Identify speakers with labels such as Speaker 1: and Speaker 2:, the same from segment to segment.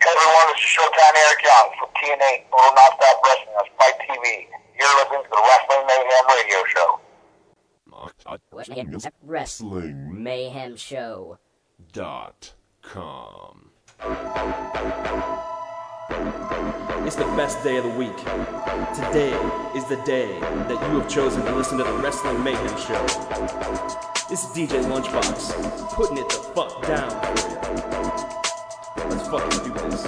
Speaker 1: This is Showtime Eric Young from TNA Total Nonstop Wrestling on Spike TV. You're listening to the Wrestling Mayhem Radio Show.
Speaker 2: Wrestling Mayhem Show.
Speaker 3: dot com.
Speaker 4: It's the best day of the week. Today is the day that you have chosen to listen to the Wrestling Mayhem Show. This is DJ Lunchbox, putting it the fuck down for you. Let's fucking do this.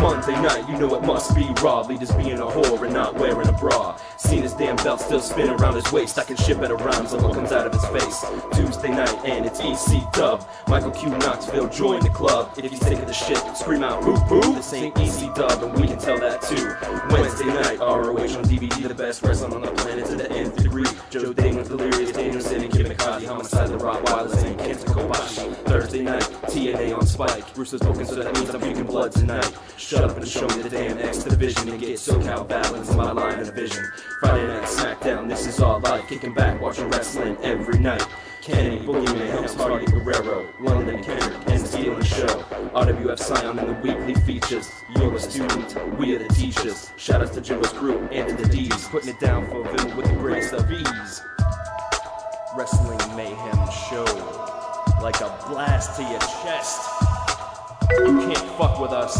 Speaker 4: Monday night, you know it must be raw. Leaders being a whore and not wearing a bra. Seen his damn belt still spin around his waist. I can ship better rhymes than what comes out of his face. Tuesday night, and it's EC Dub. Michael Q Knoxville joined the club. If you sick of the shit, scream out boo boo. This ain't EC Dub, and we can tell that too. Wednesday night, ROH on DVD, the best wrestling on the planet to the nth degree. Joe Damon's delirious, Daniel City, Kim McCarthy, Homicide, The Rock, Wireless, and Kenta Kobashi. Thursday night, TNA on Spike. Bruce is broken, so that means I'm puking blood tonight. Shut up and show me the damn X division and get SoCal balance in my line of vision. Friday night SmackDown, this is all life. Kicking back, watching wrestling every night. Kenny, Boogeyman, Helms, Hardy, Guerrero, London, and Kendrick, and stealing the show. RWF Scion in the weekly features. You're a student, we are the teachers. Shout out to Jimbo's crew and to the D's. Putting it down for Vim with the greatest of ease. Wrestling Mayhem Show. Like a blast to your chest. You can't fuck with us,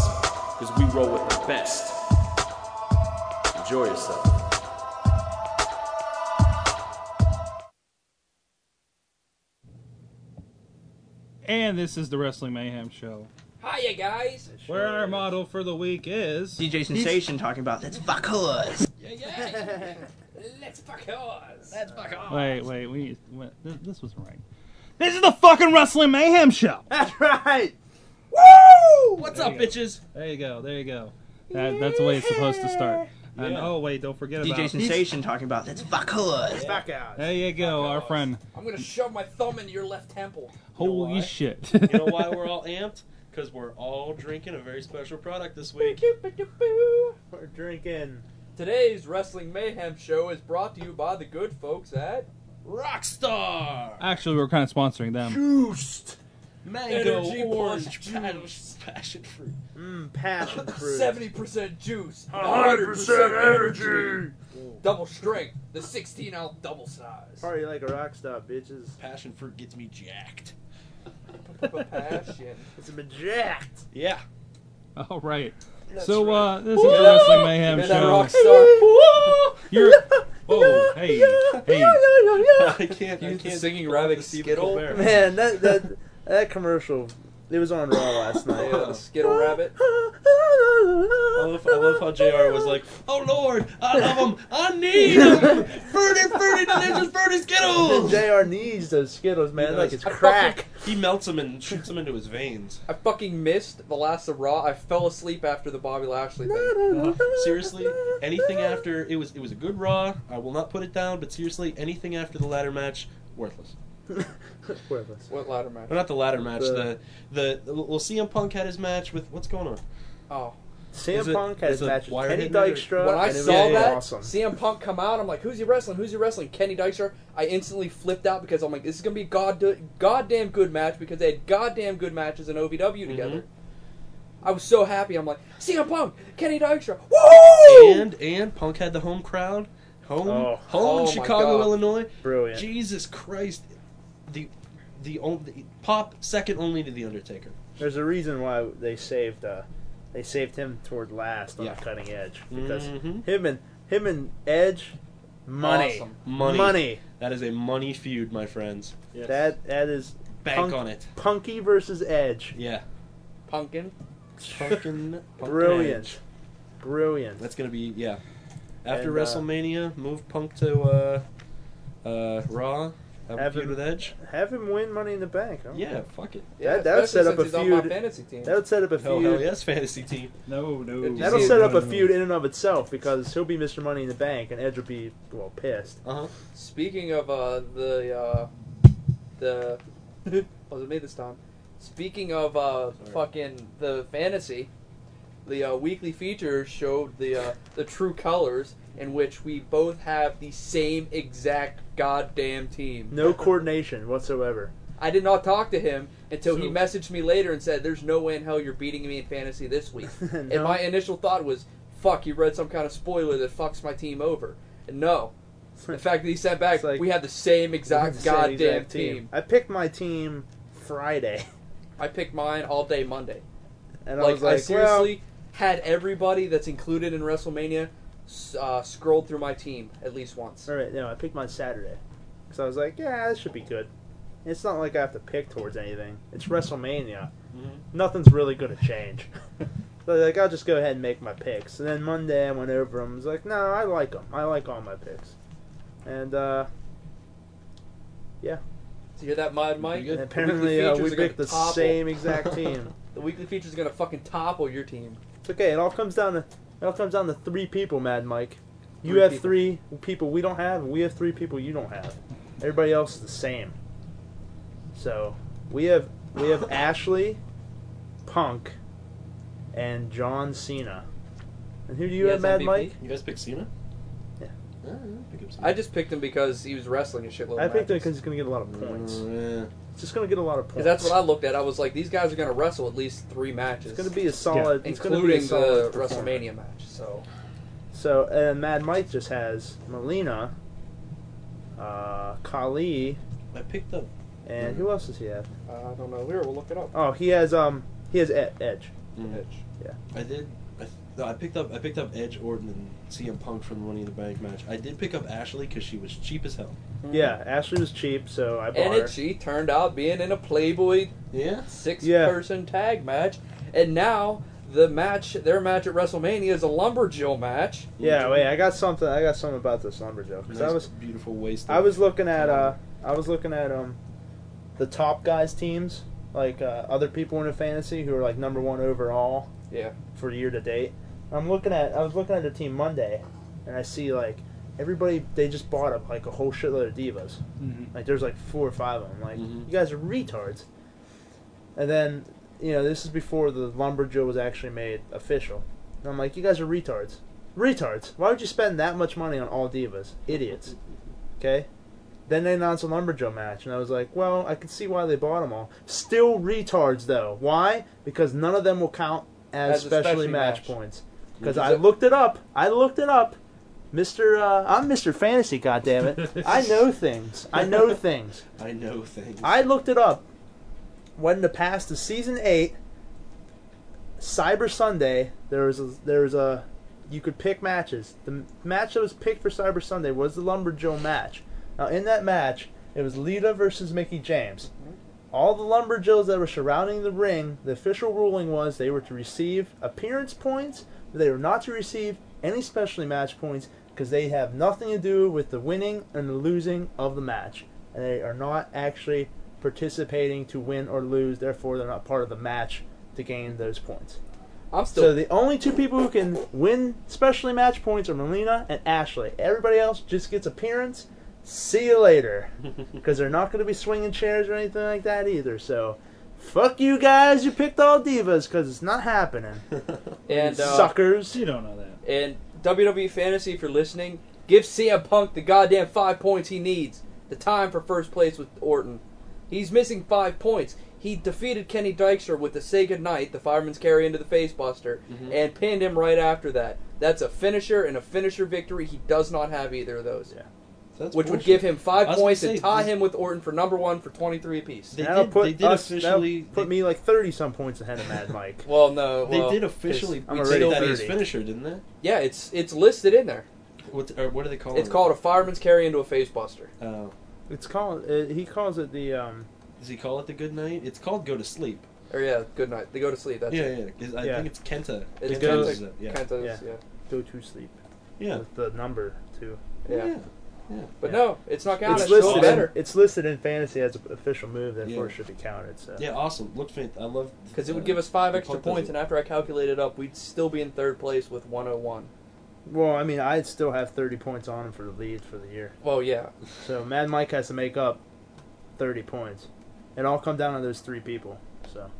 Speaker 4: because we roll with the best. Enjoy yourself.
Speaker 5: And this is the Wrestling Mayhem Show,
Speaker 6: Hiya, guys.
Speaker 5: where our model for the week is
Speaker 7: DJ Sensation talking about that's fuck whores.
Speaker 6: Yeah, yeah. Let's fuck ours. Let's fuck ours.
Speaker 5: Wait, wait, we need, wait, this, this wasn't right. This is the fucking Wrestling Mayhem Show.
Speaker 7: That's right.
Speaker 6: What's up, bitches?
Speaker 5: There you go, there you go. That, that's the way it's supposed to start. And oh wait, don't forget
Speaker 7: DJ
Speaker 5: about.
Speaker 7: Sensation talking about that's fuck whores.
Speaker 8: Back out.
Speaker 5: There you go, our friend.
Speaker 6: I'm gonna shove my thumb into your left temple.
Speaker 5: Holy
Speaker 9: why?
Speaker 5: shit!
Speaker 9: You know why we're all amped? Because we're all drinking a very special product this week.
Speaker 8: We're drinking.
Speaker 6: Today's Wrestling Mayhem show is brought to you by the good folks at
Speaker 9: Rockstar!
Speaker 5: Actually, we're kind of sponsoring them.
Speaker 8: Juiced.
Speaker 9: Mango,
Speaker 6: Energy
Speaker 9: orange,
Speaker 6: plus
Speaker 9: paddle,
Speaker 6: juice.
Speaker 9: passion fruit.
Speaker 8: Mmm, passion fruit.
Speaker 6: 70% juice, 100%
Speaker 8: energy.
Speaker 6: double strength, the 16 ounce double size.
Speaker 8: Party like a rock star, bitches.
Speaker 9: Passion fruit gets me jacked.
Speaker 6: Passion.
Speaker 8: It's been jacked.
Speaker 9: Yeah.
Speaker 5: All Oh, right. So uh, this is the Wrestling Mayhem
Speaker 6: Is that
Speaker 5: Show.
Speaker 6: Rockstar?
Speaker 5: You're. Whoa! Hey, hey!
Speaker 9: I can't, I
Speaker 6: He's the
Speaker 9: can't.
Speaker 6: singing rabbit Skittle.
Speaker 9: Colbert.
Speaker 8: Man, that that that commercial. It was on Raw last night.
Speaker 6: Yeah, the Skittle rabbit.
Speaker 9: I love, I love how JR was like, oh lord, I love him, I need him! Fruity, fruity, delicious, fruity Skittles!
Speaker 8: JR needs those Skittles, man.
Speaker 9: He
Speaker 8: Like it's
Speaker 9: does.
Speaker 8: crack.
Speaker 9: He melts him and shoots him into his veins.
Speaker 6: I fucking missed the last of Raw. I fell asleep after the Bobby Lashley thing.
Speaker 9: Seriously, anything after it was it was a good Raw. I will not put it down, but seriously, anything after the ladder match, worthless.
Speaker 8: Worthless.
Speaker 6: What ladder match?
Speaker 9: Well, not the ladder match.
Speaker 8: The-
Speaker 9: The the, well, CM Punk had his match with what's going on.
Speaker 6: Oh.
Speaker 9: Is
Speaker 8: CM
Speaker 9: it-
Speaker 8: Punk had
Speaker 9: is
Speaker 8: his
Speaker 9: it
Speaker 8: match with
Speaker 9: wired
Speaker 8: Kenny
Speaker 9: in or-
Speaker 8: Dykstra.
Speaker 6: When I
Speaker 8: and it was
Speaker 6: saw that
Speaker 8: awesome.
Speaker 6: CM Punk come out, I'm like, "Who's he wrestling? Who's he wrestling?" Kenny Dykstra. I instantly flipped out because I'm like, "This is gonna be a god goddamn good match because they had goddamn good matches in OVW
Speaker 8: Mm-hmm.
Speaker 6: together." I was so happy. I'm like, "CM Punk, Kenny Dykstra, woo!"
Speaker 9: And and Punk had the home crowd, home
Speaker 8: Oh.
Speaker 9: home
Speaker 6: Oh my
Speaker 9: Chicago,
Speaker 6: God.
Speaker 9: Illinois.
Speaker 8: Brilliant.
Speaker 9: Jesus Christ, the the only pop second only to the Undertaker.
Speaker 8: There's a reason why they saved uh, they saved him toward last on
Speaker 9: Yeah.
Speaker 8: the cutting edge because
Speaker 9: Mhm.
Speaker 8: him and him and Edge, money,
Speaker 6: Awesome.
Speaker 9: Money.
Speaker 8: money.
Speaker 9: That is a money feud, my friends.
Speaker 8: That that is
Speaker 9: Bank
Speaker 8: Punk-
Speaker 9: on it.
Speaker 8: Punky versus Edge.
Speaker 9: Yeah.
Speaker 6: Punkin.
Speaker 9: Fucking
Speaker 8: Brilliant, brilliant.
Speaker 9: That's gonna be yeah. After
Speaker 8: And, uh,
Speaker 9: WrestleMania, move Punk to uh, uh, Raw. Have,
Speaker 8: Have
Speaker 9: a feud
Speaker 8: him-
Speaker 9: with Edge.
Speaker 8: Have him win Money in the Bank. Huh?
Speaker 9: Yeah, fuck it.
Speaker 6: Yeah,
Speaker 8: that would
Speaker 6: especially
Speaker 8: set up a
Speaker 6: since he's on my
Speaker 8: feud.
Speaker 6: fantasy team.
Speaker 8: That would set up a
Speaker 9: Hell,
Speaker 8: feud.
Speaker 9: hell yes, fantasy team.
Speaker 5: No, no.
Speaker 8: That'll
Speaker 6: See,
Speaker 8: set up a feud in and of itself because he'll be Mr. Money in the Bank and Edge will be well pissed.
Speaker 9: Uh huh.
Speaker 6: Speaking of uh, the uh, the was it me this time? Speaking of uh, fucking the fantasy, the uh, weekly feature showed the uh, the true colors in which we both have the same exact goddamn team.
Speaker 8: No coordination whatsoever.
Speaker 6: I did not talk to him until he
Speaker 8: So-
Speaker 6: messaged me later and said, "There's no way in hell you're beating me in fantasy this week." And
Speaker 8: No.
Speaker 6: my initial thought was, "Fuck, you read some kind of spoiler that fucks my team over." And no, the fact that he sent back,
Speaker 8: It's like-
Speaker 6: we had the same exact
Speaker 8: The same
Speaker 6: goddamn
Speaker 8: exact
Speaker 6: team.
Speaker 8: I picked my team Friday,
Speaker 6: I picked mine all day Monday.
Speaker 8: and I
Speaker 6: Like,
Speaker 8: was like,
Speaker 6: I seriously had everybody that's included in WrestleMania s- uh, scrolled through my team at least once.
Speaker 8: well, all right, no, I picked mine Saturday, because I was like, yeah, this should be good. It's not like I have to pick towards anything. It's WrestleMania.
Speaker 6: Mm-hmm.
Speaker 8: Nothing's really going to change. so like, I'll just go ahead and make my picks. And then Monday, I went over them. I was like, no, I like them. I like all my picks. And uh,
Speaker 6: Did you hear that, Mud Mike?
Speaker 9: Pretty good.
Speaker 8: apparently,
Speaker 6: weekly
Speaker 8: uh,
Speaker 6: features
Speaker 8: we
Speaker 6: are gonna
Speaker 8: picked the
Speaker 6: topple-
Speaker 8: same exact team.
Speaker 6: The weekly features gonna fucking topple your team.
Speaker 8: It's okay. It all comes down to it all comes down to three people, Mad Mike. You
Speaker 6: Three
Speaker 8: have
Speaker 6: people.
Speaker 8: three people we don't have, and we have three people you don't have. Everybody else is the same. So we have we have Ashley, Punk, and John Cena. And who do you
Speaker 6: He
Speaker 8: have,
Speaker 6: has
Speaker 8: Mad
Speaker 6: MVP?
Speaker 8: Mike?
Speaker 9: You guys pick Cena?
Speaker 8: Yeah.
Speaker 9: I don't pick up Cena.
Speaker 6: I just picked him because he was wrestling a shitload.
Speaker 8: I
Speaker 6: of
Speaker 8: picked him because
Speaker 6: matches.
Speaker 8: he's going to get a lot of points.
Speaker 9: Mm,
Speaker 8: It's just going to get a lot of points.
Speaker 6: that's what I looked at. I was like, these guys are gonna wrestle at least three matches.
Speaker 8: It's going to be a solid, it's gonna be a
Speaker 6: including the
Speaker 8: solid performance.
Speaker 6: WrestleMania match. So
Speaker 8: So and Mad Mike just has Melina, uh, Kali,
Speaker 9: yeah. I picked up.
Speaker 8: and who else does he have?
Speaker 6: uh, I don't know. Here, we'll look it up.
Speaker 8: Oh, he has um, he has Ed- Edge.
Speaker 9: I did. I, th- no, I picked up. I picked up Edge, Orton, and CM Punk from the Money in the Bank match. I did pick up Ashley because she was cheap as hell.
Speaker 8: Yeah, Ashley was cheap, so I bought
Speaker 6: And
Speaker 8: her.
Speaker 6: it, she turned out being in a Playboy
Speaker 9: Yeah.
Speaker 6: six-person tag match, and now the match, their match at WrestleMania is a lumberjill match.
Speaker 8: Yeah, wait, I got something. I got something about this lumberjack because
Speaker 9: Nice,
Speaker 8: I was
Speaker 9: beautiful waist.
Speaker 8: I was looking at uh, I was looking at um, the top guys teams like uh, other people in a fantasy who are like number one overall
Speaker 6: Yeah,
Speaker 8: for year to date. I'm looking at I was looking at the team Monday, and I see like everybody they just bought up like a whole shitload of divas.
Speaker 5: Mhm.
Speaker 8: Like there's like four or five of them. Like
Speaker 9: Mhm.
Speaker 8: you guys are retards. And then you know this is before the lumberjill was actually made official. And I'm like, you guys are retards. Retards. Why would you spend that much money on all divas? Idiots. Okay. Then they announced a lumberjill match, and I was like, well, I can see why they bought them all. Still retards though. Why? Because none of them will count as,
Speaker 6: As a
Speaker 8: specially,
Speaker 6: specialty
Speaker 8: match,
Speaker 6: match.
Speaker 8: points. Because
Speaker 6: Mhm.
Speaker 8: I looked it up. I looked it up. Mister, uh, I'm Mister Fantasy. goddammit. I know things. I know things.
Speaker 9: I know things.
Speaker 8: I looked it up. When the past the season eight, Cyber Sunday, there was a, there was a you could pick matches. The m- match that was picked for Cyber Sunday was the Lumberjill match. Now in that match, it was Lita versus Mickey James. All the Lumberjills that were surrounding the ring, the official ruling was they were to receive appearance points, but they were not to receive any specialty match points because they have nothing to do with the winning and the losing of the match. And they are not actually participating to win or lose, therefore, they're not part of the match to gain those points.
Speaker 6: I'm still.
Speaker 8: So the only two people who can win specialty match points are Melina and Ashley. Everybody else just gets appearance. See you later, because they're not going to be swinging chairs or anything like that either. So, fuck you guys. You picked all divas because it's not happening.
Speaker 6: and uh,
Speaker 8: Suckers.
Speaker 5: You don't know that.
Speaker 6: And WWE Fantasy, if you're listening, give CM Punk the goddamn five points he needs. The time for first place with Orton. He's missing five points. He defeated Kenny Dykstra with the say goodnight, the fireman's carry into the facebuster, and pinned him right after that. That's a finisher and a finisher victory. He does not have either of those.
Speaker 8: Yeah.
Speaker 9: That's
Speaker 6: Which would
Speaker 9: bullshit.
Speaker 6: give him five
Speaker 9: I was
Speaker 6: points
Speaker 9: gonna
Speaker 6: and
Speaker 9: say,
Speaker 6: tie
Speaker 9: this-
Speaker 6: him with Orton for number one for 23 apiece.
Speaker 9: They
Speaker 8: That'll
Speaker 9: did-
Speaker 8: put
Speaker 9: they did
Speaker 8: us- that'll
Speaker 9: officially-
Speaker 8: put
Speaker 9: they-
Speaker 8: me like thirty some points ahead of Mad Mike.
Speaker 6: Well, no.
Speaker 9: They
Speaker 6: well,
Speaker 9: did officially.
Speaker 8: I'm
Speaker 9: We
Speaker 8: already
Speaker 9: did that as
Speaker 8: 30.
Speaker 9: finisher, didn't they?
Speaker 6: Yeah, it's it's listed in there.
Speaker 9: What, or what do they call it?
Speaker 6: It's called a fireman's carry into a facebuster.
Speaker 9: Oh.
Speaker 8: It's called. Uh, he calls it the. Um,
Speaker 9: Does he call it the good night? It's called go to sleep.
Speaker 6: Or yeah, good night. They go to sleep. That's
Speaker 9: yeah,
Speaker 6: it.
Speaker 9: yeah. 'cause I
Speaker 8: Yeah.
Speaker 9: think it's Kenta.
Speaker 6: It's
Speaker 9: Kenta
Speaker 8: goes-
Speaker 9: does that, yeah.
Speaker 6: Kind of, yeah.
Speaker 8: Yeah. go to sleep.
Speaker 9: yeah.
Speaker 8: With the number two.
Speaker 6: Yeah.
Speaker 9: Yeah.
Speaker 6: But
Speaker 8: Yeah.
Speaker 6: no, it's not counted.
Speaker 8: It's
Speaker 6: It's
Speaker 8: listed.
Speaker 6: still
Speaker 8: in-
Speaker 6: better
Speaker 8: it's listed in fantasy as an official move. Therefore,
Speaker 9: Yeah.
Speaker 8: it should be counted. So.
Speaker 9: Yeah, awesome. Look, fan- I love uh,
Speaker 6: because it would give us five
Speaker 9: The
Speaker 6: extra
Speaker 9: punk doesn't-
Speaker 6: points, and after I calculated up, we'd still be in third place with 101.
Speaker 8: Well, I mean, I'd still have 30 points on him for the lead for the year.
Speaker 6: Well, yeah,
Speaker 8: So Mad Mike has to make up 30 points. It all come down to those three people. So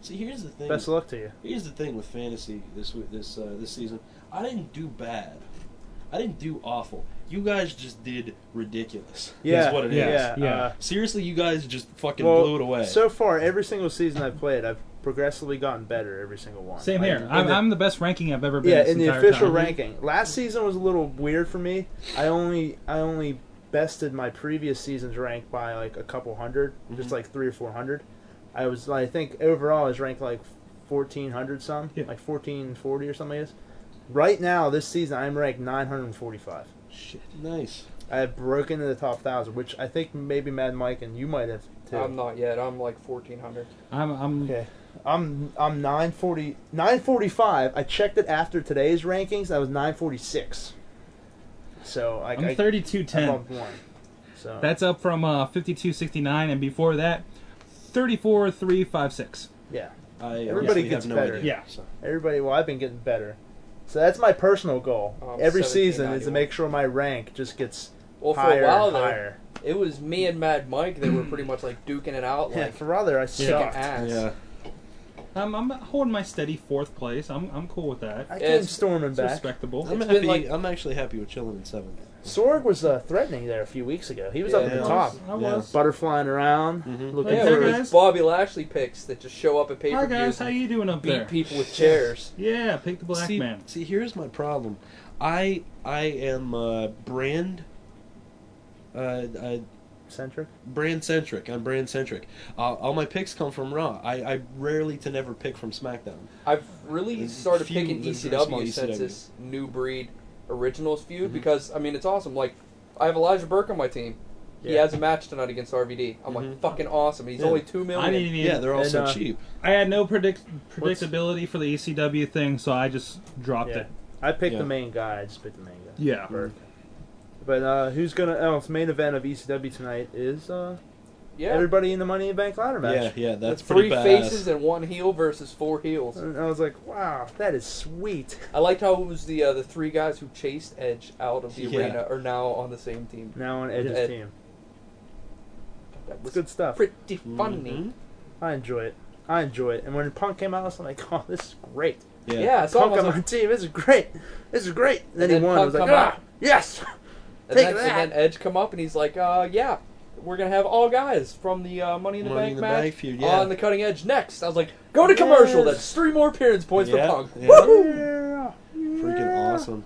Speaker 9: See, here's the thing.
Speaker 8: best of luck to you.
Speaker 9: Here's the thing with fantasy this w- this uh, this season. I didn't do bad. I didn't do awful. You guys just did ridiculous.
Speaker 8: Yeah,
Speaker 9: That's what it is.
Speaker 8: yeah,
Speaker 5: is.
Speaker 8: yeah.
Speaker 5: Yeah.
Speaker 8: Uh,
Speaker 9: Seriously, you guys just fucking
Speaker 8: well,
Speaker 9: blew it away.
Speaker 8: So far, every single season I've played, I've progressively gotten better every single one.
Speaker 5: Same
Speaker 8: Like,
Speaker 5: here.
Speaker 8: in
Speaker 5: I'm,
Speaker 8: the-
Speaker 5: I'm the best ranking I've ever been.
Speaker 8: yeah,
Speaker 5: this
Speaker 8: in the
Speaker 5: entire
Speaker 8: official
Speaker 5: time.
Speaker 8: ranking. Last season was a little weird for me. I only I only bested my previous season's rank by like a couple 100 just like three or four hundred. I was I think overall I was ranked like fourteen hundred some,
Speaker 5: Yeah.
Speaker 8: like fourteen forty or something. Is right now this season I'm ranked nine hundred forty five.
Speaker 9: Shit. Nice.
Speaker 8: I have broken into the top thousand, which I think maybe Mad Mike and you might have too.
Speaker 6: I'm not yet. I'm like 1400.
Speaker 5: I'm, I'm
Speaker 8: Okay. I'm I'm 940 945. I checked it after today's rankings. I was 946. So I
Speaker 5: I'm
Speaker 8: I- I
Speaker 5: 3210.
Speaker 8: bumped one. So
Speaker 5: That's up from uh, 5269, and before that, 34356.
Speaker 8: yeah.
Speaker 9: I
Speaker 8: Everybody
Speaker 9: honestly
Speaker 8: gets
Speaker 9: have no
Speaker 8: better.
Speaker 9: Idea,
Speaker 5: Yeah.
Speaker 9: so.
Speaker 8: Everybody, well, I've been getting better. So that's my personal goal.
Speaker 6: Um,
Speaker 8: Every season is to
Speaker 6: 1791.
Speaker 8: make sure my rank just gets
Speaker 6: Well, for
Speaker 8: higher
Speaker 6: a while
Speaker 8: and
Speaker 6: there,
Speaker 8: higher.
Speaker 6: it was me and Mad Mike that were pretty much like duking it out,
Speaker 8: yeah,
Speaker 6: like
Speaker 8: for rather I
Speaker 6: kicking
Speaker 8: sucked.
Speaker 6: ass.
Speaker 9: Yeah.
Speaker 5: I'm, I'm holding my steady fourth place. I'm, I'm cool with that.
Speaker 8: I came
Speaker 6: It's-
Speaker 8: storming
Speaker 5: It's
Speaker 8: back.
Speaker 5: respectable.
Speaker 9: I'm
Speaker 6: It's been
Speaker 9: happy.
Speaker 6: like-
Speaker 9: I'm actually happy with chilling in seventh.
Speaker 8: Sorg was uh, threatening there a few weeks ago. He was up
Speaker 6: Yeah. Mm-hmm.
Speaker 8: at the
Speaker 5: I
Speaker 8: top,
Speaker 5: was- I was.
Speaker 8: butterflying around, looking
Speaker 5: Hey,
Speaker 6: Yeah,
Speaker 5: there,
Speaker 8: for
Speaker 6: it was
Speaker 5: guys.
Speaker 6: Bobby Lashley picks that just show up at pay
Speaker 5: Hi
Speaker 6: per
Speaker 5: guys,
Speaker 6: views
Speaker 5: how
Speaker 6: and
Speaker 5: you doing up
Speaker 6: beat
Speaker 5: there?
Speaker 6: people with chairs.
Speaker 5: Yeah, pick the black
Speaker 9: see,
Speaker 5: man.
Speaker 9: see, here's my problem. I I am uh, brand. Uh, I,
Speaker 8: centric.
Speaker 9: brand centric. I'm brand centric. Uh, all my picks come from Raw. I, I rarely to never pick from SmackDown.
Speaker 6: I've really
Speaker 9: There's
Speaker 6: started
Speaker 9: few-
Speaker 6: picking
Speaker 9: there's a
Speaker 6: ECW
Speaker 9: small E
Speaker 6: since
Speaker 9: ECW.
Speaker 6: this new breed originals feud
Speaker 9: Mm-hmm.
Speaker 6: because I mean it's awesome. Like I have Elijah Burke on my team. He
Speaker 8: Yeah.
Speaker 6: has a match tonight against RVD. I'm like fucking awesome. He's
Speaker 9: Mm-hmm. Yeah.
Speaker 6: only two million.
Speaker 5: I didn't
Speaker 9: Yeah,
Speaker 5: even.
Speaker 9: they're all
Speaker 8: and,
Speaker 9: so
Speaker 8: uh,
Speaker 9: cheap.
Speaker 5: I had no predict predictability for the ECW thing, so I just dropped
Speaker 8: Yeah.
Speaker 5: it.
Speaker 8: I picked
Speaker 9: Yeah.
Speaker 8: the main guy. I just picked the main guy.
Speaker 5: Yeah.
Speaker 8: Burke. But uh, who's gonna? Oh, it's main event of ECW tonight is uh,
Speaker 6: yeah.
Speaker 8: everybody in the Money in the Bank ladder
Speaker 9: Yeah,
Speaker 8: match.
Speaker 9: yeah, that's
Speaker 6: three
Speaker 9: pretty badass.
Speaker 6: faces and one heel versus four heels.
Speaker 8: And I was like, wow, that is sweet.
Speaker 6: I liked how it was the uh, the three guys who chased Edge out of the
Speaker 9: Yeah.
Speaker 6: arena are now on the same team.
Speaker 8: Now on Edge's
Speaker 6: Yeah.
Speaker 8: team,
Speaker 6: That
Speaker 8: it's
Speaker 6: was
Speaker 8: good stuff.
Speaker 6: pretty funny.
Speaker 9: Mm-hmm.
Speaker 8: I enjoy it. I enjoy it. And when Punk came out, I was like, oh, this is great.
Speaker 9: Yeah.
Speaker 6: Yeah, so
Speaker 8: Punk
Speaker 6: I was
Speaker 8: on
Speaker 6: like,
Speaker 8: my team. This is great. This is great. And then,
Speaker 6: then
Speaker 8: he won. I was
Speaker 6: Punk
Speaker 8: like,
Speaker 6: come
Speaker 8: ah,
Speaker 6: out.
Speaker 8: yes.
Speaker 6: and, then,
Speaker 8: Take that.
Speaker 6: and then Edge come up and he's like, uh, "Yeah, we're gonna have all guys from the uh, Money in the
Speaker 9: Money
Speaker 6: Bank
Speaker 9: in the
Speaker 6: match
Speaker 9: Bank feud, yeah.
Speaker 6: on the Cutting Edge next." I was like, "Go to commercial.
Speaker 9: Yes.
Speaker 6: That's three more appearance points
Speaker 9: Yeah,
Speaker 6: for Punk."
Speaker 9: yeah.
Speaker 6: Woohoo!
Speaker 8: Yeah.
Speaker 9: Freaking awesome.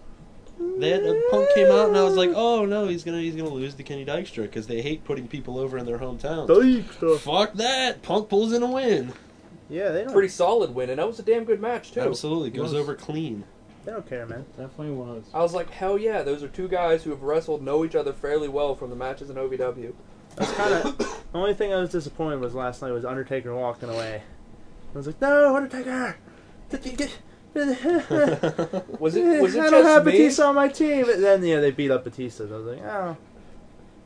Speaker 9: That uh, Punk came out and I was like, "Oh no, he's gonna he's gonna lose to Kenny Dykstra because they hate putting people over in their hometowns."
Speaker 8: Big stuff.
Speaker 9: Fuck that! Punk pulls in a win.
Speaker 8: Yeah, they don't.
Speaker 6: Pretty solid win, and that was a damn good match too.
Speaker 9: Absolutely goes
Speaker 5: Was.
Speaker 9: over clean.
Speaker 8: They don't care, man.
Speaker 5: Definitely was.
Speaker 6: I was like, "Hell yeah!" Those are two guys who have wrestled, know each other fairly well from the matches in OVW.
Speaker 8: That's kind of the only thing I was disappointed was last night was Undertaker walking away. I was like, no, Undertaker. Did you get-
Speaker 6: Was it? Was it
Speaker 8: I
Speaker 6: just
Speaker 8: don't have
Speaker 6: me?
Speaker 8: Batista on my team. And then you know, they beat up Batista. And I was like, oh,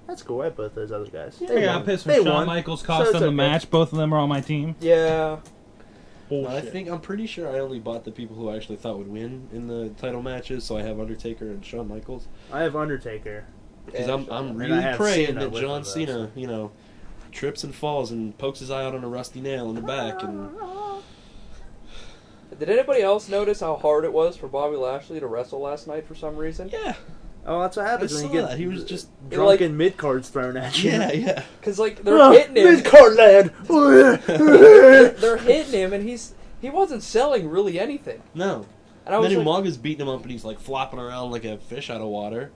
Speaker 8: that's cool. I had both those other guys.
Speaker 5: I got pissed when
Speaker 8: They
Speaker 5: Shawn
Speaker 8: won.
Speaker 5: Michaels
Speaker 8: So
Speaker 5: cost
Speaker 8: it's
Speaker 5: them the
Speaker 8: okay.
Speaker 5: match. Both of them are on my team.
Speaker 6: Yeah,
Speaker 9: I
Speaker 5: Bullshit.
Speaker 9: think I'm pretty sure I only bought the people who I actually thought would win in the title matches. So I have Undertaker and Shawn Michaels
Speaker 8: I have Undertaker.
Speaker 9: because
Speaker 6: Yeah,
Speaker 9: I'm
Speaker 6: Shawn.
Speaker 9: I'm
Speaker 8: And
Speaker 9: really
Speaker 8: I have
Speaker 9: praying
Speaker 8: Cena
Speaker 9: that
Speaker 8: with
Speaker 9: John
Speaker 8: us.
Speaker 9: Cena, you know, trips and falls and pokes his eye out on a rusty nail in the back and
Speaker 6: Did anybody else notice how hard it was for Bobby Lashley to wrestle last night for some reason?
Speaker 9: yeah,
Speaker 8: Oh, that's what
Speaker 9: I
Speaker 8: happens
Speaker 9: saw
Speaker 8: when you get
Speaker 9: that. He was just
Speaker 8: drunk
Speaker 6: like-
Speaker 8: and mid cards thrown at you.
Speaker 9: yeah yeah.
Speaker 6: Because like they're
Speaker 8: Oh,
Speaker 6: hitting him,
Speaker 8: mid card lad. Oh,
Speaker 6: they're hitting him, and he's he wasn't selling really anything.
Speaker 9: No.
Speaker 6: And I
Speaker 9: then
Speaker 6: was like,
Speaker 9: Umaga's beating him up and he's like flopping around like a fish out of water.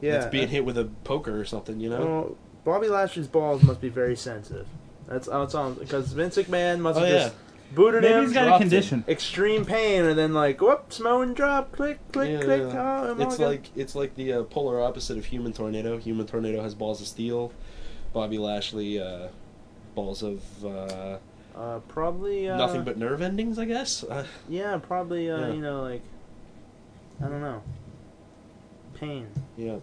Speaker 8: yeah, Oh,
Speaker 9: That's being hit with a poker or something, you know?
Speaker 8: Well, Bobby Lashley's balls must be very sensitive. That's that's all because Vince McMahon must
Speaker 9: Oh,
Speaker 8: have
Speaker 9: yeah.
Speaker 8: just booted
Speaker 5: Maybe
Speaker 8: him,
Speaker 5: he's got a
Speaker 9: dropped him.
Speaker 5: condition.
Speaker 8: extreme pain, and then like whoops, mow and drop, click, click,
Speaker 9: Yeah,
Speaker 8: click.
Speaker 9: yeah.
Speaker 8: Oh, am I
Speaker 9: it's
Speaker 8: gonna-
Speaker 9: like it's like the uh, polar opposite of Human Tornado. Human Tornado has balls of steel. Bobby Lashley uh, balls of uh,
Speaker 8: uh, probably uh,
Speaker 9: nothing but nerve endings, I guess. Uh,
Speaker 8: yeah, probably uh,
Speaker 9: Yeah.
Speaker 8: you know like I don't know, pain
Speaker 9: yeah,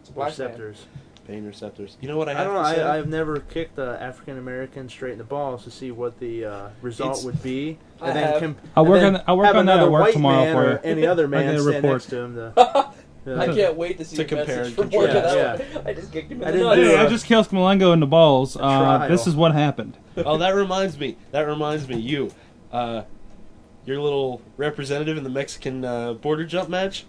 Speaker 6: "It's a black man."
Speaker 8: receptors.
Speaker 9: pain receptors. You know what I
Speaker 8: I
Speaker 9: have
Speaker 8: don't know.
Speaker 9: to say?
Speaker 8: I, I've never kicked an African American straight in the balls to see what the uh, result
Speaker 9: It's-
Speaker 8: would be,
Speaker 6: I
Speaker 8: and then
Speaker 6: have-
Speaker 8: com-
Speaker 5: I'll work
Speaker 8: and then
Speaker 5: on- I'll work
Speaker 8: have
Speaker 5: on that at
Speaker 8: another
Speaker 5: work
Speaker 8: white
Speaker 5: tomorrow
Speaker 8: man
Speaker 5: for
Speaker 8: or
Speaker 5: you.
Speaker 8: Any other
Speaker 5: I'll get
Speaker 8: man
Speaker 5: a
Speaker 8: stand
Speaker 5: report.
Speaker 8: next to him. To,
Speaker 6: I
Speaker 8: Yeah.
Speaker 6: can't wait to see
Speaker 9: To
Speaker 6: a
Speaker 9: compare
Speaker 6: message from
Speaker 9: and contrast.
Speaker 6: Morgan.
Speaker 8: Yeah,
Speaker 6: I just kicked him
Speaker 8: I
Speaker 6: in the
Speaker 8: didn't
Speaker 6: nuts.
Speaker 8: do
Speaker 5: Hey,
Speaker 8: Yeah.
Speaker 5: I just killed Smalengo in the balls. Uh,
Speaker 8: trial.
Speaker 5: this is what happened.
Speaker 9: oh, that reminds me. That reminds me. You, uh, your little representative in the Mexican uh, border jump match.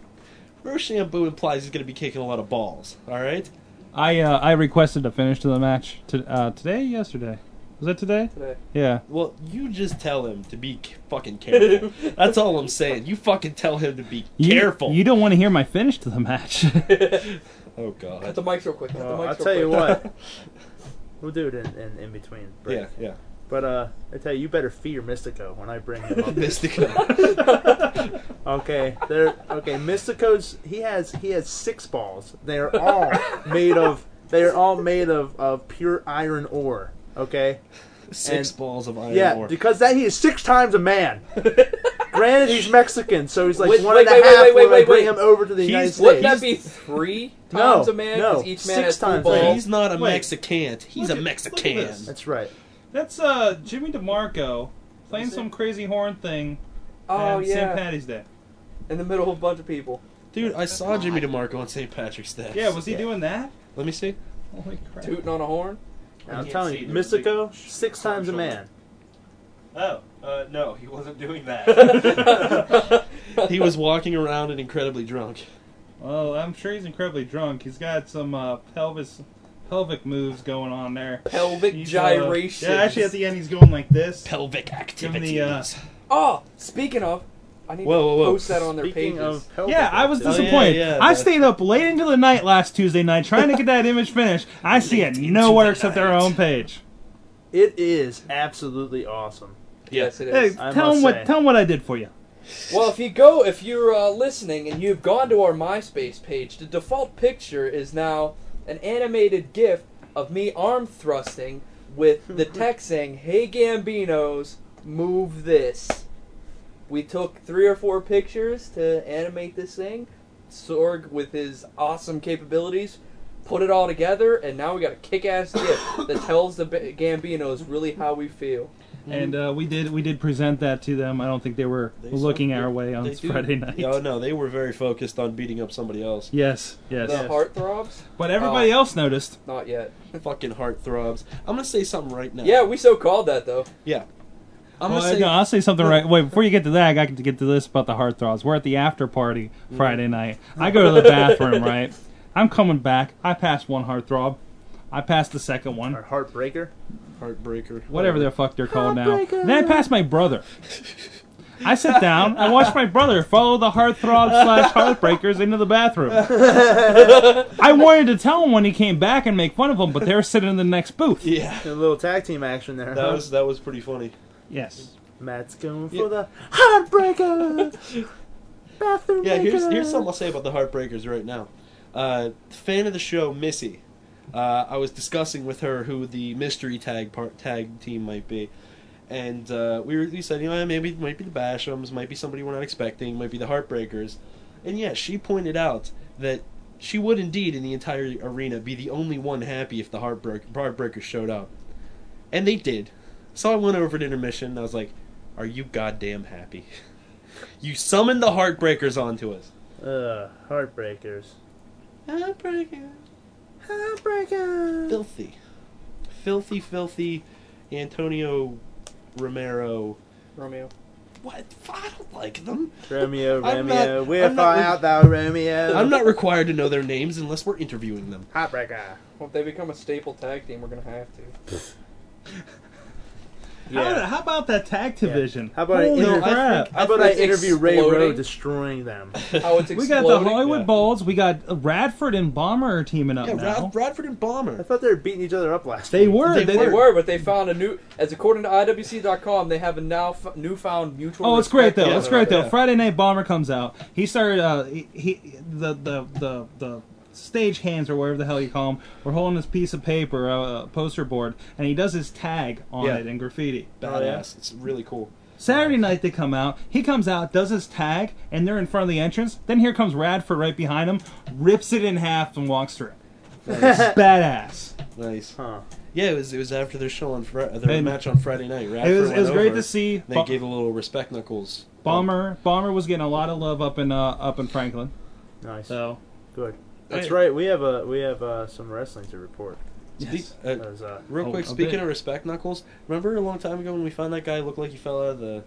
Speaker 9: Roshambu implies he's going to be kicking a lot of balls. All right.
Speaker 5: I uh, I requested a finish to the match to, uh, today, yesterday. Was that today?
Speaker 6: Today.
Speaker 5: Yeah.
Speaker 9: Well, you just tell him to be c- fucking careful. That's all I'm saying. You fucking tell him to be
Speaker 5: You-
Speaker 9: careful.
Speaker 5: You don't want to hear my finish to the match.
Speaker 9: oh
Speaker 6: Cut
Speaker 9: god.
Speaker 6: the mics real quick. Cut the
Speaker 8: Uh,
Speaker 6: mics
Speaker 8: I'll
Speaker 6: real
Speaker 8: tell you
Speaker 6: quick.
Speaker 8: what. We'll do it in, in, in between. Break.
Speaker 9: Yeah, yeah.
Speaker 8: But uh, I tell you, you better fear Mystico when I bring him up.
Speaker 9: Mystico.
Speaker 8: Okay, they're okay. Mystico's he has he has six balls. They are all made of they are all made of of pure iron ore. Okay,
Speaker 9: Six
Speaker 8: And-
Speaker 9: balls of iron
Speaker 8: yeah,
Speaker 9: ore.
Speaker 8: because that he is six times a man. Granted, he's Mexican, so he's like
Speaker 6: Wait,
Speaker 8: one and a
Speaker 6: wait,
Speaker 8: half.
Speaker 6: wait, wait, wait,
Speaker 8: when I
Speaker 6: wait,
Speaker 8: bring
Speaker 6: wait.
Speaker 8: him over to the
Speaker 9: He's-
Speaker 8: United
Speaker 6: Wouldn't
Speaker 8: States.
Speaker 6: that be three
Speaker 8: No,
Speaker 6: times a man? 'Cause
Speaker 8: no,
Speaker 6: each man
Speaker 8: six
Speaker 6: has two
Speaker 8: times a
Speaker 6: balls.
Speaker 8: man.
Speaker 9: He's not a
Speaker 5: Wait.
Speaker 9: Mexican. He's
Speaker 5: Look
Speaker 9: a
Speaker 5: at-
Speaker 9: Mexican.
Speaker 5: look at this.
Speaker 8: That's right.
Speaker 5: That's uh Jimmy DeMarco playing some crazy horn thing
Speaker 6: Oh
Speaker 5: on St.
Speaker 6: yeah,
Speaker 5: Patty's Day.
Speaker 6: in the middle of a bunch of people.
Speaker 9: Dude, I saw Jimmy DeMarco on St. Patrick's Day.
Speaker 5: Yeah, was he doing that?
Speaker 9: Let me see.
Speaker 5: Holy crap!
Speaker 6: Tooting on a horn.
Speaker 8: I'm
Speaker 10: can't
Speaker 8: telling
Speaker 10: see
Speaker 8: you,
Speaker 10: the big
Speaker 8: Mystico
Speaker 10: sh-
Speaker 8: six times a
Speaker 10: shoulder.
Speaker 8: man.
Speaker 10: Oh, uh, no, he wasn't doing that.
Speaker 9: He was walking around and incredibly drunk.
Speaker 5: Well, Oh, I'm sure he's incredibly drunk. He's got some uh, pelvis, pelvic moves going on there.
Speaker 6: Pelvic
Speaker 5: He's, uh,
Speaker 6: gyrations.
Speaker 5: yeah, actually at the end he's going like this.
Speaker 9: Pelvic
Speaker 5: Give him
Speaker 9: activities.
Speaker 5: the, uh,
Speaker 6: Oh, speaking of, I need
Speaker 9: Whoa,
Speaker 6: to
Speaker 9: whoa, whoa.
Speaker 6: post that on their
Speaker 8: Speaking
Speaker 6: pages.
Speaker 8: of pelvic
Speaker 5: yeah, I was
Speaker 8: activity-
Speaker 9: yeah,
Speaker 5: disappointed.
Speaker 9: yeah,
Speaker 5: I
Speaker 9: that-
Speaker 5: stayed up late into the night last Tuesday night trying to get that image finished. I see it nowhere except their own page.
Speaker 8: It is absolutely awesome.
Speaker 6: yes, it is.
Speaker 5: Hey,
Speaker 8: I
Speaker 5: tell
Speaker 8: must
Speaker 5: him
Speaker 8: say.
Speaker 5: what tell him what I did for you.
Speaker 6: Well, if you go, if you're uh, listening and you've gone to our MySpace page, the default picture is now an animated GIF of me arm thrusting with the text saying, "Hey Gambinos, move this." We took three or four pictures to animate this thing. Sorg, with his awesome capabilities, put it all together, and now we got a kick-ass GIF that tells the Ba- Gambinos really how we feel.
Speaker 5: And uh, we did we did present that to them. I don't think they were
Speaker 9: They
Speaker 5: looking
Speaker 9: suck.
Speaker 5: our way on
Speaker 9: They do.
Speaker 5: Friday night.
Speaker 9: No, no, they were very focused on beating up somebody else.
Speaker 5: Yes, yes.
Speaker 6: The heartthrobs?
Speaker 5: But everybody
Speaker 6: Oh.
Speaker 5: else noticed.
Speaker 6: Not yet.
Speaker 9: Fucking heart throbs. I'm gonna say something right now.
Speaker 6: Yeah, we so called that though.
Speaker 9: Yeah. I'm
Speaker 5: Well,
Speaker 9: gonna say
Speaker 5: no, I'll say something right. Wait, before you get to that, I got to get to this about the heartthrobs. We're at the after party Friday night. I go to the bathroom, right? I'm coming back. I pass one heartthrob. I pass the second
Speaker 8: Our
Speaker 5: one.
Speaker 8: heartbreaker.
Speaker 9: heartbreaker.
Speaker 5: Whatever the fuck they're called now. Then I pass my brother. I sit down. I watch my brother follow the heartthrob slash heartbreakers into the bathroom. I wanted to tell him when he came back and make fun of him, but they were sitting in the next booth.
Speaker 9: Yeah.
Speaker 8: A little tag team action there.
Speaker 9: That
Speaker 8: huh?
Speaker 9: was that was pretty funny.
Speaker 5: Yes.
Speaker 8: Matt's going
Speaker 9: Yeah.
Speaker 8: for the heartbreaker. Bathroom
Speaker 9: Yeah, here's
Speaker 8: breaker.
Speaker 9: here's something I'll say about the Heartbreakers right now. Uh, fan of the show, Missy. Uh, I was discussing with her who the mystery tag part, tag team might be, and uh, we, were, we said, you know, maybe it might be the Bashams, might be somebody we're not expecting, might be the Heartbreakers, and yeah, she pointed out that she would indeed in the entire arena be the only one happy if the Heartbreak, Heartbreakers showed up, and they did. So I went over to intermission. and I was like, "Are you goddamn happy? you summoned the Heartbreakers onto us."
Speaker 8: Ugh, heartbreakers.
Speaker 9: Heartbreaker.
Speaker 8: Heartbreaker.
Speaker 9: Filthy. Filthy, filthy Antonio Romero.
Speaker 6: Romeo.
Speaker 9: What? I don't like them.
Speaker 8: Romeo,
Speaker 9: I'm
Speaker 8: Romeo,
Speaker 9: not-
Speaker 8: we're
Speaker 9: I'm not
Speaker 8: far
Speaker 9: re-
Speaker 8: out thou, Romeo.
Speaker 9: I'm not required to know their names unless we're interviewing them.
Speaker 8: heartbreaker.
Speaker 6: Well, if they become a staple tag team, we're gonna have to.
Speaker 5: How,
Speaker 8: Yeah.
Speaker 5: how about that tag division?
Speaker 8: How about I
Speaker 5: Holy
Speaker 8: inter-
Speaker 5: crap.
Speaker 8: How about I
Speaker 6: think
Speaker 8: interview Ray Rowe
Speaker 6: exploding-
Speaker 8: destroying them?
Speaker 6: How it's
Speaker 5: We
Speaker 6: exploding.
Speaker 5: got the Hollywood
Speaker 9: Yeah.
Speaker 5: Bulls. We got Radford and Bomber are teaming up
Speaker 9: Yeah,
Speaker 5: now.
Speaker 9: Rod- Rodford and
Speaker 8: I
Speaker 9: Bomber.
Speaker 8: thought they were beating each other up last
Speaker 5: they
Speaker 8: week.
Speaker 5: were. They,
Speaker 9: They
Speaker 6: They
Speaker 5: were.
Speaker 6: were, but they found a new. As according to IWC.com, they have a now f- newfound mutual.
Speaker 5: Oh, it's great
Speaker 6: respect
Speaker 5: though.
Speaker 6: for
Speaker 5: it's
Speaker 6: one
Speaker 5: great though.
Speaker 6: another.
Speaker 5: Friday night Bomber comes out. He started. Uh, he, he the, the the the stage hands or whatever the hell you call them were holding this piece of paper, uh, poster board, and he does his tag on
Speaker 9: Yeah. Oh,
Speaker 5: it in graffiti.
Speaker 9: Badass.
Speaker 8: yeah.
Speaker 9: It's really cool.
Speaker 5: Saturday night they come out. He comes out, does his tag, and they're in front of the entrance. Then here comes Radford right behind him, rips it in half and walks through.
Speaker 9: Nice.
Speaker 5: Badass.
Speaker 9: nice.
Speaker 8: Huh.
Speaker 9: Yeah, it was it was after their show on Fri their
Speaker 5: And-
Speaker 9: match on Friday night.
Speaker 5: It
Speaker 9: Radford
Speaker 5: was, it was
Speaker 9: went
Speaker 5: great
Speaker 9: over,
Speaker 5: to see.
Speaker 9: They
Speaker 5: Bo-
Speaker 9: gave a little respect knuckles.
Speaker 5: Bomber Bomber was getting a lot of love up in uh, up in Franklin.
Speaker 8: Nice.
Speaker 5: So
Speaker 8: Good. That's
Speaker 9: Oh. Hey.
Speaker 8: right. We have a we have uh, some wrestling to report.
Speaker 5: yes.
Speaker 9: Spe- uh,
Speaker 8: That was, uh,
Speaker 9: real
Speaker 5: Oh,
Speaker 9: quick,
Speaker 5: a
Speaker 9: speaking
Speaker 5: bit.
Speaker 9: of respect knuckles, remember a long time ago when we found that guy looked like he fell out of the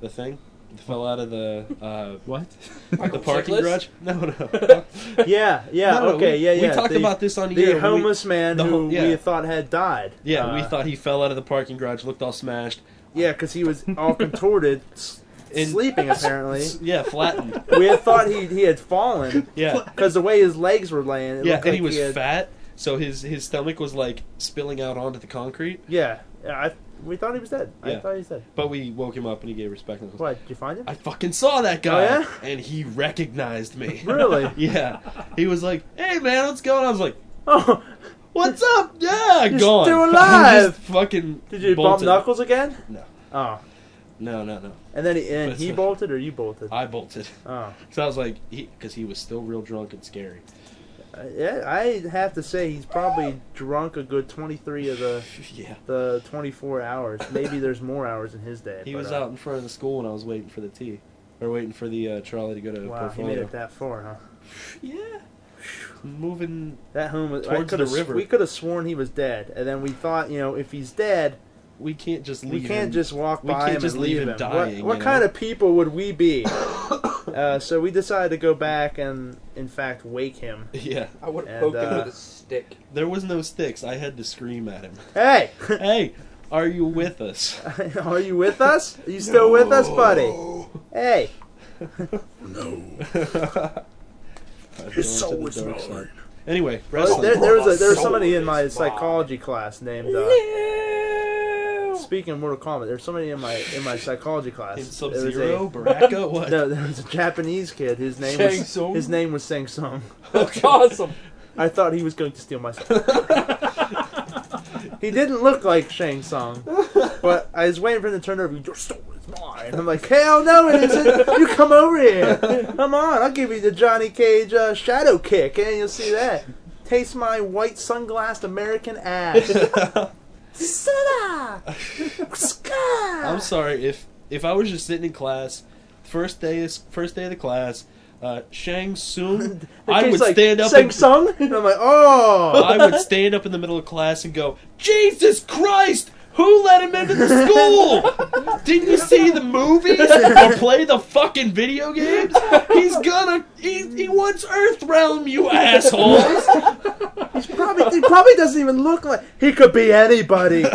Speaker 9: the thing? fell out of the uh,
Speaker 5: What?
Speaker 9: the parking
Speaker 6: Chiklis?
Speaker 9: garage. No, no.
Speaker 8: Yeah, yeah,
Speaker 9: No, no,
Speaker 8: okay,
Speaker 9: we-
Speaker 8: yeah, yeah.
Speaker 9: We talked
Speaker 8: the,
Speaker 9: about this on
Speaker 8: the
Speaker 9: here. when we-
Speaker 8: homeless man
Speaker 9: the
Speaker 8: who
Speaker 9: ho- yeah.
Speaker 8: we thought had died.
Speaker 9: yeah, we
Speaker 8: Uh,
Speaker 9: thought he fell out of the parking garage, looked all smashed.
Speaker 8: Yeah, because he was all contorted, s-
Speaker 9: In-
Speaker 8: sleeping apparently.
Speaker 9: S- Yeah, flattened.
Speaker 8: we had thought he he had fallen
Speaker 9: Yeah,
Speaker 8: because the way his legs were laying. It
Speaker 9: yeah, and
Speaker 8: looked like
Speaker 9: he was
Speaker 8: had,
Speaker 9: fat, so his his stomach was like spilling out onto the concrete.
Speaker 8: Yeah, yeah, I, we thought he was dead. I
Speaker 9: Yeah.
Speaker 8: thought he was dead.
Speaker 9: But we woke him up and he gave her spectacles.
Speaker 8: What? Did you find him?
Speaker 9: I fucking saw that guy,
Speaker 8: Oh, yeah?
Speaker 9: and he recognized me.
Speaker 8: Really?
Speaker 9: yeah, he was like, "Hey man, what's going?" on? I was like,
Speaker 8: Oh,
Speaker 9: "What's up?" Yeah,
Speaker 8: You're
Speaker 9: gone.
Speaker 8: still
Speaker 9: I'm
Speaker 8: alive!
Speaker 9: just fucking.
Speaker 8: did you bump
Speaker 9: bolted.
Speaker 8: knuckles again?
Speaker 9: No.
Speaker 8: Oh,
Speaker 9: No, no, no.
Speaker 8: and then he, and
Speaker 9: But
Speaker 8: he
Speaker 9: it's-
Speaker 8: bolted or you bolted?
Speaker 9: I bolted.
Speaker 8: Oh,
Speaker 9: So I was like, because he, was still real drunk and scary.
Speaker 8: yeah. I have to say he's probably drunk a good twenty three of the
Speaker 9: Yeah.
Speaker 8: the twenty four hours. Maybe there's more hours in his day.
Speaker 9: He
Speaker 8: but,
Speaker 9: was um,
Speaker 8: uh,
Speaker 9: out in front of the school when I was waiting for the tea. Or waiting for the uh, trolley to go to
Speaker 8: Wow, he
Speaker 9: portfolio.
Speaker 8: made it that far, huh?
Speaker 9: Yeah. Moving.
Speaker 8: That home was. I
Speaker 9: Towards
Speaker 8: coulda
Speaker 9: the
Speaker 8: s-
Speaker 9: river.
Speaker 8: We could have sworn he was dead, and then we thought, you know, if he's dead,
Speaker 9: We can't just leave
Speaker 8: we can't
Speaker 9: him.
Speaker 8: just walk
Speaker 9: we
Speaker 8: by
Speaker 9: can't
Speaker 8: him
Speaker 9: just
Speaker 8: and
Speaker 9: leave
Speaker 8: leave
Speaker 9: him
Speaker 8: him.
Speaker 9: dying,
Speaker 8: what what
Speaker 9: you
Speaker 8: kind
Speaker 9: know?
Speaker 8: of people would we be? uh, so we decided to go back and, in fact, wake him.
Speaker 9: Yeah.
Speaker 6: I would have
Speaker 8: And,
Speaker 6: poked
Speaker 8: uh,
Speaker 6: him with a stick.
Speaker 9: There was no sticks. I had to scream at him.
Speaker 8: Hey,
Speaker 9: hey, are you with us?
Speaker 8: are you with us? Are you still with us, buddy? Hey,
Speaker 9: His soul was mine. Anyway, wrestling.
Speaker 8: Oh, there, there was a, there was somebody in my psychology class named. Uh, Speaking of Mortal Kombat, there's somebody in my in my psychology class.
Speaker 9: in
Speaker 8: There
Speaker 9: Sub
Speaker 8: was a-
Speaker 9: Zero, Baraka, what?
Speaker 8: No, there was a Japanese kid. His name
Speaker 6: Shang
Speaker 8: was
Speaker 6: Tsung?
Speaker 8: his name was Sang Song.
Speaker 6: That's awesome.
Speaker 8: I thought he was going to steal my song. he didn't look like Shang Tsung, but I was waiting for him to turn over. Your soul is mine. I'm like, hell no, it isn't. You come over here. Come on, I'll give you the Johnny Cage uh, shadow kick, and you'll see that. Taste my white sunglassed American ass. Sada!
Speaker 9: I'm sorry if if I was just sitting in class, first day is first day of the class, uh, Shang Tsung, I would stand up.
Speaker 8: Sang
Speaker 9: And,
Speaker 8: Sung? And I'm like, oh.
Speaker 9: I would stand up in the middle of class and go, Jesus Christ! Who let him into the school? Didn't you see the movies or play the fucking video games? He's gonna, he, he wants Earth Realm, you assholes!
Speaker 8: probably, he probably doesn't even look like. He could be anybody.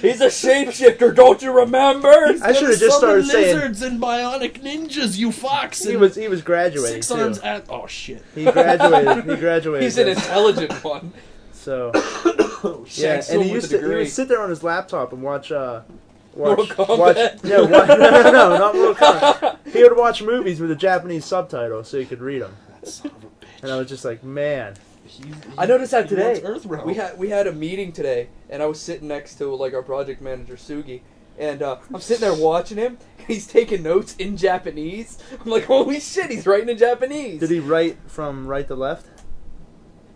Speaker 6: He's a shapeshifter, don't you remember?
Speaker 8: I should have just
Speaker 9: Summon
Speaker 8: started saying.
Speaker 9: lizards and bionic ninjas, you fox!
Speaker 8: He
Speaker 9: and
Speaker 8: was he was graduating
Speaker 9: six
Speaker 8: too.
Speaker 9: arms at, oh shit.
Speaker 8: He graduated. He graduated.
Speaker 6: He's an
Speaker 8: yes.
Speaker 6: intelligent one.
Speaker 8: So
Speaker 6: Shang
Speaker 8: yeah,
Speaker 6: Tsung
Speaker 8: and
Speaker 6: with
Speaker 8: he
Speaker 6: a
Speaker 8: used to he
Speaker 6: degree.
Speaker 8: would sit there on his laptop and watch. uh Watch,
Speaker 6: Mortal Kombat.
Speaker 8: watch, yeah, watch, no, no, no, not Mortal Kombat. He would watch movies with a Japanese subtitle so he could read them,
Speaker 9: Son of a bitch.
Speaker 8: and I was just like, man,
Speaker 9: He- he-
Speaker 6: I noticed that
Speaker 9: he wants
Speaker 6: today.
Speaker 9: Earth Realm.
Speaker 6: We had we had a meeting today, and I was sitting next to like our project manager Sugi, and uh, I'm sitting there watching him. He's taking notes in Japanese. I'm like, holy shit, he's writing in Japanese.
Speaker 8: did he write from right to left?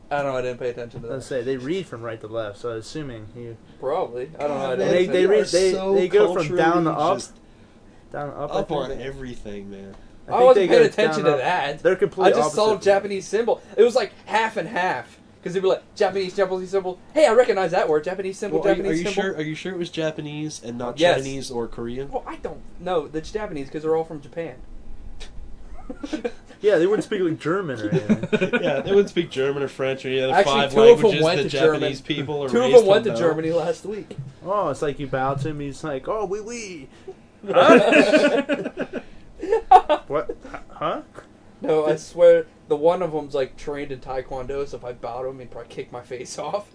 Speaker 6: I don't know. I didn't pay attention to
Speaker 8: I was
Speaker 6: that.
Speaker 8: gonna say they read from right to left, so I'm assuming he
Speaker 6: Probably. I don't know. I
Speaker 9: God,
Speaker 6: didn't
Speaker 9: man,
Speaker 8: they-
Speaker 6: pay
Speaker 8: they
Speaker 9: we
Speaker 6: attention.
Speaker 8: read-
Speaker 9: are
Speaker 8: they-
Speaker 9: so
Speaker 8: they go from
Speaker 9: culturally
Speaker 8: down to up,
Speaker 9: just
Speaker 8: down up,
Speaker 9: up
Speaker 8: I
Speaker 9: on
Speaker 8: think.
Speaker 9: everything, man.
Speaker 6: I
Speaker 8: I, think
Speaker 6: wasn't
Speaker 8: they
Speaker 6: paying
Speaker 8: go
Speaker 6: attention to
Speaker 8: down up.
Speaker 6: that.
Speaker 8: They're
Speaker 6: I
Speaker 8: completely.
Speaker 6: just saw
Speaker 8: opposite.
Speaker 6: Japanese symbol. It was like half and half. Because they'd be like Japanese, Japanese symbol. Hey, I recognize that word. Japanese symbol,
Speaker 9: Well, are, you,
Speaker 6: Japanese
Speaker 9: are you
Speaker 6: symbol.
Speaker 9: sure? Are you sure it was Japanese and not
Speaker 6: Yes.
Speaker 9: Chinese or Korean?
Speaker 6: Well, I don't know. That's Japanese because they're all from Japan.
Speaker 8: Yeah, they wouldn't speak like German or anything.
Speaker 9: yeah, they wouldn't speak German or French or any other
Speaker 6: Actually,
Speaker 9: five
Speaker 6: two of them
Speaker 9: languages
Speaker 6: went
Speaker 9: that
Speaker 6: to
Speaker 9: Japanese
Speaker 6: German.
Speaker 9: people are
Speaker 6: Two of
Speaker 9: raised
Speaker 6: them went to
Speaker 9: know.
Speaker 6: Germany last week.
Speaker 8: oh, it's like you bow to him. He's like, oh, we we. what? Huh?
Speaker 6: No, I swear, the one of them's like trained in taekwondo, so if I bow to him, he'd probably kick my face off.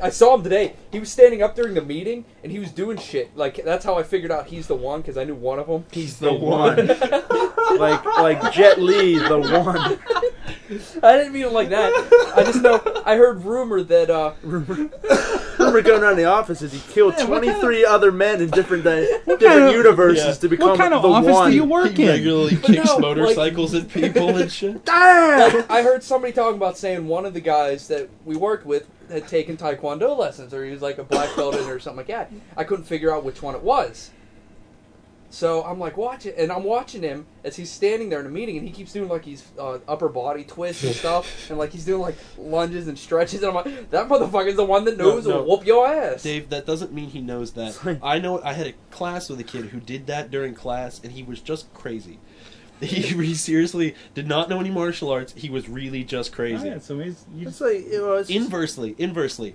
Speaker 6: I saw him today. He was standing up during the meeting, and he was doing shit. Like that's how I figured out he's the one because I knew one of them.
Speaker 9: He's
Speaker 8: The one. like like Jet Li, the one.
Speaker 6: I didn't mean it like that. I just know I heard rumor that uh,
Speaker 8: Remember going around the offices, he killed
Speaker 5: Yeah, what kind
Speaker 8: 23
Speaker 5: of-
Speaker 8: other men in different di- different
Speaker 5: kind of-
Speaker 8: universes
Speaker 9: Yeah.
Speaker 8: to become
Speaker 5: What kind of
Speaker 8: the
Speaker 5: office
Speaker 8: one.
Speaker 5: do you work
Speaker 9: He
Speaker 5: in?
Speaker 9: regularly
Speaker 6: But
Speaker 9: kicks
Speaker 6: no, like-
Speaker 9: motorcycles at people and shit.
Speaker 8: Damn!
Speaker 6: I heard somebody talking about saying one of the guys that we worked with had taken taekwondo lessons, or he was like a black belt in it or something like that. I couldn't figure out which one it was. So I'm like watching, and I'm watching him as he's standing there in a meeting, and he keeps doing like he's uh, upper body twists and stuff, and like he's doing like lunges and stretches, and I'm like, that motherfucker's the one that
Speaker 9: No,
Speaker 6: knows
Speaker 9: no.
Speaker 6: will whoop your ass.
Speaker 9: Dave, that doesn't mean he knows that. I know I had a class with a kid who did that during class, and he was just crazy. He, he seriously did not know any martial arts. He was really just crazy.
Speaker 5: Alright, Oh, so he's, you
Speaker 8: It's like you know, it's just-
Speaker 9: Inversely, inversely.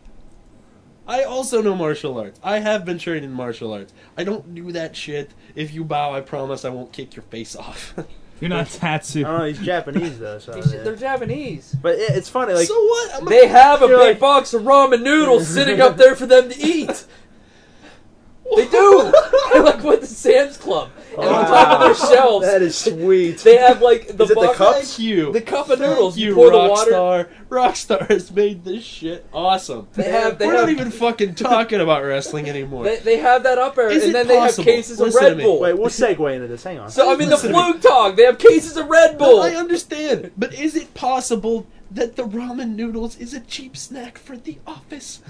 Speaker 9: I also know martial arts. I have been trained in martial arts. I don't do that shit. If you bow, I promise I won't kick your face off.
Speaker 5: you're not Tatsu.
Speaker 8: I don't know. He's Japanese though, so.
Speaker 6: He's-
Speaker 8: yeah.
Speaker 6: They're Japanese.
Speaker 8: But it, it's funny, like
Speaker 9: so what? I'm a-
Speaker 6: They have a big
Speaker 8: You're like-
Speaker 6: box of ramen noodles sitting up there for them to eat. They do. They like went to Sam's Club and on top of their shelves,
Speaker 8: that is sweet.
Speaker 6: they have like the
Speaker 8: Is it the
Speaker 6: box,
Speaker 8: cup?
Speaker 9: Thank you.
Speaker 6: the cup of noodles.
Speaker 9: you,
Speaker 6: You, pour the water.
Speaker 9: Rockstar. Rockstar has made this shit awesome.
Speaker 6: They have. They
Speaker 9: We're
Speaker 6: have,
Speaker 9: not even fucking talking about wrestling anymore.
Speaker 6: They, they have that up air,
Speaker 9: Is it
Speaker 6: and then
Speaker 9: possible?
Speaker 6: they have cases
Speaker 9: Listen to
Speaker 6: of Red
Speaker 9: me.
Speaker 6: Bull.
Speaker 8: Wait, we'll segue into this. Hang on.
Speaker 6: so I'm in the
Speaker 9: Listen to me.
Speaker 6: fluke talk. They have cases of Red Bull.
Speaker 9: I understand, but is it possible that the ramen noodles is a cheap snack for the office?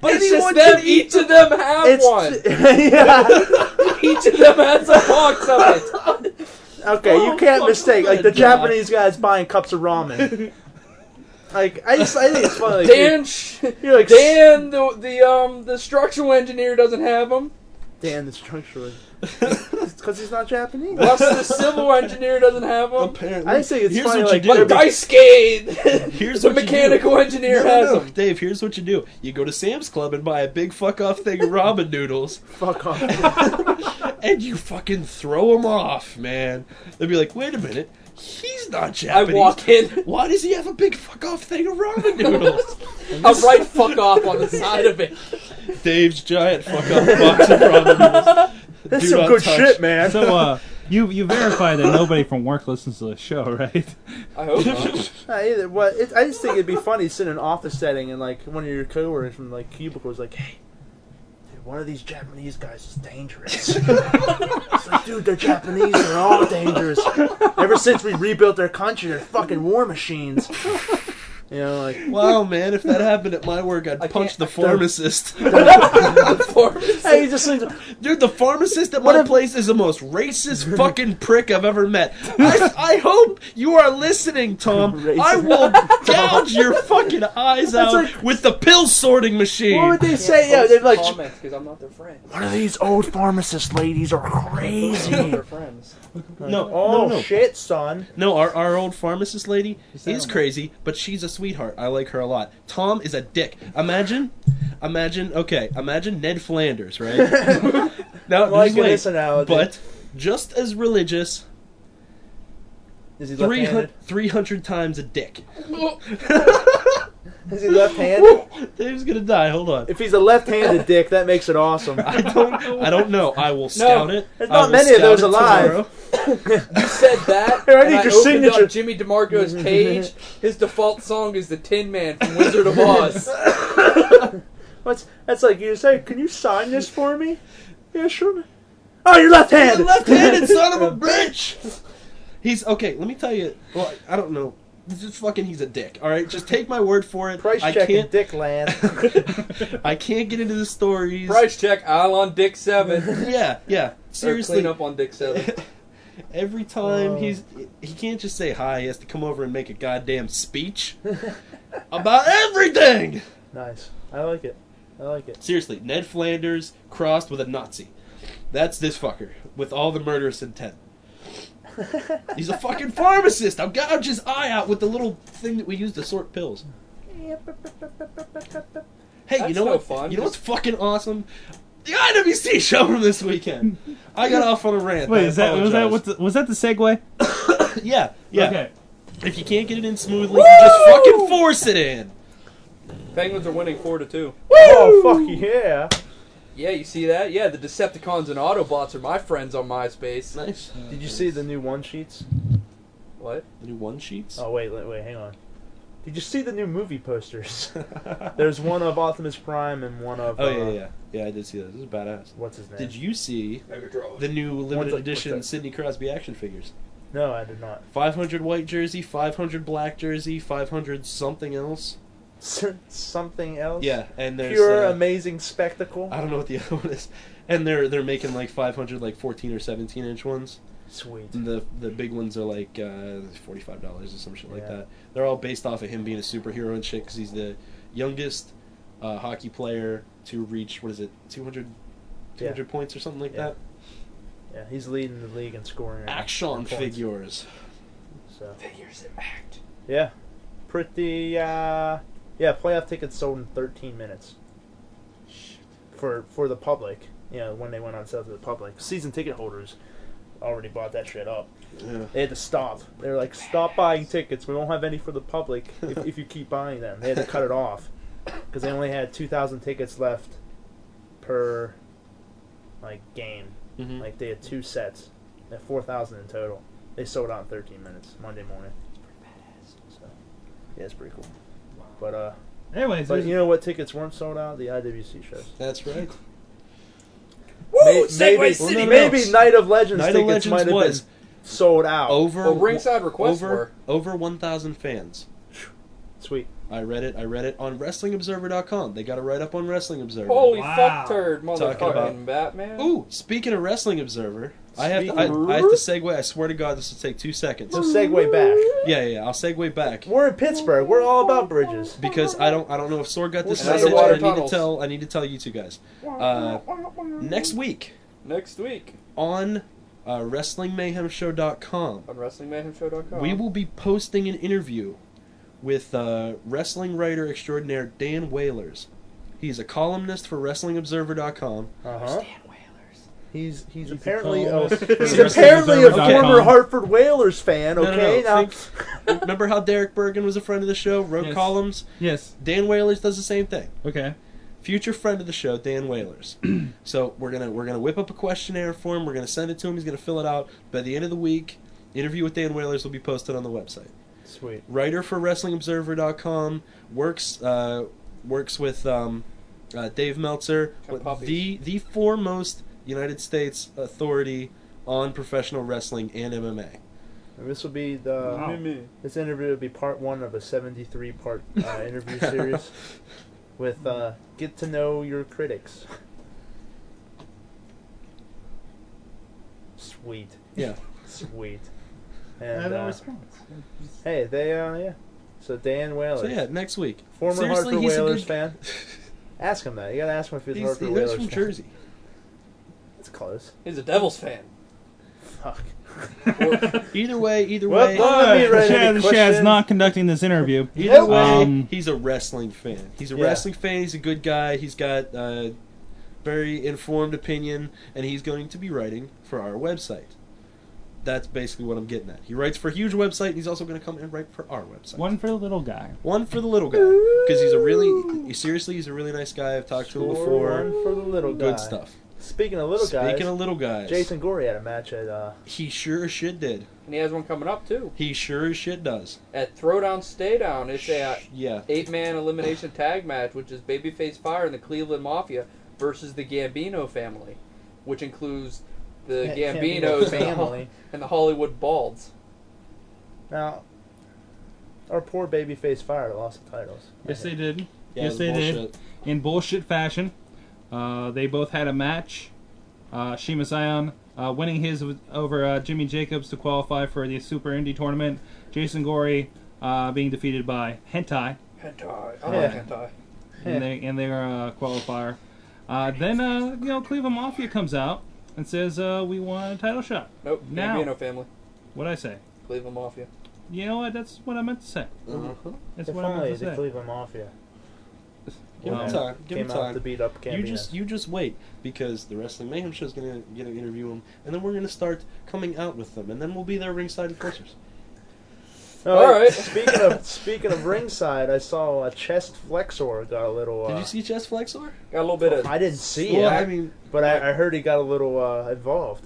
Speaker 6: but it's just
Speaker 9: anyone
Speaker 6: them.
Speaker 9: can eat
Speaker 6: Each of them have
Speaker 8: it's
Speaker 6: one.
Speaker 8: yeah.
Speaker 6: each of them has a box of it.
Speaker 8: Okay,
Speaker 9: Oh,
Speaker 8: you can't
Speaker 9: fuck,
Speaker 8: mistake like the
Speaker 9: good God.
Speaker 8: Japanese guys buying cups of ramen. like I just, I think it's funny. Like,
Speaker 6: Dan, sh-
Speaker 8: you're, you're like
Speaker 6: Dan, the the um the structural engineer doesn't have them.
Speaker 8: Dan the structure. because he's not Japanese.
Speaker 6: Russ, the civil engineer doesn't have them.
Speaker 9: Apparently,
Speaker 8: I think it's
Speaker 9: here's
Speaker 8: funny,
Speaker 9: what
Speaker 8: like,
Speaker 9: you do.
Speaker 8: they're big-
Speaker 6: Dice Gate.
Speaker 9: Here's
Speaker 6: the
Speaker 9: what you do.
Speaker 6: mechanical engineer
Speaker 9: No,
Speaker 6: has
Speaker 9: no, no.
Speaker 6: them.
Speaker 9: Dave, here's what you do. You go to Sam's Club and buy a big fuck off thing of ramen noodles,
Speaker 8: Fuck off.
Speaker 9: and you fucking throw them off, man. They'll be like, wait a minute, he's not
Speaker 6: I
Speaker 9: Japanese.
Speaker 6: walk in.
Speaker 9: Why does he have a big fuck off thing of ramen noodles?
Speaker 6: I write fuck off on the side of it.
Speaker 9: Dave's giant fuck off box of ramen noodles.
Speaker 8: That's
Speaker 9: Do
Speaker 8: some
Speaker 9: not
Speaker 8: good
Speaker 9: touch.
Speaker 8: shit, man.
Speaker 5: So, uh, you you verified that nobody from work listens to the show, right?
Speaker 6: I hope not.
Speaker 8: Not either. Well, it, I just think it'd be funny sitting in an office setting and like one of your coworkers from like cubicle is like, "Hey, dude, one of these Japanese guys is dangerous." it's like, dude, they're Japanese. They're all dangerous. Ever since we rebuilt their country, they're fucking war machines. You know, like
Speaker 9: Wow, man, if that happened at my work, I'd
Speaker 6: I
Speaker 9: punch
Speaker 6: can't-
Speaker 9: the pharmacist.
Speaker 8: hey, he just thinks,
Speaker 9: Dude, the pharmacist at
Speaker 8: What
Speaker 9: my
Speaker 8: if-
Speaker 9: place is the most racist fucking prick I've ever met. I, I hope you are listening, Tom. I will gouge your fucking eyes out
Speaker 8: like-
Speaker 9: with the pill sorting machine.
Speaker 8: what would they say? Yeah, they're like,
Speaker 6: comments because I'm not their friend.
Speaker 8: one of these old pharmacist ladies are crazy.
Speaker 6: I'm not their friends.
Speaker 9: no,
Speaker 8: Oh
Speaker 9: no, no.
Speaker 8: shit, son!
Speaker 9: No, our, our old pharmacist lady
Speaker 5: that
Speaker 9: is
Speaker 5: on?
Speaker 9: crazy, but she's a sweetheart. I like her a lot. Tom is a dick. Imagine, imagine, okay, imagine Ned Flanders, right? now,
Speaker 8: Like
Speaker 9: just wait.
Speaker 8: this analogy.
Speaker 9: But just as religious,
Speaker 8: Is he left-handed?
Speaker 9: 300, 300 times a dick.
Speaker 8: Is he left-handed?
Speaker 9: Dave's gonna die. Hold on.
Speaker 8: if he's a left-handed dick, that makes it awesome.
Speaker 9: I don't. I don't know. I will scout it.
Speaker 8: there's
Speaker 9: I
Speaker 8: not
Speaker 9: will
Speaker 8: many of
Speaker 9: scout
Speaker 8: those
Speaker 9: it
Speaker 8: alive.
Speaker 9: tomorrow.
Speaker 6: You said that.
Speaker 8: Here, I
Speaker 6: and
Speaker 8: need
Speaker 6: I
Speaker 8: your
Speaker 6: opened up
Speaker 8: signature.
Speaker 6: Jimmy DeMarco's page. His default song is the Tin Man from Wizard of Oz.
Speaker 8: What's that's like? You say, "Can you sign this for me?" Yeah, sure. Oh, you're left-handed.
Speaker 9: The left-handed son of a bitch. He's okay. Let me tell you. Well, I don't know. This is fucking. He's a dick. All right. Just take my word for it.
Speaker 8: Price
Speaker 9: I
Speaker 8: check in
Speaker 9: can't.
Speaker 8: dick land.
Speaker 9: I can't get into the stories.
Speaker 6: Price check, aisle on Dick Seven.
Speaker 9: Yeah. Yeah.
Speaker 6: Or
Speaker 9: Seriously.
Speaker 6: clean up on Dick Seven.
Speaker 9: Every time
Speaker 8: Oh.
Speaker 9: he's he can't just say hi. He has to come over and make a goddamn speech about everything.
Speaker 8: nice. I like it. I like it.
Speaker 9: Seriously, Ned Flanders crossed with a Nazi. That's this fucker with all the murderous intent. He's a fucking pharmacist. I'll gouge his eye out with the little thing that we use to sort pills. Hey, you
Speaker 6: That's
Speaker 9: know
Speaker 6: no
Speaker 9: what?
Speaker 6: fun.
Speaker 9: You know what's fucking awesome? The IWC show from this weekend. I got off on a rant.
Speaker 5: Wait,
Speaker 9: I
Speaker 5: is that was that
Speaker 9: apologize.
Speaker 5: what the, was that the segue?
Speaker 9: Yeah, yeah.
Speaker 5: Okay.
Speaker 9: If you can't get it in smoothly, you just fucking force it in.
Speaker 6: Penguins are winning four to two.
Speaker 8: Oh fuck yeah!
Speaker 6: Yeah, you see that? Yeah, the Decepticons and Autobots are my friends on MySpace.
Speaker 9: Nice.
Speaker 8: Did you see the new one sheets?
Speaker 6: What?
Speaker 9: The new one sheets.
Speaker 8: Oh wait, wait, wait, hang on. Did you see the new movie posters? There's one of Optimus Prime and one of.
Speaker 9: Oh
Speaker 8: uh,
Speaker 9: yeah, yeah, yeah. I did see that. This is badass.
Speaker 8: What's his name?
Speaker 9: Did you see
Speaker 10: Megatron.
Speaker 9: the new limited
Speaker 8: like-
Speaker 9: edition
Speaker 8: what's
Speaker 9: Sidney Crosby action figures?
Speaker 8: No, I did not.
Speaker 9: 500 white jersey, 500 black jersey, 500 something else.
Speaker 8: Something else.
Speaker 9: Yeah, and there's
Speaker 8: Pure
Speaker 9: uh,
Speaker 8: amazing spectacle.
Speaker 9: I don't know what the other one is. and they're they're making like 500 like 14 or 17 inch ones.
Speaker 8: Sweet.
Speaker 9: And the the big ones are like uh, 45 dollars or some shit like
Speaker 8: Yeah.
Speaker 9: that. They're all based off of him being a superhero and shit because he's the youngest uh, hockey player to reach what is it 200
Speaker 8: Yeah.
Speaker 9: 200 points or something like
Speaker 8: Yeah.
Speaker 9: that.
Speaker 8: Yeah, he's leading the league in scoring. and-
Speaker 9: Action
Speaker 8: and points.
Speaker 9: figures.
Speaker 8: So
Speaker 10: Figures that act.
Speaker 8: yeah, pretty. Uh, yeah, playoff tickets sold in 13 minutes. For for the public, you know, when they went on sale to the public, season ticket holders already bought that shit up.
Speaker 9: Yeah.
Speaker 8: They had to stop. They were like, "Stop buying tickets. We won't have any for the public if, if you keep buying them." They had to cut it off because they only had 2,000 tickets left per like game.
Speaker 9: Mhm.
Speaker 8: Like they had two sets, at four thousand in total. They sold out in thirteen minutes Monday morning. So, yeah, it's pretty cool. But uh,
Speaker 5: Anyways,
Speaker 8: but
Speaker 5: there's-
Speaker 8: you know what? Tickets weren't sold out. The IWC shows.
Speaker 9: That's right.
Speaker 6: Woo!
Speaker 8: May-
Speaker 6: Segway
Speaker 8: maybe
Speaker 6: City,
Speaker 9: no, no,
Speaker 6: baby!
Speaker 8: maybe Night of Legends
Speaker 9: Night of
Speaker 8: tickets
Speaker 9: Legends
Speaker 8: might have
Speaker 9: was-
Speaker 8: been sold out.
Speaker 9: Over
Speaker 6: Well, ringside requests
Speaker 9: over
Speaker 6: were.
Speaker 9: over 1,000 fans.
Speaker 8: Sweet.
Speaker 9: I read it. I read it on WrestlingObserver.com. They got a write up on Wrestling Observer.
Speaker 6: Holy
Speaker 5: Wow.
Speaker 6: fuck turd,
Speaker 9: Talking
Speaker 6: motherfucking
Speaker 9: about-
Speaker 6: Batman.
Speaker 9: Ooh, speaking of Wrestling Observer, I have to I,
Speaker 8: Speaking-
Speaker 9: I have to segue. I swear to God, this will take two seconds.
Speaker 8: So segue back.
Speaker 9: Yeah, yeah, yeah, I'll segue back
Speaker 8: We're in Pittsburgh. We're all about bridges.
Speaker 9: because I don't I don't know if Sword got this
Speaker 8: We're
Speaker 9: message.
Speaker 8: underwater
Speaker 9: and I need to
Speaker 6: tunnels.
Speaker 9: tell I need to tell you two guys. Uh, next week
Speaker 6: Next week
Speaker 9: on uh, WrestlingMayhemShow.com,
Speaker 6: on WrestlingMayhemShow.com.
Speaker 9: we will be posting an interview with uh, wrestling writer extraordinaire Dan Whalers. He's a columnist for WrestlingObserver.com.
Speaker 8: Uh huh. He's he's apparently a,
Speaker 5: columnist for
Speaker 8: he's apparently a
Speaker 5: WrestlingObserver.com.
Speaker 8: former Hartford Whalers fan.
Speaker 9: no,
Speaker 8: Okay,
Speaker 9: no.
Speaker 8: now
Speaker 9: Remember how Derek Bergen was a friend of the show, wrote
Speaker 5: Yes.
Speaker 9: columns?
Speaker 5: yes.
Speaker 9: Dan Whalers does the same thing.
Speaker 5: Okay.
Speaker 9: future friend of the show, Dan Whalers. so we're gonna we're gonna whip up a questionnaire for him. We're gonna send it to him. He's gonna fill it out by the end of the week. Interview with Dan Whalers will be posted on the website.
Speaker 8: sweet.
Speaker 9: Writer for WrestlingObserver.com works uh, works with um, uh, Dave Meltzer,
Speaker 6: Got puppies.
Speaker 9: the the foremost United States authority on professional wrestling and MMA.
Speaker 8: And this will be the This interview will be part one of a 73 part uh, interview series with uh, Get to Know Your Critics. Sweet.
Speaker 9: Yeah.
Speaker 8: Sweet.
Speaker 5: I have
Speaker 8: And
Speaker 5: no
Speaker 8: uh,
Speaker 5: response.
Speaker 8: hey, they, uh, yeah. So Dan Whalers,
Speaker 9: So yeah, next week.
Speaker 8: former
Speaker 9: Seriously,
Speaker 8: Hartford
Speaker 9: he's a
Speaker 8: Whalers
Speaker 9: good-
Speaker 8: fan. Ask him that. You gotta ask him if he's, a
Speaker 9: He's,
Speaker 8: Hartford
Speaker 9: he's
Speaker 8: Whalers
Speaker 9: from
Speaker 8: fan.
Speaker 9: Jersey.
Speaker 8: It's close.
Speaker 6: He's a Devils fan.
Speaker 8: Fuck.
Speaker 9: Either way, either
Speaker 8: Well,
Speaker 9: way.
Speaker 8: well, Let me write any
Speaker 5: Chad, Chad's
Speaker 8: questions.
Speaker 5: not conducting this interview.
Speaker 9: Either
Speaker 8: Nope.
Speaker 9: way,
Speaker 5: Um,
Speaker 9: he's a wrestling fan. He's a
Speaker 8: Yeah.
Speaker 9: wrestling fan. He's a good guy. He's got a very informed opinion, and he's going to be writing for our website. That's basically what I'm getting at. He writes for a huge website, and he's also going to come and write for our website.
Speaker 5: One for the little guy.
Speaker 9: One for the little guy because he's a really seriously he's a really nice guy. I've talked to him
Speaker 8: Score
Speaker 9: before.
Speaker 8: one for the little guy.
Speaker 9: Good stuff.
Speaker 8: Speaking of little guys,
Speaker 9: Speaking of little guys,
Speaker 8: Jason Gorey had a match at uh,
Speaker 9: he sure as shit did.
Speaker 6: And he has one coming up too
Speaker 9: He sure as shit does.
Speaker 6: at Throwdown Staydown. It's a
Speaker 9: Yeah,
Speaker 6: uh, eight man elimination tag match, which is Babyface Fire and the Cleveland Mafia versus the Gambino family, which includes the Gambinos and the, Ho-
Speaker 8: family.
Speaker 6: and the Hollywood Balds.
Speaker 8: Now, our poor babyface Fire lost the titles.
Speaker 5: Yes, they did.
Speaker 9: yeah.
Speaker 5: yes,
Speaker 9: it was
Speaker 5: they did.
Speaker 9: bullshit.
Speaker 5: in bullshit fashion. Uh, they both had a match. Uh, Shima Zion uh, winning his with, over uh, Jimmy Jacobs to qualify for the Super Indy tournament. Jason Gorey uh, being defeated by Hentai
Speaker 6: Hentai.
Speaker 8: I like Yeah.
Speaker 6: hentai.
Speaker 8: Yeah.
Speaker 5: in, their, in their uh, qualifier. Uh, then uh, you know Cleveland Mafia comes out and says uh, we want a title shot.
Speaker 6: Nope.
Speaker 5: Now.
Speaker 6: Gambino family.
Speaker 5: What I say?
Speaker 6: Cleveland Mafia.
Speaker 5: You know what? That's what I meant to say. That's
Speaker 8: If
Speaker 5: what I
Speaker 8: only
Speaker 5: meant
Speaker 8: the
Speaker 5: to say.
Speaker 8: Cleveland Mafia
Speaker 9: Give him
Speaker 5: Wow.
Speaker 9: time. Give him
Speaker 8: came out
Speaker 9: time.
Speaker 8: to beat up Gambino.
Speaker 9: You just you just wait because the Wrestling Mayhem show is gonna gonna interview them, and then we're gonna start coming out with them, and then we'll be their ringside enforcers.
Speaker 8: All
Speaker 6: All right.
Speaker 8: speaking of speaking of ringside, I saw a chest flexor got a little. Uh,
Speaker 9: Did you see Jess Flexor?
Speaker 6: Got a little bit of.
Speaker 8: I didn't see
Speaker 9: Well, I
Speaker 8: it,
Speaker 9: mean,
Speaker 8: but I, I heard he got a little uh, involved.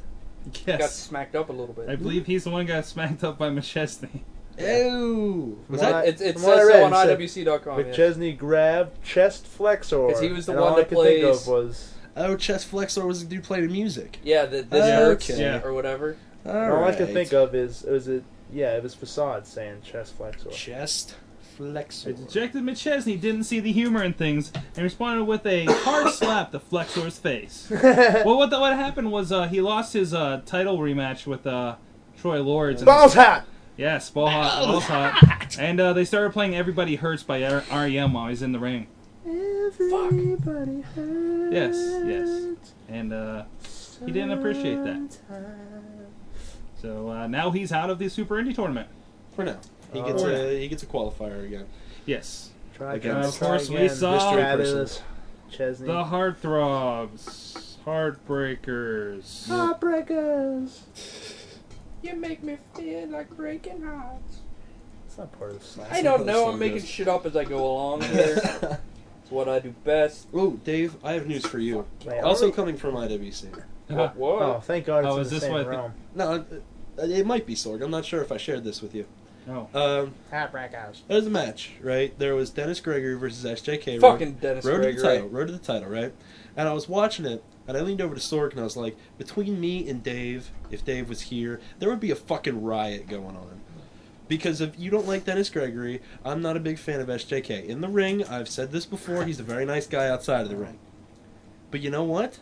Speaker 6: Got
Speaker 5: Yes,
Speaker 6: smacked up a little
Speaker 5: I
Speaker 6: bit.
Speaker 5: believe he's the one who got smacked up by Machete.
Speaker 9: ew. oh, Was
Speaker 8: Well,
Speaker 9: that?
Speaker 8: I-
Speaker 6: It, it
Speaker 8: From what I
Speaker 6: says
Speaker 8: read,
Speaker 6: so on
Speaker 8: it said
Speaker 6: IWC.com. Oh, yeah.
Speaker 8: McChesney grabbed chest flexor.
Speaker 6: 'Cause he was the
Speaker 8: and
Speaker 6: one
Speaker 8: all
Speaker 6: that
Speaker 8: I could think
Speaker 6: plays-
Speaker 8: of was
Speaker 9: Oh, Chess Flexor was the dude playing music.
Speaker 6: Yeah, the,
Speaker 8: Uh,
Speaker 6: this
Speaker 9: Yeah.
Speaker 6: hurts
Speaker 9: Okay.
Speaker 5: Yeah.
Speaker 6: or whatever.
Speaker 9: All
Speaker 8: all I could think of is was it yeah it was facade saying chest flexor.
Speaker 9: Chest
Speaker 5: A
Speaker 9: Flexor.
Speaker 5: dejected Mitch Chesney didn't see the humor in things and responded with a hard slap to Flexor's face. well, what the, what happened was uh, he lost his uh, title rematch with uh, Troy Lords. and-
Speaker 8: Balls hot.
Speaker 5: Yes, ball hot, balls hot. And uh, they started playing "Everybody Hurts" by R- REM while he's in the ring.
Speaker 8: Everybody hurts.
Speaker 5: Yes, yes. And uh, he didn't appreciate that. so uh, now he's out of the Super Indie tournament.
Speaker 9: For now, he gets a he gets a qualifier again.
Speaker 5: Yes,
Speaker 8: Try,
Speaker 9: Again,
Speaker 8: try,
Speaker 9: of
Speaker 8: try
Speaker 5: course, we
Speaker 8: again.
Speaker 5: saw-
Speaker 9: Mystery
Speaker 8: Fabulous. Chesney.
Speaker 5: the Heartthrobs, Heartbreakers.
Speaker 8: Heartbreakers.
Speaker 6: You make me feel like breaking hearts.
Speaker 8: It's not part of the song.
Speaker 6: I don't know. I'm
Speaker 9: Song
Speaker 6: making
Speaker 9: goes.
Speaker 6: shit up as I go along here. it's what I do best.
Speaker 9: Oh, Dave, I have news for you.
Speaker 8: Wait,
Speaker 9: Also
Speaker 8: already-
Speaker 9: coming from IWC.
Speaker 5: Uh,
Speaker 8: Oh,
Speaker 6: Whoa.
Speaker 8: thank God it's
Speaker 5: Oh,
Speaker 8: in
Speaker 5: is
Speaker 8: the
Speaker 5: this
Speaker 8: same
Speaker 5: what-
Speaker 8: realm.
Speaker 9: No, it- it might be Sorg. I'm not sure if I shared this with you.
Speaker 5: no.
Speaker 9: Um,
Speaker 8: Heartbreakers.
Speaker 9: there was a match, right? There was Dennis Gregory versus SJK.
Speaker 6: Fucking Dennis
Speaker 9: road to the
Speaker 6: Gregory.
Speaker 9: title, road to the title, right? And I was watching it, and I leaned over to Sork, and I was like, between me and Dave, if Dave was here, there would be a fucking riot going on. Because if you don't like Dennis Gregory, I'm not a big fan of SJK. In the ring, I've said this before, he's a very nice guy outside of the ring. But you know what?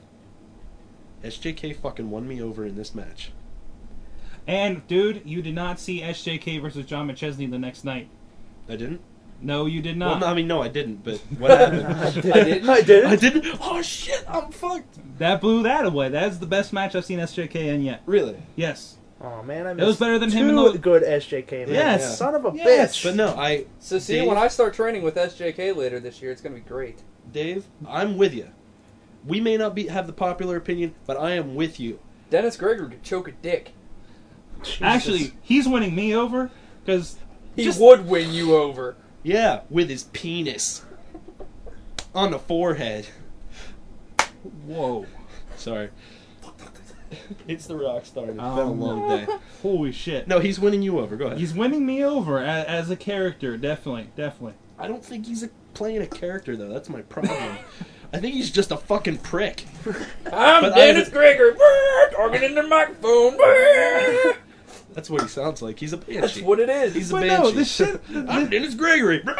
Speaker 9: SJK fucking won me over in this match.
Speaker 5: And dude, you did not see SJK versus John McChesney the next night.
Speaker 9: I didn't?
Speaker 5: No, you did
Speaker 9: Well,
Speaker 5: not.
Speaker 9: no, I mean, no, I didn't, but what happened?
Speaker 6: I didn't.
Speaker 8: I did
Speaker 9: I
Speaker 8: it.
Speaker 9: didn't? Oh, shit, I'm fucked!
Speaker 5: That blew that away. That is the best match I've seen SJK in yet.
Speaker 9: Really?
Speaker 5: Yes.
Speaker 8: Oh man, I missed.
Speaker 5: It was better than
Speaker 8: two
Speaker 5: him in the-
Speaker 8: good SJK. Man.
Speaker 5: Yes.
Speaker 9: Yeah.
Speaker 8: Son of a
Speaker 5: Yes.
Speaker 8: bitch.
Speaker 9: But no, I.
Speaker 6: So see,
Speaker 9: Dave-
Speaker 6: when I start training with SJK later this year, it's gonna be great.
Speaker 9: Dave, I'm with you. We may not be have the popular opinion, but I am with you.
Speaker 6: Dennis Gregory could choke a dick.
Speaker 8: Jesus.
Speaker 5: Actually, he's winning me over because
Speaker 6: He
Speaker 5: Just-
Speaker 6: would win you over.
Speaker 9: Yeah, with his penis on the forehead.
Speaker 5: whoa,
Speaker 9: Sorry. It's the rock star. It's been a
Speaker 5: Um,
Speaker 9: long day.
Speaker 5: holy shit!
Speaker 9: No, he's winning you over. Go ahead.
Speaker 5: he's winning me over as, as a character. Definitely, definitely.
Speaker 9: I don't think he's a, playing a character though. That's my problem. I think he's just a fucking prick.
Speaker 6: I'm
Speaker 9: But I-
Speaker 6: Dennis Gregory. brrr, Talking in the microphone. brrr.
Speaker 9: That's what he sounds like. He's a banshee.
Speaker 6: That's what it is.
Speaker 9: he's a
Speaker 5: But
Speaker 9: banshee.
Speaker 5: no, this shit.
Speaker 9: I'm Dennis Gregory.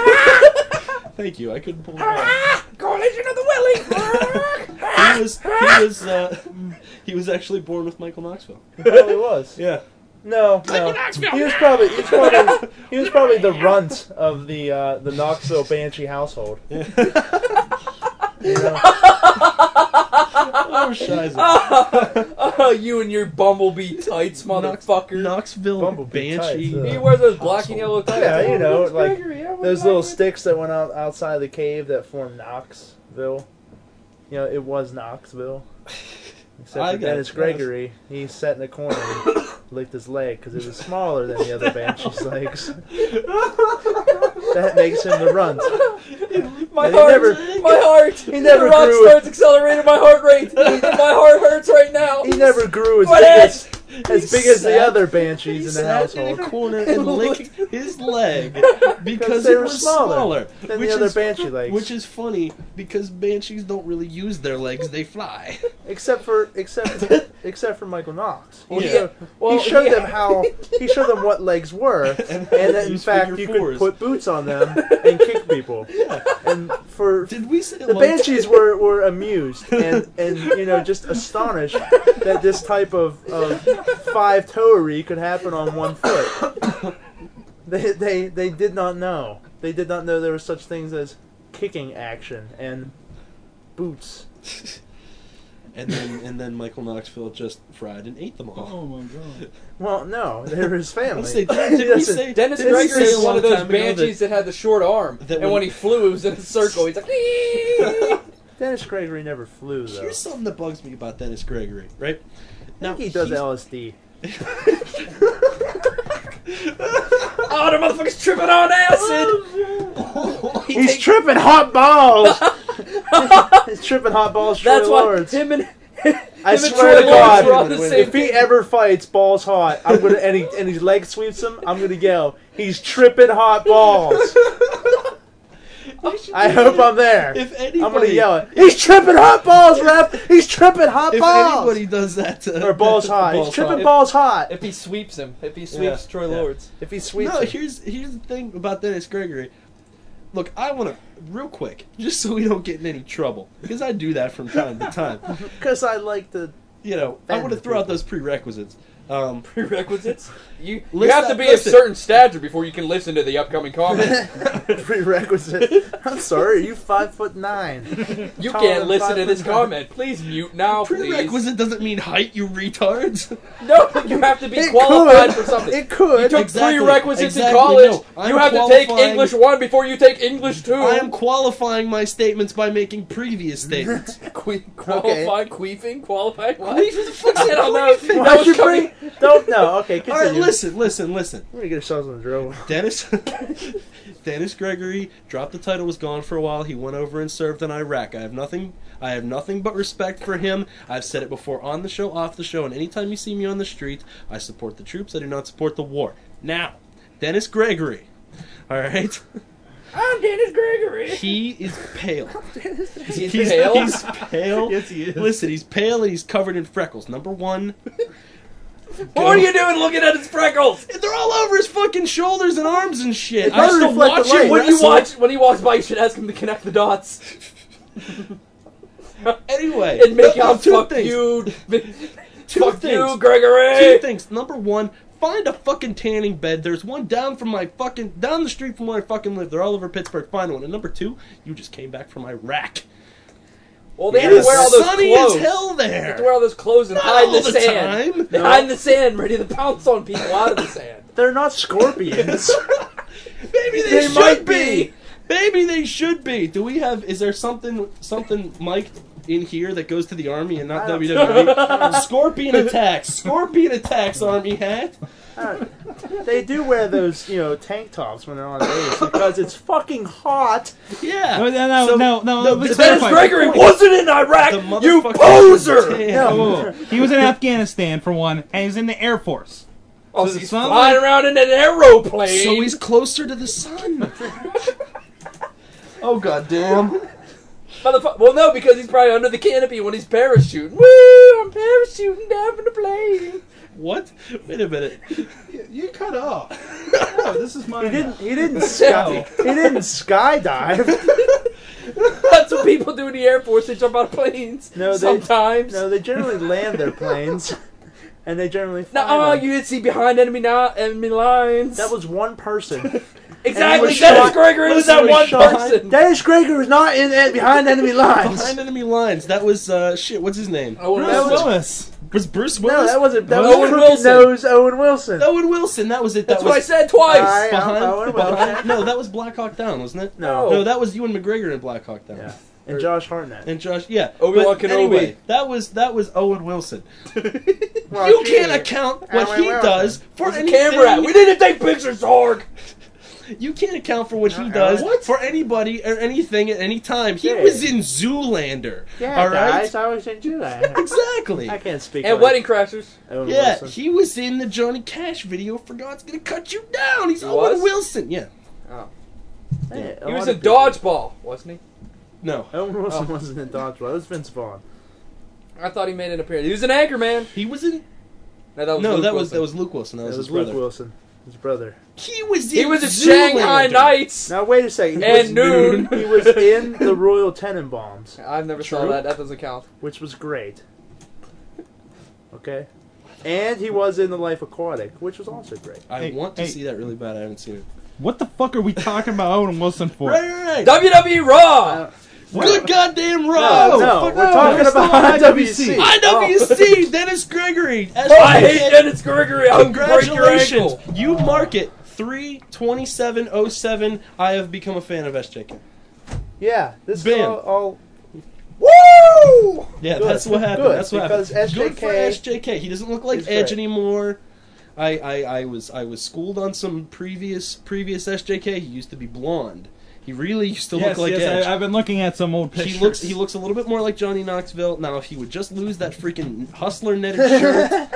Speaker 9: Thank you. I couldn't pull it off.
Speaker 6: Correlation Ah! of the willing.
Speaker 9: he was he was uh, he was actually born with Michael Knoxville.
Speaker 8: probably was.
Speaker 9: Yeah.
Speaker 8: No, no. He was probably he was probably he was probably the runt of the uh, the Knoxville Banshee household. You know?
Speaker 9: Oh shiza.
Speaker 6: oh, you and your bumblebee tights,
Speaker 9: Knox-
Speaker 6: motherfucker.
Speaker 9: Knoxville
Speaker 8: Bumblebee
Speaker 9: Banshee.
Speaker 8: tights,
Speaker 6: He wears those black and yellow tights.
Speaker 8: Yeah, you know,
Speaker 6: Dennis
Speaker 8: like,
Speaker 6: Gregory, oh my
Speaker 8: Those
Speaker 6: God,
Speaker 8: little
Speaker 6: man.
Speaker 8: sticks that went out outside the cave that formed Knoxville. You know, it was Knoxville. Except
Speaker 9: I
Speaker 8: for
Speaker 9: got
Speaker 8: Dennis
Speaker 9: it.
Speaker 8: Gregory, he sat in a corner and licked his leg because it was smaller than the other banshee's legs. that makes him the runt.
Speaker 6: My
Speaker 8: He
Speaker 6: heart,
Speaker 8: never-
Speaker 6: my heart.
Speaker 8: he never
Speaker 6: the rock
Speaker 8: grew.
Speaker 6: starts accelerating my heart rate. my heart hurts right now.
Speaker 8: He never grew as
Speaker 6: What
Speaker 8: big
Speaker 6: is?
Speaker 8: as, as, big as the
Speaker 9: sat-
Speaker 8: other
Speaker 9: He
Speaker 8: banshees in the
Speaker 9: sat in
Speaker 8: household.
Speaker 9: the corner and licked his leg because
Speaker 8: they
Speaker 9: it
Speaker 8: were
Speaker 9: was
Speaker 8: smaller
Speaker 9: smaller,
Speaker 8: than the
Speaker 9: which
Speaker 8: other
Speaker 9: is
Speaker 8: banshee legs.
Speaker 9: which is funny because banshees don't really use their legs; they fly.
Speaker 8: Except for except except for Michael Knox. He
Speaker 9: Yeah.
Speaker 8: showed,
Speaker 6: Well,
Speaker 8: he showed
Speaker 6: yeah.
Speaker 8: them how he showed them what legs were, and that in
Speaker 9: Use
Speaker 8: fact you
Speaker 9: figure fours.
Speaker 8: could put boots on them and kick people. And for
Speaker 9: Did we say
Speaker 8: the banshees were, were amused and, and you know just astonished that this type of, of five toery could happen on one foot. They, they they did not know. They did not know there were such things as kicking action and boots.
Speaker 9: And then and then Michael Knoxville just fried and ate them all.
Speaker 5: Oh my god!
Speaker 8: Well, no, they were his family.
Speaker 9: Let's say- did we
Speaker 8: Listen,
Speaker 9: say
Speaker 6: Dennis
Speaker 9: did we
Speaker 6: Gregory
Speaker 9: say a
Speaker 6: is one
Speaker 9: long
Speaker 6: of those
Speaker 9: time ago that-
Speaker 6: banshees that, had the short arm,
Speaker 9: that
Speaker 6: and
Speaker 9: when-
Speaker 6: when he flew, it was in a circle. He's like, "Oh, "Eeeeee."
Speaker 8: Dennis Gregory never flew though.
Speaker 9: Here's something that bugs me about Dennis Gregory, right?
Speaker 8: I think he does
Speaker 9: he's-
Speaker 8: LSD.
Speaker 6: "Oh, the motherfucker's tripping on acid." He
Speaker 8: He's
Speaker 6: takes-
Speaker 8: tripping hot balls. He's tripping hot balls. Troy
Speaker 6: That's why
Speaker 8: Lawrence.
Speaker 6: him and
Speaker 8: I
Speaker 6: him and
Speaker 8: swear
Speaker 6: Troy
Speaker 8: to
Speaker 6: Lawrence were
Speaker 8: God,
Speaker 6: on the
Speaker 9: If
Speaker 6: same
Speaker 8: if he ever fights balls hot, I'm gonna and he and his leg sweeps him. I'm gonna yell, he's tripping hot balls. I hope I'm there.
Speaker 9: If anybody,
Speaker 8: I'm gonna yell it. He's tripping hot balls, ref. He's tripping hot
Speaker 9: If
Speaker 8: balls.
Speaker 9: anybody does that, uh, to,
Speaker 8: or balls hot. He's tripping
Speaker 9: hot.
Speaker 8: balls hot.
Speaker 6: If he sweeps him, if he
Speaker 9: Yeah,
Speaker 6: sweeps Troy
Speaker 9: yeah.
Speaker 6: Lords,
Speaker 8: If he sweeps,
Speaker 9: no,
Speaker 8: it.
Speaker 9: here's here's the thing about Dennis Gregory. Look, I want to real quick, just so we don't get in any trouble, because I do that from time to time.
Speaker 8: Because I like the.
Speaker 9: You know, I
Speaker 8: Bend
Speaker 9: want to
Speaker 8: the
Speaker 9: throw out those prerequisites. Um,
Speaker 6: prerequisites. You you
Speaker 9: Listen-
Speaker 6: have to be of
Speaker 9: listen.
Speaker 6: certain stature before you can listen to the upcoming comment.
Speaker 8: prerequisite. I'm sorry, you five foot nine.
Speaker 6: You
Speaker 8: Tall
Speaker 6: can't
Speaker 8: and
Speaker 6: listen
Speaker 8: five
Speaker 6: to this
Speaker 8: foot nine.
Speaker 6: comment. Please mute now, please.
Speaker 9: prerequisite doesn't mean height, you retards.
Speaker 6: No, you have to be
Speaker 8: It
Speaker 6: qualified
Speaker 8: could.
Speaker 6: for something.
Speaker 8: It could.
Speaker 6: You took
Speaker 9: Exactly,
Speaker 6: prerequisites in
Speaker 9: exactly,
Speaker 6: college.
Speaker 9: no. I'm
Speaker 6: you have to take
Speaker 9: qualifying-
Speaker 6: English one before you take English two.
Speaker 9: I am qualifying my statements by making previous statements.
Speaker 6: Que- qualified queefing. Qualified what? Who the
Speaker 9: fuck's
Speaker 6: I don't know.
Speaker 9: queefing?
Speaker 6: That
Speaker 8: Why'd you
Speaker 6: was coming.
Speaker 8: bring? Don't no. Okay,
Speaker 9: All right,
Speaker 8: continue.
Speaker 9: listen, listen, listen.
Speaker 8: We're gonna get ourselves on the drill.
Speaker 9: Dennis Dennis Gregory dropped the title, was gone for a while. He went over and served in Iraq. I have nothing I have nothing but respect for him. I've said it before on the show, off the show, and anytime you see me on the street, I support the troops. I do not support the war. Now, Dennis Gregory. Alright?
Speaker 6: I'm Dennis Gregory.
Speaker 9: He is pale.
Speaker 6: He's
Speaker 9: He's
Speaker 6: pale.
Speaker 9: He's pale.
Speaker 10: Yes, he is.
Speaker 9: Listen, he's pale and he's covered in freckles. Number one,
Speaker 6: what are you doing looking at his freckles?
Speaker 9: they're all over his fucking shoulders and arms and shit.
Speaker 8: It
Speaker 9: I
Speaker 8: does
Speaker 9: used to
Speaker 8: reflect the
Speaker 9: watch
Speaker 8: light.
Speaker 9: him
Speaker 6: When you
Speaker 9: wrestle.
Speaker 6: watch, when he walks by, you should ask him to connect the dots
Speaker 9: Anyway,
Speaker 6: and make
Speaker 9: no, no,
Speaker 6: out.
Speaker 9: two
Speaker 6: Fuck
Speaker 9: things.
Speaker 6: you,
Speaker 9: Two
Speaker 6: fuck you,
Speaker 9: things. two
Speaker 6: Gregory.
Speaker 9: things. Number one, find a fucking tanning bed. There's one down from my fucking down the street from where I fucking live. They're all over Pittsburgh. Find one. And number two, you just came back from Iraq.
Speaker 6: Well, they
Speaker 9: It
Speaker 6: have to
Speaker 9: is
Speaker 6: wear all those
Speaker 9: sunny
Speaker 6: clothes.
Speaker 9: as hell
Speaker 6: They have
Speaker 9: there.
Speaker 6: to wear all those clothes and
Speaker 9: Not
Speaker 6: hide in
Speaker 9: all
Speaker 6: the,
Speaker 9: the
Speaker 6: sand.
Speaker 9: time.
Speaker 6: They
Speaker 9: No.
Speaker 6: hide in the sand, ready to pounce on people out of the sand.
Speaker 8: They're not scorpions.
Speaker 9: Maybe they,
Speaker 8: They
Speaker 9: should
Speaker 8: might
Speaker 9: be.
Speaker 8: be.
Speaker 9: Maybe they should be. Do we have? Is there something something Mike in here that goes to the army and not
Speaker 8: I don't-
Speaker 9: WWE? Scorpion attacks. Scorpion attacks. Army hat.
Speaker 8: they do wear those, you know, tank tops when they're on base because it's fucking hot.
Speaker 5: No,
Speaker 9: Yeah.
Speaker 5: no, no,
Speaker 9: So-
Speaker 5: no, no,
Speaker 9: no,
Speaker 5: let's
Speaker 9: but
Speaker 6: Dennis
Speaker 5: clarify.
Speaker 6: Gregory wasn't in Iraq.
Speaker 9: The
Speaker 6: You
Speaker 9: motherfucker-
Speaker 6: poser.
Speaker 9: Damn.
Speaker 5: Whoa,
Speaker 8: No.
Speaker 5: whoa, whoa. He was in Afghanistan for one, and he was in the Air Force.
Speaker 6: Oh,
Speaker 5: Does it
Speaker 6: he's
Speaker 5: sound
Speaker 6: flying
Speaker 5: like-
Speaker 6: around in an aeroplane.
Speaker 9: So he's closer to the sun. oh goddamn.
Speaker 6: Motherfu- well, no, because he's probably under the canopy when he's parachuting. Woo! I'm parachuting down from the plane.
Speaker 9: What? Wait a minute.
Speaker 10: You cut off. No, this is my.
Speaker 8: He didn't. He didn't sky. he didn't skydive.
Speaker 6: That's what people do in the Air Force. They jump out of planes.
Speaker 8: No, they-
Speaker 6: sometimes.
Speaker 8: No, they generally land their planes, and they generally.
Speaker 6: No,
Speaker 8: fly
Speaker 6: oh,
Speaker 8: them.
Speaker 6: you didn't see behind enemy ni- enemy lines.
Speaker 8: That was one person.
Speaker 6: exactly
Speaker 8: was
Speaker 6: Dennis
Speaker 8: shot-
Speaker 6: Gregory was
Speaker 9: Listen,
Speaker 6: that
Speaker 9: was
Speaker 6: one
Speaker 9: shot-
Speaker 6: person.
Speaker 8: Dennis Gregory was not in en- behind enemy lines.
Speaker 9: Behind enemy lines. That was uh shit. What's his name?
Speaker 6: Oh,
Speaker 5: Bruce
Speaker 8: That was-
Speaker 5: Willis.
Speaker 9: Was Bruce
Speaker 8: no,
Speaker 9: Willis?
Speaker 8: that wasn't. That
Speaker 6: Owen
Speaker 8: was
Speaker 6: Wilson.
Speaker 8: Wilson. Nose Owen Wilson.
Speaker 9: Owen Wilson. That was it. That
Speaker 6: That's
Speaker 9: was
Speaker 6: what I said twice.
Speaker 8: I am
Speaker 9: behind,
Speaker 8: Owen
Speaker 9: behind-
Speaker 8: Wilson.
Speaker 9: No, that was Black Hawk Down, wasn't it?
Speaker 8: No.
Speaker 6: Oh,
Speaker 9: No, that was Ewan McGregor in Black Hawk Down.
Speaker 8: Yeah. And Josh Hartnett.
Speaker 9: And Josh, yeah.
Speaker 6: Obi-Wan
Speaker 9: But
Speaker 6: Kenobi.
Speaker 9: Anyway, that was that was Owen Wilson.
Speaker 8: Well,
Speaker 9: you
Speaker 8: gee.
Speaker 9: can't account what
Speaker 8: Owen
Speaker 9: he
Speaker 8: Wilson.
Speaker 9: does for
Speaker 6: Where's the
Speaker 9: anything.
Speaker 6: camera at? We didn't take pictures, Zorg.
Speaker 9: You can't account for
Speaker 6: Uh,
Speaker 9: what he
Speaker 8: Uh-uh.
Speaker 9: does
Speaker 8: What?
Speaker 9: for anybody or anything at any time. He
Speaker 8: Yeah.
Speaker 9: was in Zoolander.
Speaker 8: Yeah,
Speaker 9: all right.
Speaker 8: guys, I was in July.
Speaker 9: Exactly.
Speaker 8: I can't speak.
Speaker 6: And
Speaker 8: like
Speaker 6: Wedding Crashers.
Speaker 8: Owen
Speaker 9: Yeah,
Speaker 8: Wilson.
Speaker 9: he was in the Johnny Cash video for God's Gonna Cut You Down. He's
Speaker 6: He
Speaker 9: Owen
Speaker 6: was?
Speaker 9: Wilson. Yeah.
Speaker 8: Hey,
Speaker 6: He was
Speaker 8: lot
Speaker 6: in
Speaker 8: of people-
Speaker 6: Dodgeball, wasn't
Speaker 9: No.
Speaker 8: Owen Wilson Oh, wasn't in dodgeball. It was Vince Vaughn.
Speaker 6: he? I thought he made an appearance. He was an Anchorman.
Speaker 9: He was in
Speaker 6: No, that was
Speaker 9: No,
Speaker 6: Luke
Speaker 9: that was
Speaker 6: Wilson.
Speaker 9: that was Luke Wilson. That
Speaker 8: It
Speaker 9: was,
Speaker 8: was
Speaker 9: his
Speaker 8: Luke
Speaker 9: brother.
Speaker 8: Wilson, his brother.
Speaker 9: He was in
Speaker 6: He was in
Speaker 9: Zoolander.
Speaker 6: Shanghai Nights.
Speaker 8: Now wait a second. He
Speaker 6: And
Speaker 8: was-
Speaker 6: noon.
Speaker 8: He was in the Royal Tenenbaums,
Speaker 6: I've never saw
Speaker 9: True.
Speaker 6: that. That doesn't count.
Speaker 8: which was great. Okay. And he was in The Life Aquatic, which was also great.
Speaker 9: I
Speaker 5: Hey,
Speaker 9: want to
Speaker 5: hey.
Speaker 9: see that really bad. I haven't seen it.
Speaker 5: What the fuck are we talking about Owen Wilson for?
Speaker 9: Right, right, right.
Speaker 6: WWE Raw.
Speaker 8: Uh,
Speaker 9: Good goddamn
Speaker 8: No,
Speaker 9: Rob.
Speaker 8: no,
Speaker 5: fuck
Speaker 8: we're
Speaker 5: no,
Speaker 8: talking
Speaker 5: we're still on
Speaker 8: about IWC.
Speaker 5: IWC.
Speaker 9: IWC. Dennis Gregory. As
Speaker 6: I
Speaker 9: you
Speaker 6: hate
Speaker 9: said,
Speaker 6: Dennis Gregory. I'll Oh. break your
Speaker 9: Congratulations.
Speaker 6: ankle.
Speaker 9: You mark it. 32707. I have become a fan of SJK.
Speaker 8: Yeah, this is
Speaker 9: Bam.
Speaker 8: all, all
Speaker 6: Woo!
Speaker 9: Yeah,
Speaker 8: Good.
Speaker 9: that's what happened.
Speaker 8: Good,
Speaker 9: That's what
Speaker 8: because
Speaker 9: happened. Good for
Speaker 8: SJK
Speaker 9: SJK. He doesn't look like
Speaker 8: is
Speaker 9: Edge
Speaker 8: great.
Speaker 9: anymore. I, I, I was I was schooled on some previous previous SJK. He used to be blonde. He really used to
Speaker 5: Yes,
Speaker 9: look like
Speaker 5: yes,
Speaker 9: Edge.
Speaker 5: I, I've been looking at some old pictures.
Speaker 9: he looks he looks a little bit more like Johnny Knoxville. Now if he would just lose that freaking hustler netted shirt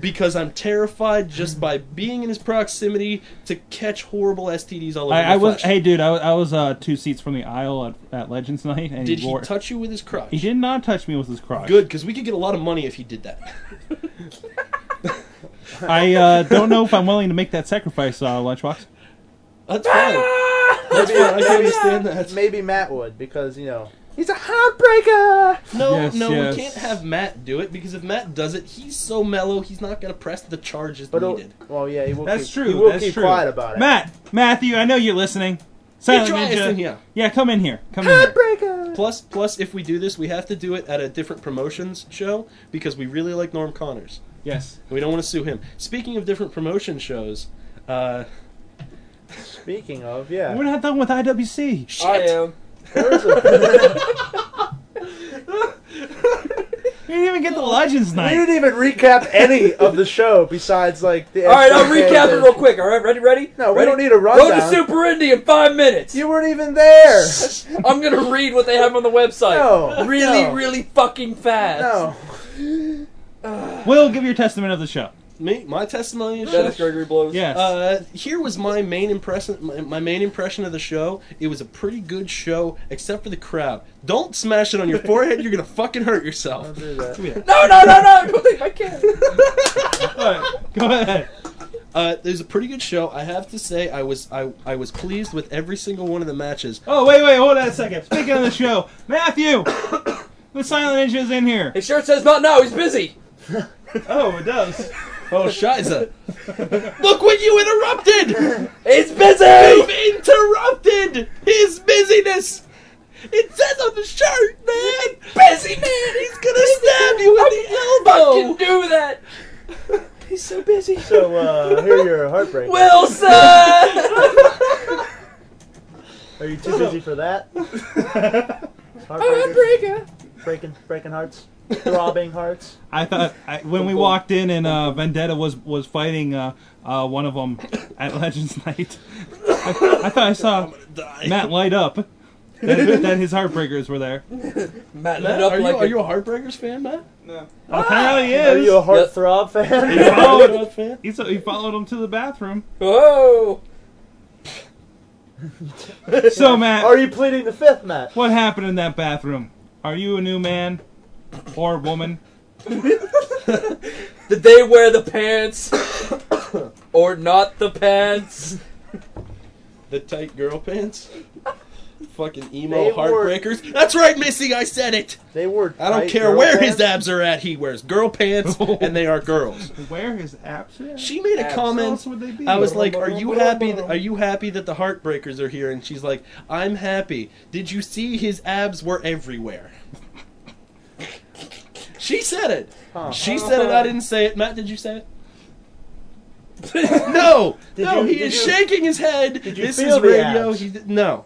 Speaker 9: because I'm terrified just by being in his proximity to catch horrible STDs all over my
Speaker 5: I, I was,
Speaker 9: flesh.
Speaker 5: hey dude, I, was- I was uh, two seats from the aisle at, at Legends Night, and
Speaker 9: Did
Speaker 5: he,
Speaker 9: he
Speaker 5: wore,
Speaker 9: touch you with his crotch?
Speaker 5: he did not touch me with his crotch.
Speaker 9: Good, because we could get a lot of money if he did that.
Speaker 5: I uh, don't know if I'm willing to make that sacrifice, uh, Lunchbox.
Speaker 9: That's fine. That's fine. I can understand that.
Speaker 8: Maybe Matt would because you know he's a heartbreaker.
Speaker 9: No,
Speaker 5: Yes,
Speaker 9: no,
Speaker 5: yes.
Speaker 9: we can't have Matt do it because if Matt does it, he's so mellow, he's not gonna press the charges
Speaker 8: But he'll-
Speaker 9: needed.
Speaker 8: well, yeah, he will.
Speaker 5: That's
Speaker 8: keep,
Speaker 5: true,
Speaker 8: He will
Speaker 5: that's
Speaker 8: keep
Speaker 5: true.
Speaker 8: quiet about it.
Speaker 5: Matt, Matthew, I know you're listening.
Speaker 9: Get
Speaker 5: Silent
Speaker 9: your ass in
Speaker 5: Ninja.
Speaker 9: here.
Speaker 5: Yeah, come in here. Come in here.
Speaker 8: heartbreaker.
Speaker 9: Plus, plus, if we do this, we have to do it at a different promotions show because we really like Norm Connors.
Speaker 5: Yes.
Speaker 9: We don't want to sue him. Speaking of different promotion shows, uh,
Speaker 8: Speaking of, yeah,
Speaker 5: We're not done with IWC.
Speaker 9: shit.
Speaker 6: I am.
Speaker 8: There's a-
Speaker 5: We didn't even get the Legends
Speaker 8: we
Speaker 5: Night.
Speaker 8: didn't even recap any of the show besides like the.
Speaker 6: All right, I'll
Speaker 8: SJK
Speaker 6: recap it
Speaker 8: and-
Speaker 6: real quick. All right, ready, ready?
Speaker 8: No, we
Speaker 6: Ready?
Speaker 8: don't need a
Speaker 6: Road to
Speaker 8: rundown.
Speaker 6: Super Indy in five minutes.
Speaker 8: You weren't even there.
Speaker 6: I'm gonna read what they have on the website.
Speaker 8: No,
Speaker 6: really,
Speaker 8: no.
Speaker 6: really fucking fast.
Speaker 8: No,
Speaker 5: Will, give your testament of the show.
Speaker 9: Me, my testimony is
Speaker 6: Dennis Gregory blows.
Speaker 5: Yes.
Speaker 9: Uh, here was my main impression. My, my main impression of the show. It was a pretty good show, except for the crowd. Don't smash it on your forehead. You're gonna fucking hurt yourself.
Speaker 8: don't do that.
Speaker 6: No, no, no, no! Don't take my can.
Speaker 5: Go ahead.
Speaker 9: Uh, it was a pretty good show. I have to say, I was I, I was pleased with every single one of the matches.
Speaker 5: Oh, wait, wait, hold on a second. Speaking of the show, Matthew, the Silent Ninja's in here.
Speaker 6: His shirt says not now. He's busy.
Speaker 5: Oh, it does.
Speaker 9: Oh, Shiza! Look what you interrupted!
Speaker 6: He's busy.
Speaker 9: You've interrupted his busyness. It says on the shirt, man. Busy man. He's gonna stab you in the
Speaker 6: Fucking
Speaker 9: elbow.
Speaker 6: do that. Oh. He's so busy.
Speaker 8: So uh, here you're a heartbreaker.
Speaker 6: Wilson.
Speaker 8: Are you too busy for that? Heartbreaker,
Speaker 6: Heartbreaker.
Speaker 8: breaking, breaking hearts, throbbing hearts.
Speaker 5: I thought I, when we walked in and uh, Vendetta was was fighting uh, uh, one of them at Legends Night, I, I thought I saw
Speaker 9: Die.
Speaker 5: Matt light up. That, that his heartbreakers were there.
Speaker 6: Matt lit
Speaker 9: Matt,
Speaker 6: up
Speaker 9: are, you,
Speaker 6: like
Speaker 9: are
Speaker 6: a-
Speaker 9: you a Heartbreakers fan, Matt?
Speaker 5: Apparently, he
Speaker 8: Are
Speaker 5: is.
Speaker 8: you a heartthrob fan?
Speaker 9: Are you a Heartbreakers fan?
Speaker 5: He, so, he followed him to the bathroom.
Speaker 6: Whoa.
Speaker 5: So, Matt,
Speaker 8: Are you pleading the fifth, Matt?
Speaker 5: what happened in that bathroom? Are you a new man or woman?
Speaker 6: Did they wear the pants or not the pants?
Speaker 9: The tight girl pants. Fucking emo
Speaker 8: They were-
Speaker 9: heartbreakers. That's right, Missy. I said it.
Speaker 8: They were.
Speaker 9: I don't
Speaker 8: tight
Speaker 9: care
Speaker 8: girl
Speaker 9: where
Speaker 8: pants.
Speaker 9: his abs are at. He wears girl pants, and they are girls.
Speaker 5: Where his abs? at?
Speaker 9: She made a
Speaker 6: Abs.
Speaker 5: Where
Speaker 9: comment.
Speaker 5: else would they be?
Speaker 9: I was like, "Are you happy? That, are you happy that the Heartbreakers are here?" And she's like, "I'm happy. Did you see his abs were everywhere?" she said it.
Speaker 8: Huh.
Speaker 9: She said it. I didn't say it. Matt, did you say it? no, no.
Speaker 8: you-
Speaker 9: he
Speaker 8: did
Speaker 9: is
Speaker 8: you-
Speaker 9: shaking his head.
Speaker 8: did you
Speaker 9: this
Speaker 8: feel
Speaker 9: is
Speaker 8: the
Speaker 9: radio.
Speaker 8: abs?
Speaker 9: He did, no.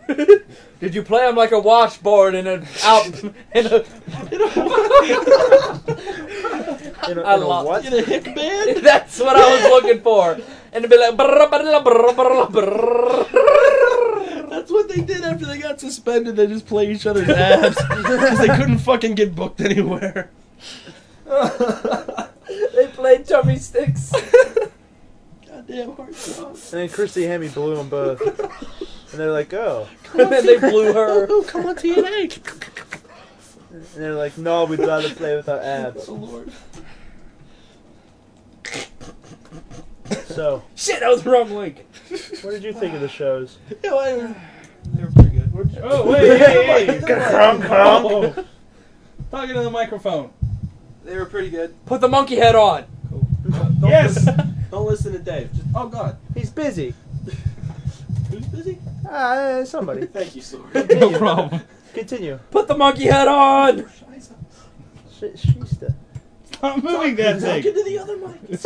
Speaker 6: Did you play them like a washboard in a out in a
Speaker 8: In a,
Speaker 6: I
Speaker 8: in a
Speaker 6: love-
Speaker 8: what?
Speaker 9: In a hick band.
Speaker 6: That's what I was looking for. And it'd be like, brr, brr, brr, brr, brr.
Speaker 9: That's what they did after they got suspended. They just play each other's abs because they couldn't fucking get booked anywhere.
Speaker 6: they played chummy sticks.
Speaker 9: Goddamn heartbreakers.
Speaker 8: And then Christy Hemme blew them both. and they're like, oh.
Speaker 6: and then they blew her.
Speaker 9: Oh, come on, TNA.
Speaker 8: And they're like, no, we'd rather play with our abs.
Speaker 9: Lord.
Speaker 8: So,
Speaker 6: Shit, that was the wrong link.
Speaker 8: what did you think of the shows?
Speaker 9: Yeah, well, they were- they were pretty good. We're-
Speaker 5: Oh wait, hey, hey, hey.
Speaker 8: Crunk, crunk.
Speaker 5: Oh. Talking to the microphone.
Speaker 10: They were pretty good.
Speaker 6: Put the monkey head on.
Speaker 5: Yes.
Speaker 9: Don't listen to Dave. Just, oh God,
Speaker 8: He's busy.
Speaker 9: who's busy?
Speaker 8: Ah, eh, somebody.
Speaker 10: Thank you, Sorg.
Speaker 5: no problem.
Speaker 8: Continue.
Speaker 6: Put the monkey head on.
Speaker 8: Sh- Shista.
Speaker 5: Stop moving that thing.
Speaker 9: Get to the other mic.
Speaker 6: He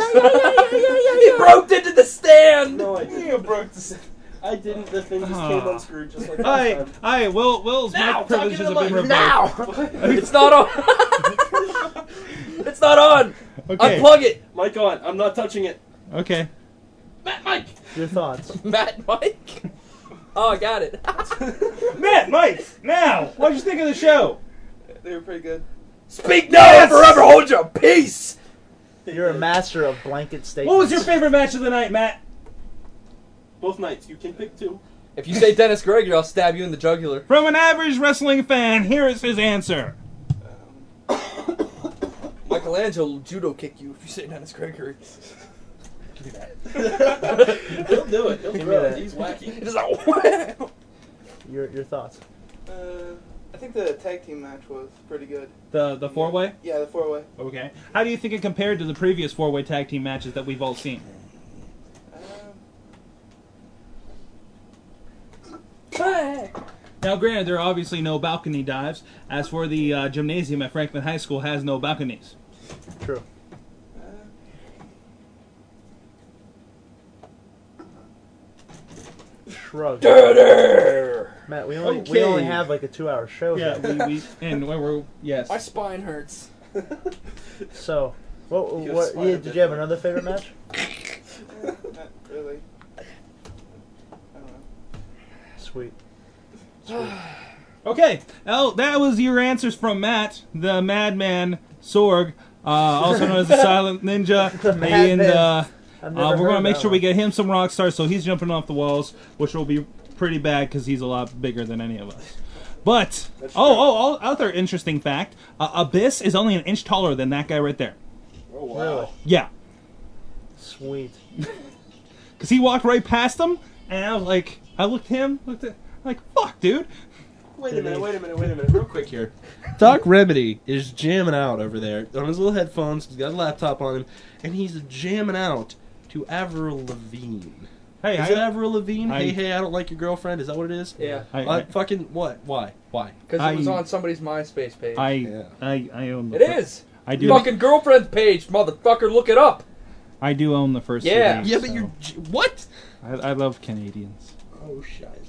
Speaker 6: broke into the stand.
Speaker 10: No, I didn't. broke the. I didn't. The thing just came unscrewed, just like last
Speaker 5: Hi,
Speaker 10: time.
Speaker 5: hi. Will, Will's mic privileges have been revoked.
Speaker 6: It's not on. it's not on.
Speaker 5: Okay.
Speaker 6: Unplug it.
Speaker 10: Mic on. I'm not touching it.
Speaker 5: okay.
Speaker 6: Matt Mike.
Speaker 8: Your thoughts.
Speaker 6: Matt Mike. Oh, I got it.
Speaker 5: Matt, Mike, now. What'd you think of the show?
Speaker 10: They were pretty good.
Speaker 6: Speak now and forever hold your peace.
Speaker 8: You're a master of blanket statements.
Speaker 11: What was your favorite match of the night, Matt?
Speaker 9: Both nights. You can pick two.
Speaker 6: If you say Dennis Gregory, I'll stab you in the jugular.
Speaker 5: From an average wrestling fan, here is his answer.
Speaker 6: Michelangelo will judo kick you if you say Dennis Gregory.
Speaker 9: He'll do it. He'll
Speaker 6: Give me
Speaker 9: throw it.
Speaker 6: that.
Speaker 9: He's wacky.
Speaker 6: It's like, wow.
Speaker 8: Your your thoughts?
Speaker 12: Uh, I think the tag team match was pretty good.
Speaker 5: The the four way.
Speaker 12: Yeah, the four way.
Speaker 5: Okay. How do you think it compared to the previous four way tag team matches that we've all seen? Um, Now, granted, there are obviously no balcony dives. As for the uh, gymnasium at Franklin High School, has no balconies.
Speaker 8: True. Shrug. Matt, we only we
Speaker 5: Okay.
Speaker 8: only have like a two hour show
Speaker 5: Yeah,
Speaker 8: here.
Speaker 5: we, we and we're, we're yes.
Speaker 6: My spine hurts.
Speaker 8: So, what
Speaker 9: You
Speaker 8: what?
Speaker 9: aspire
Speaker 8: Yeah,
Speaker 9: a
Speaker 8: did
Speaker 9: bit
Speaker 8: you have
Speaker 9: more.
Speaker 8: another favorite match?
Speaker 12: Not really. I don't know.
Speaker 8: Sweet.
Speaker 5: Okay. Oh, that was your answers from Matt, the Madman Sorg, uh, also known as the Silent Ninja, and uh,
Speaker 8: I've
Speaker 5: uh,
Speaker 8: never
Speaker 5: we're
Speaker 8: heard
Speaker 5: gonna make
Speaker 8: that
Speaker 5: sure
Speaker 8: one.
Speaker 5: we get him some rock stars so he's jumping off the walls, which will be pretty bad because he's a lot bigger than any of us. But oh, oh, oh, other interesting fact: uh, Abyss is only an inch taller than that guy right there.
Speaker 9: Oh, wow.
Speaker 8: Really
Speaker 5: Yeah,
Speaker 8: sweet.
Speaker 5: because he walked right past him, and I was like, I looked him, looked at, like, fuck, dude.
Speaker 9: Wait a minute, wait a minute, wait a minute, real quick here. Doc Remedy is jamming out over there on his little headphones. He's got a laptop on him, and he's jamming out to Avril Lavigne.
Speaker 5: Hey,
Speaker 9: is
Speaker 5: I-
Speaker 9: it Avril Lavigne?
Speaker 5: I-
Speaker 9: hey, hey, I don't like your girlfriend. Is that what it is?
Speaker 6: Yeah,
Speaker 5: I,
Speaker 9: Uh, fucking what? Why? Why?
Speaker 6: because it was
Speaker 5: I-
Speaker 6: on somebody's MySpace page.
Speaker 5: I,
Speaker 9: Yeah.
Speaker 5: I, I own the
Speaker 6: it is.
Speaker 5: I do.
Speaker 6: Fucking girlfriend page, motherfucker. Look it up.
Speaker 5: I do own the first.
Speaker 6: Yeah.
Speaker 5: CD,
Speaker 9: Yeah, but
Speaker 5: so-
Speaker 9: you're j- what?
Speaker 5: I, I love Canadians.
Speaker 9: Oh shiza.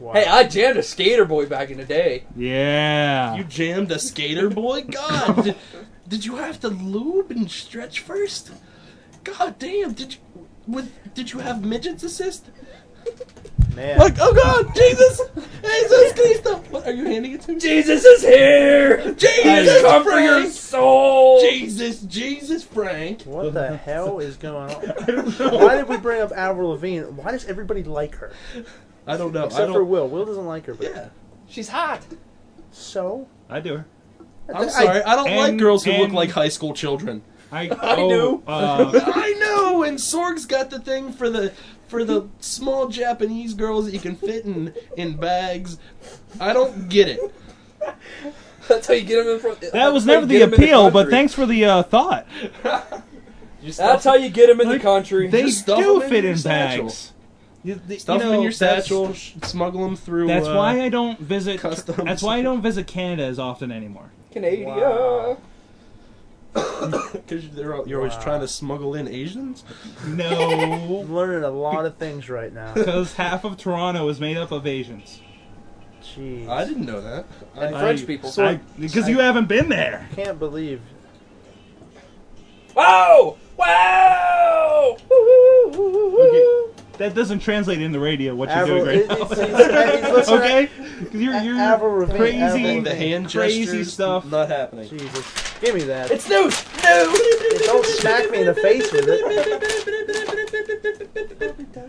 Speaker 8: Wow.
Speaker 6: Hey, I jammed a skater boy back in the day.
Speaker 5: Yeah.
Speaker 9: You jammed a skater boy? God, did, did you have to lube and stretch first? God damn, did you? With, did you have midgets assist?
Speaker 8: man,
Speaker 9: Like, oh God, Jesus, Jesus Christ! What are you handing it to? me?
Speaker 6: Jesus is here.
Speaker 9: Jesus,
Speaker 6: Come for your
Speaker 9: Frank!
Speaker 6: soul.
Speaker 9: Jesus, Jesus, Frank!
Speaker 8: what the hell is going on? I don't know. Why did we bring up Avril Lavigne? Why does everybody like her
Speaker 9: I don't know. I
Speaker 8: except
Speaker 9: don't,
Speaker 8: for Will? Will doesn't like her, but
Speaker 9: yeah.
Speaker 6: She's hot.
Speaker 8: so
Speaker 5: I do.
Speaker 9: I'm sorry. I don't like
Speaker 5: and-
Speaker 9: girls who look
Speaker 5: and-
Speaker 9: like high school children.
Speaker 5: I,
Speaker 6: do.
Speaker 5: Uh,
Speaker 9: I know. And Sorg's got the thing for the for the small Japanese girls that you can fit in in bags. I don't get it.
Speaker 6: That's how you get him in front.
Speaker 5: that was never the appeal, but thanks for the uh, thought.
Speaker 9: You stuff,
Speaker 6: That's how you get him in the
Speaker 5: Like,
Speaker 6: country.
Speaker 5: They
Speaker 9: Just stuff
Speaker 5: do
Speaker 9: 'em in
Speaker 5: fit
Speaker 9: your
Speaker 5: in
Speaker 9: satchel.
Speaker 5: bags. You, th-
Speaker 9: stuff
Speaker 5: you
Speaker 9: 'em
Speaker 5: know,
Speaker 9: in your
Speaker 5: that's-
Speaker 9: satchel, sh- smuggle them through.
Speaker 5: That's
Speaker 9: uh,
Speaker 5: why I don't visit.
Speaker 9: customs.
Speaker 5: That's why I don't visit Canada as often anymore.
Speaker 6: Canada.
Speaker 8: Wow.
Speaker 9: Because you're always
Speaker 8: Wow.
Speaker 9: trying to smuggle in Asians.
Speaker 5: No,
Speaker 8: I'm learning a lot of things right now.
Speaker 5: because half of Toronto is made up of Asians.
Speaker 8: Jeez,
Speaker 9: I didn't know that. I,
Speaker 6: French people.
Speaker 5: Because you haven't been there.
Speaker 8: can't believe
Speaker 6: Wow! Wow! Woo-hoo-hoo-hoo-hoo.
Speaker 5: That doesn't translate into radio. What you're
Speaker 8: Avril.
Speaker 5: doing right now.
Speaker 8: He's, he's, he's, he's listening-
Speaker 5: Okay, 'Cause you're,
Speaker 8: A-
Speaker 5: you're
Speaker 8: Avril Lavigne,
Speaker 5: crazy.
Speaker 8: Avril
Speaker 9: And
Speaker 8: Lavigne.
Speaker 9: the hand
Speaker 5: Crazy
Speaker 9: gestures,
Speaker 5: stuff.
Speaker 9: Not happening.
Speaker 8: Jesus, give me that.
Speaker 6: It's news! News!
Speaker 8: Don't smack me in the face with it.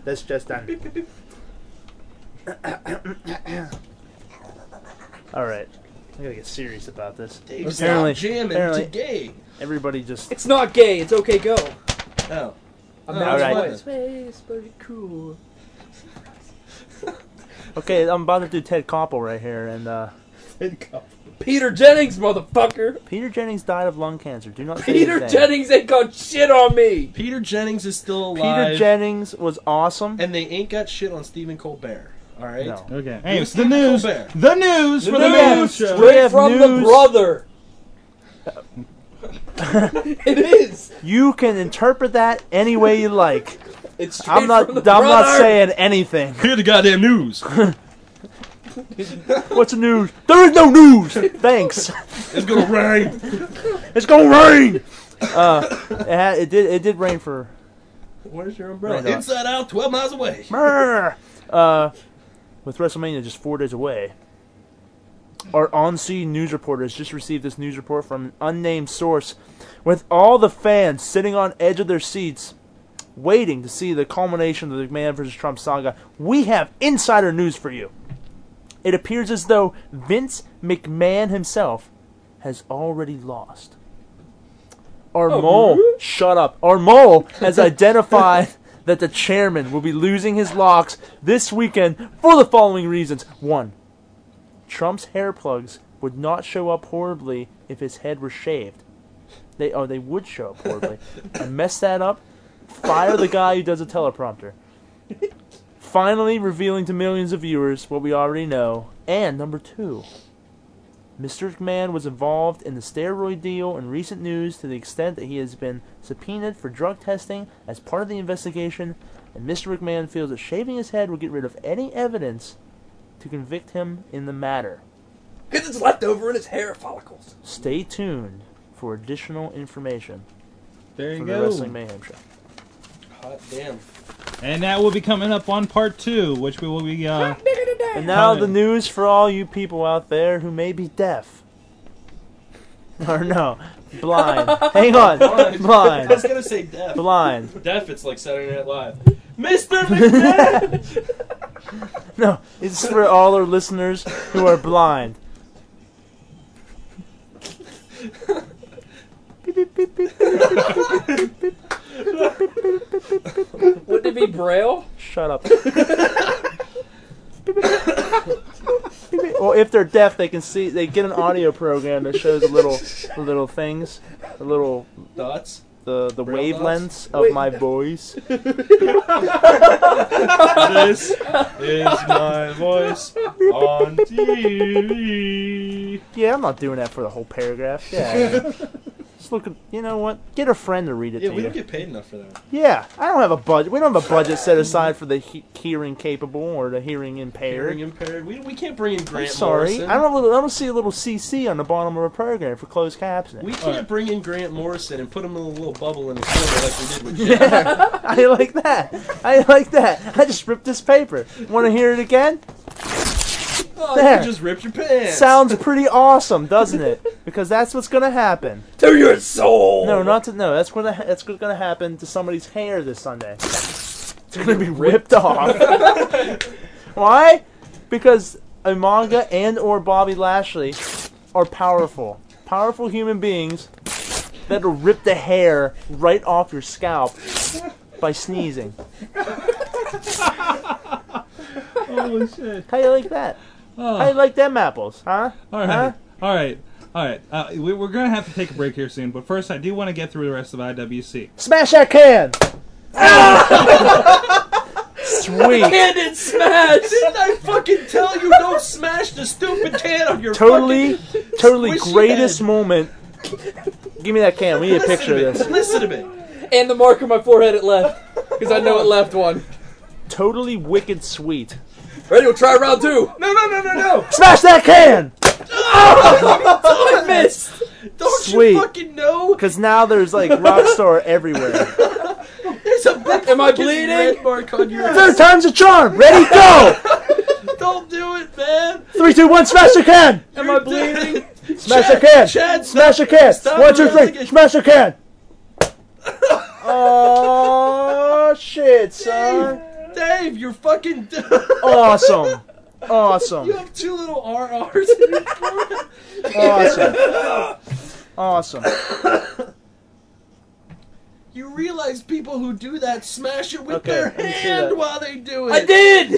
Speaker 8: That's just done. All right, I gotta get serious about this.
Speaker 9: Dave,
Speaker 8: Apparently-
Speaker 9: stop jamming
Speaker 8: apparently-
Speaker 9: to gay.
Speaker 8: Everybody just
Speaker 6: It's not gay, it's okay, go.
Speaker 9: Oh.
Speaker 6: I'm
Speaker 9: No,
Speaker 6: not
Speaker 8: alright.
Speaker 6: white. Space, very cool.
Speaker 8: okay. I'm about to do Ted Koppel right here, and uh,
Speaker 6: Peter Jennings, motherfucker!
Speaker 8: Peter Jennings died of lung cancer. Do not say his
Speaker 6: Peter
Speaker 8: name.
Speaker 6: Jennings ain't got shit on me!
Speaker 9: Peter Jennings is still alive.
Speaker 8: Peter Jennings was awesome.
Speaker 9: and they ain't got shit on Stephen Colbert. All right.
Speaker 8: No.
Speaker 5: Okay. Hey, it's the
Speaker 9: Stephen
Speaker 5: news.
Speaker 9: Colbert.
Speaker 5: The news for the man
Speaker 6: news
Speaker 5: show.
Speaker 8: We
Speaker 6: straight
Speaker 8: have
Speaker 6: from the
Speaker 8: news.
Speaker 6: brother! it is!
Speaker 8: You can interpret that any way you like.
Speaker 6: It's straight
Speaker 8: I'm not.
Speaker 6: from
Speaker 8: I'm
Speaker 6: the
Speaker 8: not
Speaker 6: brother.
Speaker 8: saying anything.
Speaker 9: Hear the goddamn news.
Speaker 8: What's the news? There is no news. Thanks.
Speaker 9: it's gonna rain.
Speaker 8: It's gonna rain. Uh, it, had, it did. It did rain for.
Speaker 9: Where's your umbrella?
Speaker 8: Right on.
Speaker 9: Inside out, twelve miles away.
Speaker 8: Uh, with WrestleMania just four days away, Our on-scene news reporters just received this news report from an unnamed source, with all the fans sitting on edge of their seats, waiting to see the culmination of the McMahon versus Trump saga. We have insider news for you. It appears as though Vince McMahon himself has already lost. Our
Speaker 13: Oh,
Speaker 8: mole,
Speaker 13: really?
Speaker 8: shut up. Our mole has identified that the chairman will be losing his locks this weekend for the following reasons. One, Trump's hair plugs would not show up horribly if his head were shaved. They oh they would show up horribly. I messed that up. Fire the guy who does a teleprompter. Finally revealing to millions of viewers what we already know. And number two, Mr. McMahon was involved in the steroid deal in recent news to the extent that he has been subpoenaed for drug testing as part of the investigation, and Mr. McMahon feels that shaving his head will get rid of any evidence to convict him in the matter.
Speaker 6: Because it's left over in his hair follicles.
Speaker 8: Stay tuned for additional information.
Speaker 5: There you
Speaker 8: for
Speaker 5: go.
Speaker 8: The Wrestling Mayhem Show.
Speaker 9: Hot damn.
Speaker 5: And that will be coming up on part two, which we will be. Uh,
Speaker 8: And now the
Speaker 5: coming-
Speaker 8: news for all you people out there who may be deaf. Or no, blind. Hang on, blind.
Speaker 9: I was gonna say deaf.
Speaker 8: Blind.
Speaker 9: Deaf. It's like Saturday Night Live. Mr. McMahon.
Speaker 8: No, it's for all our listeners who are blind.
Speaker 6: Wouldn't it be braille?
Speaker 8: Shut up. well, if they're deaf, they can see. They get an audio program that shows the little, the little things, the little
Speaker 9: dots,
Speaker 8: the the
Speaker 9: Braille
Speaker 8: wavelengths
Speaker 9: dots?
Speaker 8: of
Speaker 9: Wait,
Speaker 8: my
Speaker 9: no.
Speaker 8: voice.
Speaker 9: this is my voice on TV.
Speaker 8: Yeah, I'm not doing that for the whole paragraph. Yeah. Just look at, you know what? Get a friend to read it
Speaker 9: Yeah,
Speaker 8: to
Speaker 9: we
Speaker 8: you.
Speaker 9: don't get paid enough for that.
Speaker 8: yeah, I don't have a budget. We don't have a budget set aside for the he- hearing capable or the hearing impaired.
Speaker 9: Hearing impaired. We, we can't bring in
Speaker 8: I'm
Speaker 9: Grant
Speaker 8: sorry.
Speaker 9: Morrison.
Speaker 8: I don't. I don't see a little CC on the bottom of a program for closed captioning.
Speaker 9: We can't bring in Grant Morrison and put him in a little bubble in a corner like we did with Jeff.
Speaker 8: Yeah, I like that. I like that. I just ripped this paper. Want to hear it again?
Speaker 9: Oh,
Speaker 8: There.
Speaker 9: you just ripped your pants.
Speaker 8: Sounds pretty awesome, doesn't it? Because that's what's gonna happen
Speaker 9: To your soul.
Speaker 8: No, not to no. That's what that's what's gonna happen to somebody's hair this Sunday. It's gonna be ripped off. Why? Because Umaga and or Bobby Lashley are powerful, powerful human beings that'll rip the hair right off your scalp by sneezing.
Speaker 5: Holy shit!
Speaker 8: How you like that? How you like them apples, huh?
Speaker 5: All right. All right. All right. Uh, we, we're going to have to take a break here soon, but first I do want to get through the rest of IWC.
Speaker 8: Smash that can. Sweet.
Speaker 9: Candid smash! Didn't I fucking tell you don't smash the stupid can on your
Speaker 8: Totally,
Speaker 9: fucking-
Speaker 8: totally
Speaker 9: squishy
Speaker 8: greatest
Speaker 9: head.
Speaker 8: moment. Give me that can. We need a picture of this.
Speaker 9: Listen to me.
Speaker 6: And the mark on my forehead it left. Because I know it left one.
Speaker 8: Totally wicked sweet.
Speaker 6: Ready, we'll try round two.
Speaker 9: No, no, no, no, no.
Speaker 8: Smash that can.
Speaker 9: I missed. Don't
Speaker 8: Sweet.
Speaker 9: you fucking know?
Speaker 8: Because now there's like rock star everywhere.
Speaker 9: There's a big Am I bleeding? red mark on your
Speaker 8: Third time's a charm. Ready, go.
Speaker 9: Don't do it, man.
Speaker 8: Three, two, one. Smash the can.
Speaker 9: Am I bleeding?
Speaker 8: Smash
Speaker 9: Chad,
Speaker 8: the can.
Speaker 9: Chad,
Speaker 8: smash the can.
Speaker 9: stop
Speaker 8: One, two,
Speaker 9: harassing
Speaker 8: three. Smash the can. oh shit, son!
Speaker 9: Dave, you're fucking.
Speaker 8: Awesome. Awesome.
Speaker 9: you have two little RRs in your forehead.
Speaker 8: Awesome. Awesome.
Speaker 9: You realize people who do that smash it with
Speaker 8: Okay,
Speaker 9: their
Speaker 8: let me see
Speaker 9: hand
Speaker 8: that.
Speaker 9: while they do it.
Speaker 6: I did!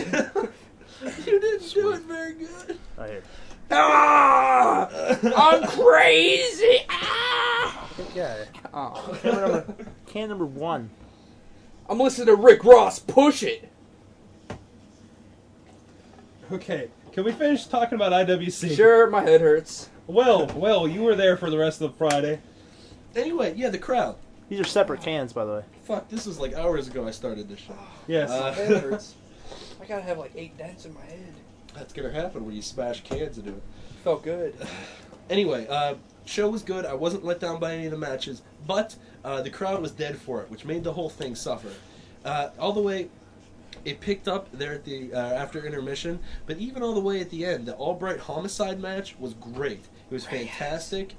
Speaker 9: you didn't do it very good.
Speaker 8: I hear.
Speaker 6: Ah, I'm crazy. Ah.
Speaker 8: Yeah.
Speaker 6: Aw.
Speaker 8: Can number, can number one.
Speaker 6: I'm listening to Rick Ross. Push it.
Speaker 5: Okay. Can we finish talking about IWC?
Speaker 6: Sure, my head hurts.
Speaker 5: Well, well, you were there for the rest of Friday.
Speaker 9: Anyway, yeah, the crowd.
Speaker 8: These are separate cans, by the way.
Speaker 9: Fuck, this was like hours ago I started this Uh, show.
Speaker 5: Yes.
Speaker 6: My head hurts. I gotta have like eight dents in my head.
Speaker 9: That's gonna happen when you smash cans into it.
Speaker 6: Felt good.
Speaker 9: Anyway, uh, show was good. I wasn't let down by any of the matches, but uh, the crowd was dead for it, which made the whole thing suffer. Uh, all the way
Speaker 4: It picked up there at the uh, after intermission, but even all the way at the end, the Albright homicide match was great. It was fantastic.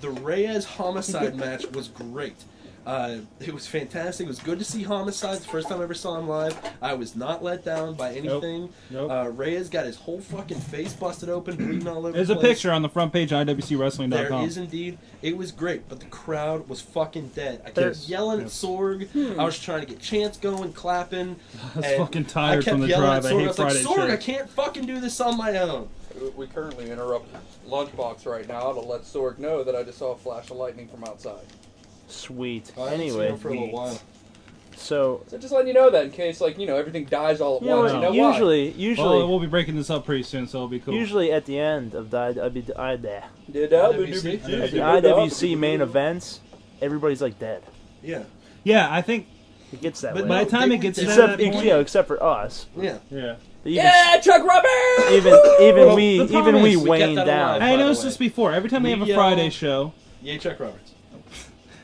Speaker 4: The Reyes homicide match was great. Uh, it was fantastic. It was good to see Homicide. The first time I ever saw him live, I was not let down by anything.
Speaker 5: Nope.
Speaker 4: Uh, Reyes got his whole fucking face busted open, bleeding all over.
Speaker 5: There's
Speaker 4: the
Speaker 5: a
Speaker 4: place.
Speaker 5: picture on the front page of IWCWrestling.com.
Speaker 4: There is indeed. It was great, but the crowd was fucking dead. I kept
Speaker 5: There's-
Speaker 4: yelling at Sorg.
Speaker 5: Hmm.
Speaker 4: I was trying to get chants going, clapping.
Speaker 5: I was
Speaker 4: and
Speaker 5: fucking tired
Speaker 4: I kept
Speaker 5: from the
Speaker 4: yelling at
Speaker 5: drive. I
Speaker 4: Sorg.
Speaker 5: hate
Speaker 4: was like,
Speaker 5: Friday
Speaker 4: Sorg, I
Speaker 5: shit."
Speaker 4: can't fucking do this on my own.
Speaker 6: We currently interrupt Lunchbox right now to let Sorg know that I just saw a flash of lightning from outside.
Speaker 8: Sweet.
Speaker 6: I haven't seen
Speaker 8: anyway,
Speaker 6: him for a little while.
Speaker 8: so
Speaker 6: So just letting you know that in case, like, you know, everything dies all at
Speaker 8: You know
Speaker 6: once.
Speaker 8: what,
Speaker 6: You know
Speaker 8: usually-
Speaker 6: why.
Speaker 8: usually-
Speaker 5: Oh, Well, we'll be breaking this up pretty soon, so it'll be cool.
Speaker 8: usually at the end of the IW I- there.
Speaker 6: Did uh,
Speaker 5: IWC?
Speaker 8: At the IWC main events, everybody's like dead.
Speaker 4: Yeah.
Speaker 5: Yeah, I think
Speaker 8: it gets that
Speaker 5: But
Speaker 8: way.
Speaker 5: by the time it gets to
Speaker 8: except,
Speaker 5: that point-
Speaker 8: yeah, except for us.
Speaker 4: Yeah.
Speaker 5: Yeah.
Speaker 8: But even-
Speaker 6: Yeah, Chuck Roberts!
Speaker 8: Even even
Speaker 5: Well,
Speaker 8: we
Speaker 5: the problem
Speaker 8: even we
Speaker 5: is-
Speaker 8: waned down.
Speaker 5: I noticed this before. Every time they
Speaker 4: We
Speaker 5: have a
Speaker 4: yell-
Speaker 5: Friday show,
Speaker 4: Yay, Chuck Roberts.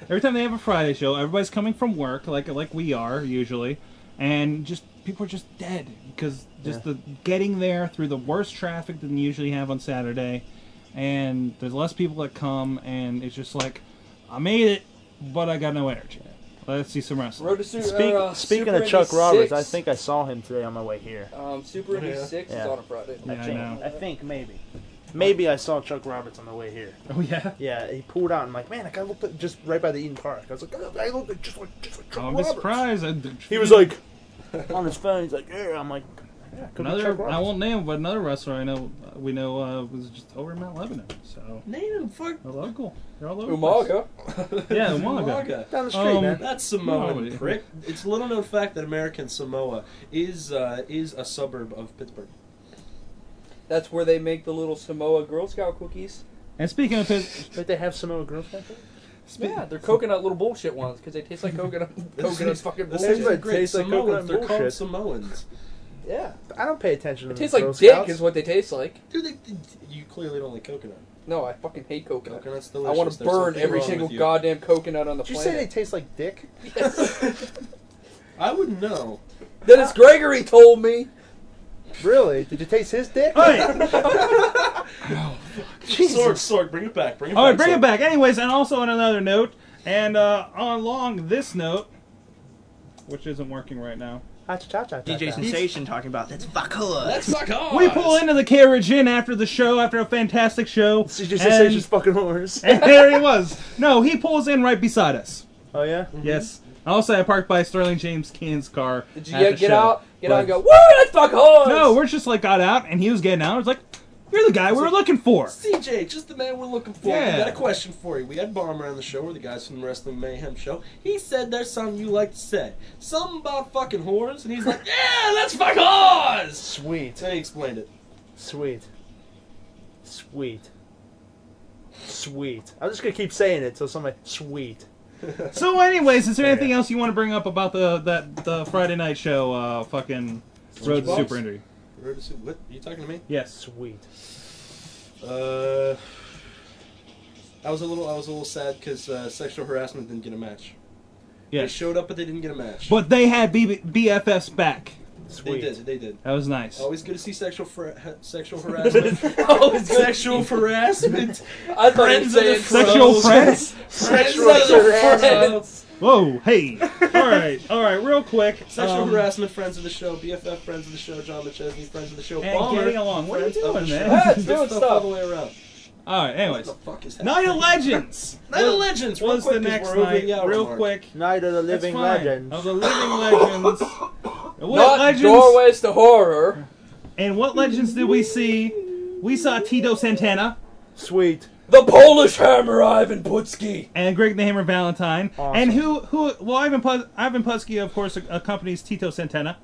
Speaker 5: every time they have a Friday show, everybody's coming from work, like like we are usually, and just people are just dead because just the getting there through the worst traffic than you usually have on Saturday, and there's less people that come, and it's just like, I made it, but I got no energy. Let's see some wrestling.
Speaker 6: Road to Su-
Speaker 8: Speak,
Speaker 6: or, uh,
Speaker 8: speaking
Speaker 6: Super
Speaker 8: of Chuck
Speaker 6: Indy
Speaker 8: Roberts, I
Speaker 6: six.
Speaker 8: think I saw him today on my way here.
Speaker 6: Um, Super Indy
Speaker 8: Yeah.
Speaker 6: six
Speaker 8: Yeah.
Speaker 6: is on a Friday.
Speaker 5: Yeah,
Speaker 8: I
Speaker 5: I
Speaker 8: think,
Speaker 5: know.
Speaker 8: I think maybe. Maybe I saw Chuck Roberts on the way here.
Speaker 5: Oh yeah.
Speaker 8: Yeah, he pulled out. I'm like, man, that guy looked at- just right by the Eden Park. I was like, oh, I looked at just like just like Chuck
Speaker 5: I'll be
Speaker 8: Roberts.
Speaker 5: surprised. I-
Speaker 8: He was like on his phone. He's like, yeah. I'm like, yeah, could be Chuck
Speaker 5: Another,
Speaker 8: Roberts.
Speaker 5: I won't name, but another wrestler I know, we know, uh, was just over in Mount Lebanon. So
Speaker 4: name him for
Speaker 5: they're local. They're all over. the place.
Speaker 6: Umaga.
Speaker 5: Yeah, Umaga. Um,
Speaker 8: Down the
Speaker 6: Oh.
Speaker 8: street, man.
Speaker 4: That's Samoa,
Speaker 5: Umaga.
Speaker 4: prick. It's a little known fact that American Samoa is uh, is a suburb of Pittsburgh.
Speaker 6: That's where they make the little Samoa Girl Scout cookies.
Speaker 5: And speaking of his,
Speaker 8: But they have Samoa Girl Scout.
Speaker 6: yeah, they're coconut little bullshit ones because they taste like coconut. coconut fucking
Speaker 4: This
Speaker 6: bullshit.
Speaker 4: is great. Samoans. They're called Samoans.
Speaker 6: Yeah.
Speaker 8: I don't pay attention to
Speaker 6: It
Speaker 8: the
Speaker 6: tastes like
Speaker 8: Girl
Speaker 6: dick
Speaker 8: Scouts.
Speaker 6: is what they taste like.
Speaker 4: Dude, they, you clearly don't like coconut.
Speaker 6: No, I fucking hate coconut.
Speaker 4: Coconut's
Speaker 6: I
Speaker 4: delicious.
Speaker 6: want to
Speaker 4: There's
Speaker 6: burn
Speaker 4: nothing
Speaker 6: every
Speaker 4: wrong
Speaker 6: single
Speaker 4: with you.
Speaker 6: goddamn coconut on the
Speaker 14: Did you say
Speaker 6: planet.
Speaker 14: they taste like dick?
Speaker 4: I wouldn't know.
Speaker 6: Dennis Gregory told me.
Speaker 14: Really? Did you taste his dick?
Speaker 4: Sorg, Sorg, bring it back. Bring it
Speaker 5: All right,
Speaker 4: back.
Speaker 5: bring
Speaker 4: Sorg.
Speaker 5: it back. Anyways, and also on another note, and uh, along this note, which isn't working right now.
Speaker 15: DJ Sensation talking about that's fuckers.
Speaker 4: That's fuckers.
Speaker 6: Uh,
Speaker 5: We pull into the carriage inn after the show, after a fantastic show.
Speaker 14: DJ
Speaker 5: and,
Speaker 14: Sensation's fucking horse.
Speaker 5: and there he was. No, he pulls in right beside us.
Speaker 14: Oh yeah.
Speaker 8: Mm-hmm.
Speaker 5: Yes. Also, I parked by Sterling James Kane's car. Did
Speaker 6: Mm-hmm. you get- get out- get out and go, "Woo, let's fuck horse!"
Speaker 5: No, we're just like got out, and he was getting out. I was like, "You're the guy we were looking for."
Speaker 4: CJ, just the man we're looking for.
Speaker 5: Yeah.
Speaker 4: We got a question for you. We had Bomber on the show, or the guys from the Wrestling Mayhem show. He said there's something you like to say. Something about fucking whores, and he's like, yeah, let's fuck whores!
Speaker 8: Sweet.
Speaker 4: So he explained it.
Speaker 8: Sweet. Sweet.
Speaker 14: Sweet. I'm just gonna keep saying it till somebody. Sweet.
Speaker 5: So, anyways, is there anything else you want to bring up about the that the Friday night show? Uh, fucking Road to
Speaker 4: Lunchbox?
Speaker 5: Super Indy.
Speaker 4: Road to Su- What? Are you talking to me?
Speaker 5: Yes.
Speaker 8: Sweet.
Speaker 4: Uh, I was a little, I was a little sad because uh, sexual harassment didn't get a match. They
Speaker 5: Yes.
Speaker 4: showed up, but they did't get a match.
Speaker 5: But they had B- BFFs back.
Speaker 4: They did. They did.
Speaker 5: That was nice.
Speaker 4: Always good to see sexual fra- ha- sexual harassment. sexual harassment. I
Speaker 6: thought you were saying
Speaker 5: Sexual friends?
Speaker 4: Sexual friends.
Speaker 5: Whoa, hey. All right, all right, real quick.
Speaker 4: Sexual
Speaker 5: um,
Speaker 4: harassment friends of the show, BFF friends of the show, John McChesney friends of the show,
Speaker 5: And
Speaker 4: Bomber
Speaker 5: getting along. What are you
Speaker 4: friends of
Speaker 5: doing,
Speaker 4: the
Speaker 5: man?
Speaker 4: show.
Speaker 5: Yeah, it's doing
Speaker 4: Good stuff all
Speaker 5: stuff.
Speaker 4: the way around.
Speaker 5: All right, anyways.
Speaker 4: What the fuck is happening?
Speaker 5: Night of Legends.
Speaker 4: Night of
Speaker 5: Was-
Speaker 4: Legends. Real
Speaker 5: Was
Speaker 4: quick,
Speaker 5: the
Speaker 4: 'cause
Speaker 5: next
Speaker 4: we're over
Speaker 5: night,
Speaker 4: the hour
Speaker 5: real
Speaker 4: mark.
Speaker 5: quick.
Speaker 8: Night of the Living
Speaker 5: That's fine.
Speaker 8: Legends.
Speaker 5: Of the Living Legends.
Speaker 6: Not doorways to horror.
Speaker 5: And what legends did we see? We saw Tito Santana.
Speaker 8: Sweet.
Speaker 6: The Polish Hammer, Ivan Putski.
Speaker 5: And Greg the Hammer Valentine. And who, who, well, Ivan, Pus- Ivan Putski, of course, ac- accompanies Tito Santana.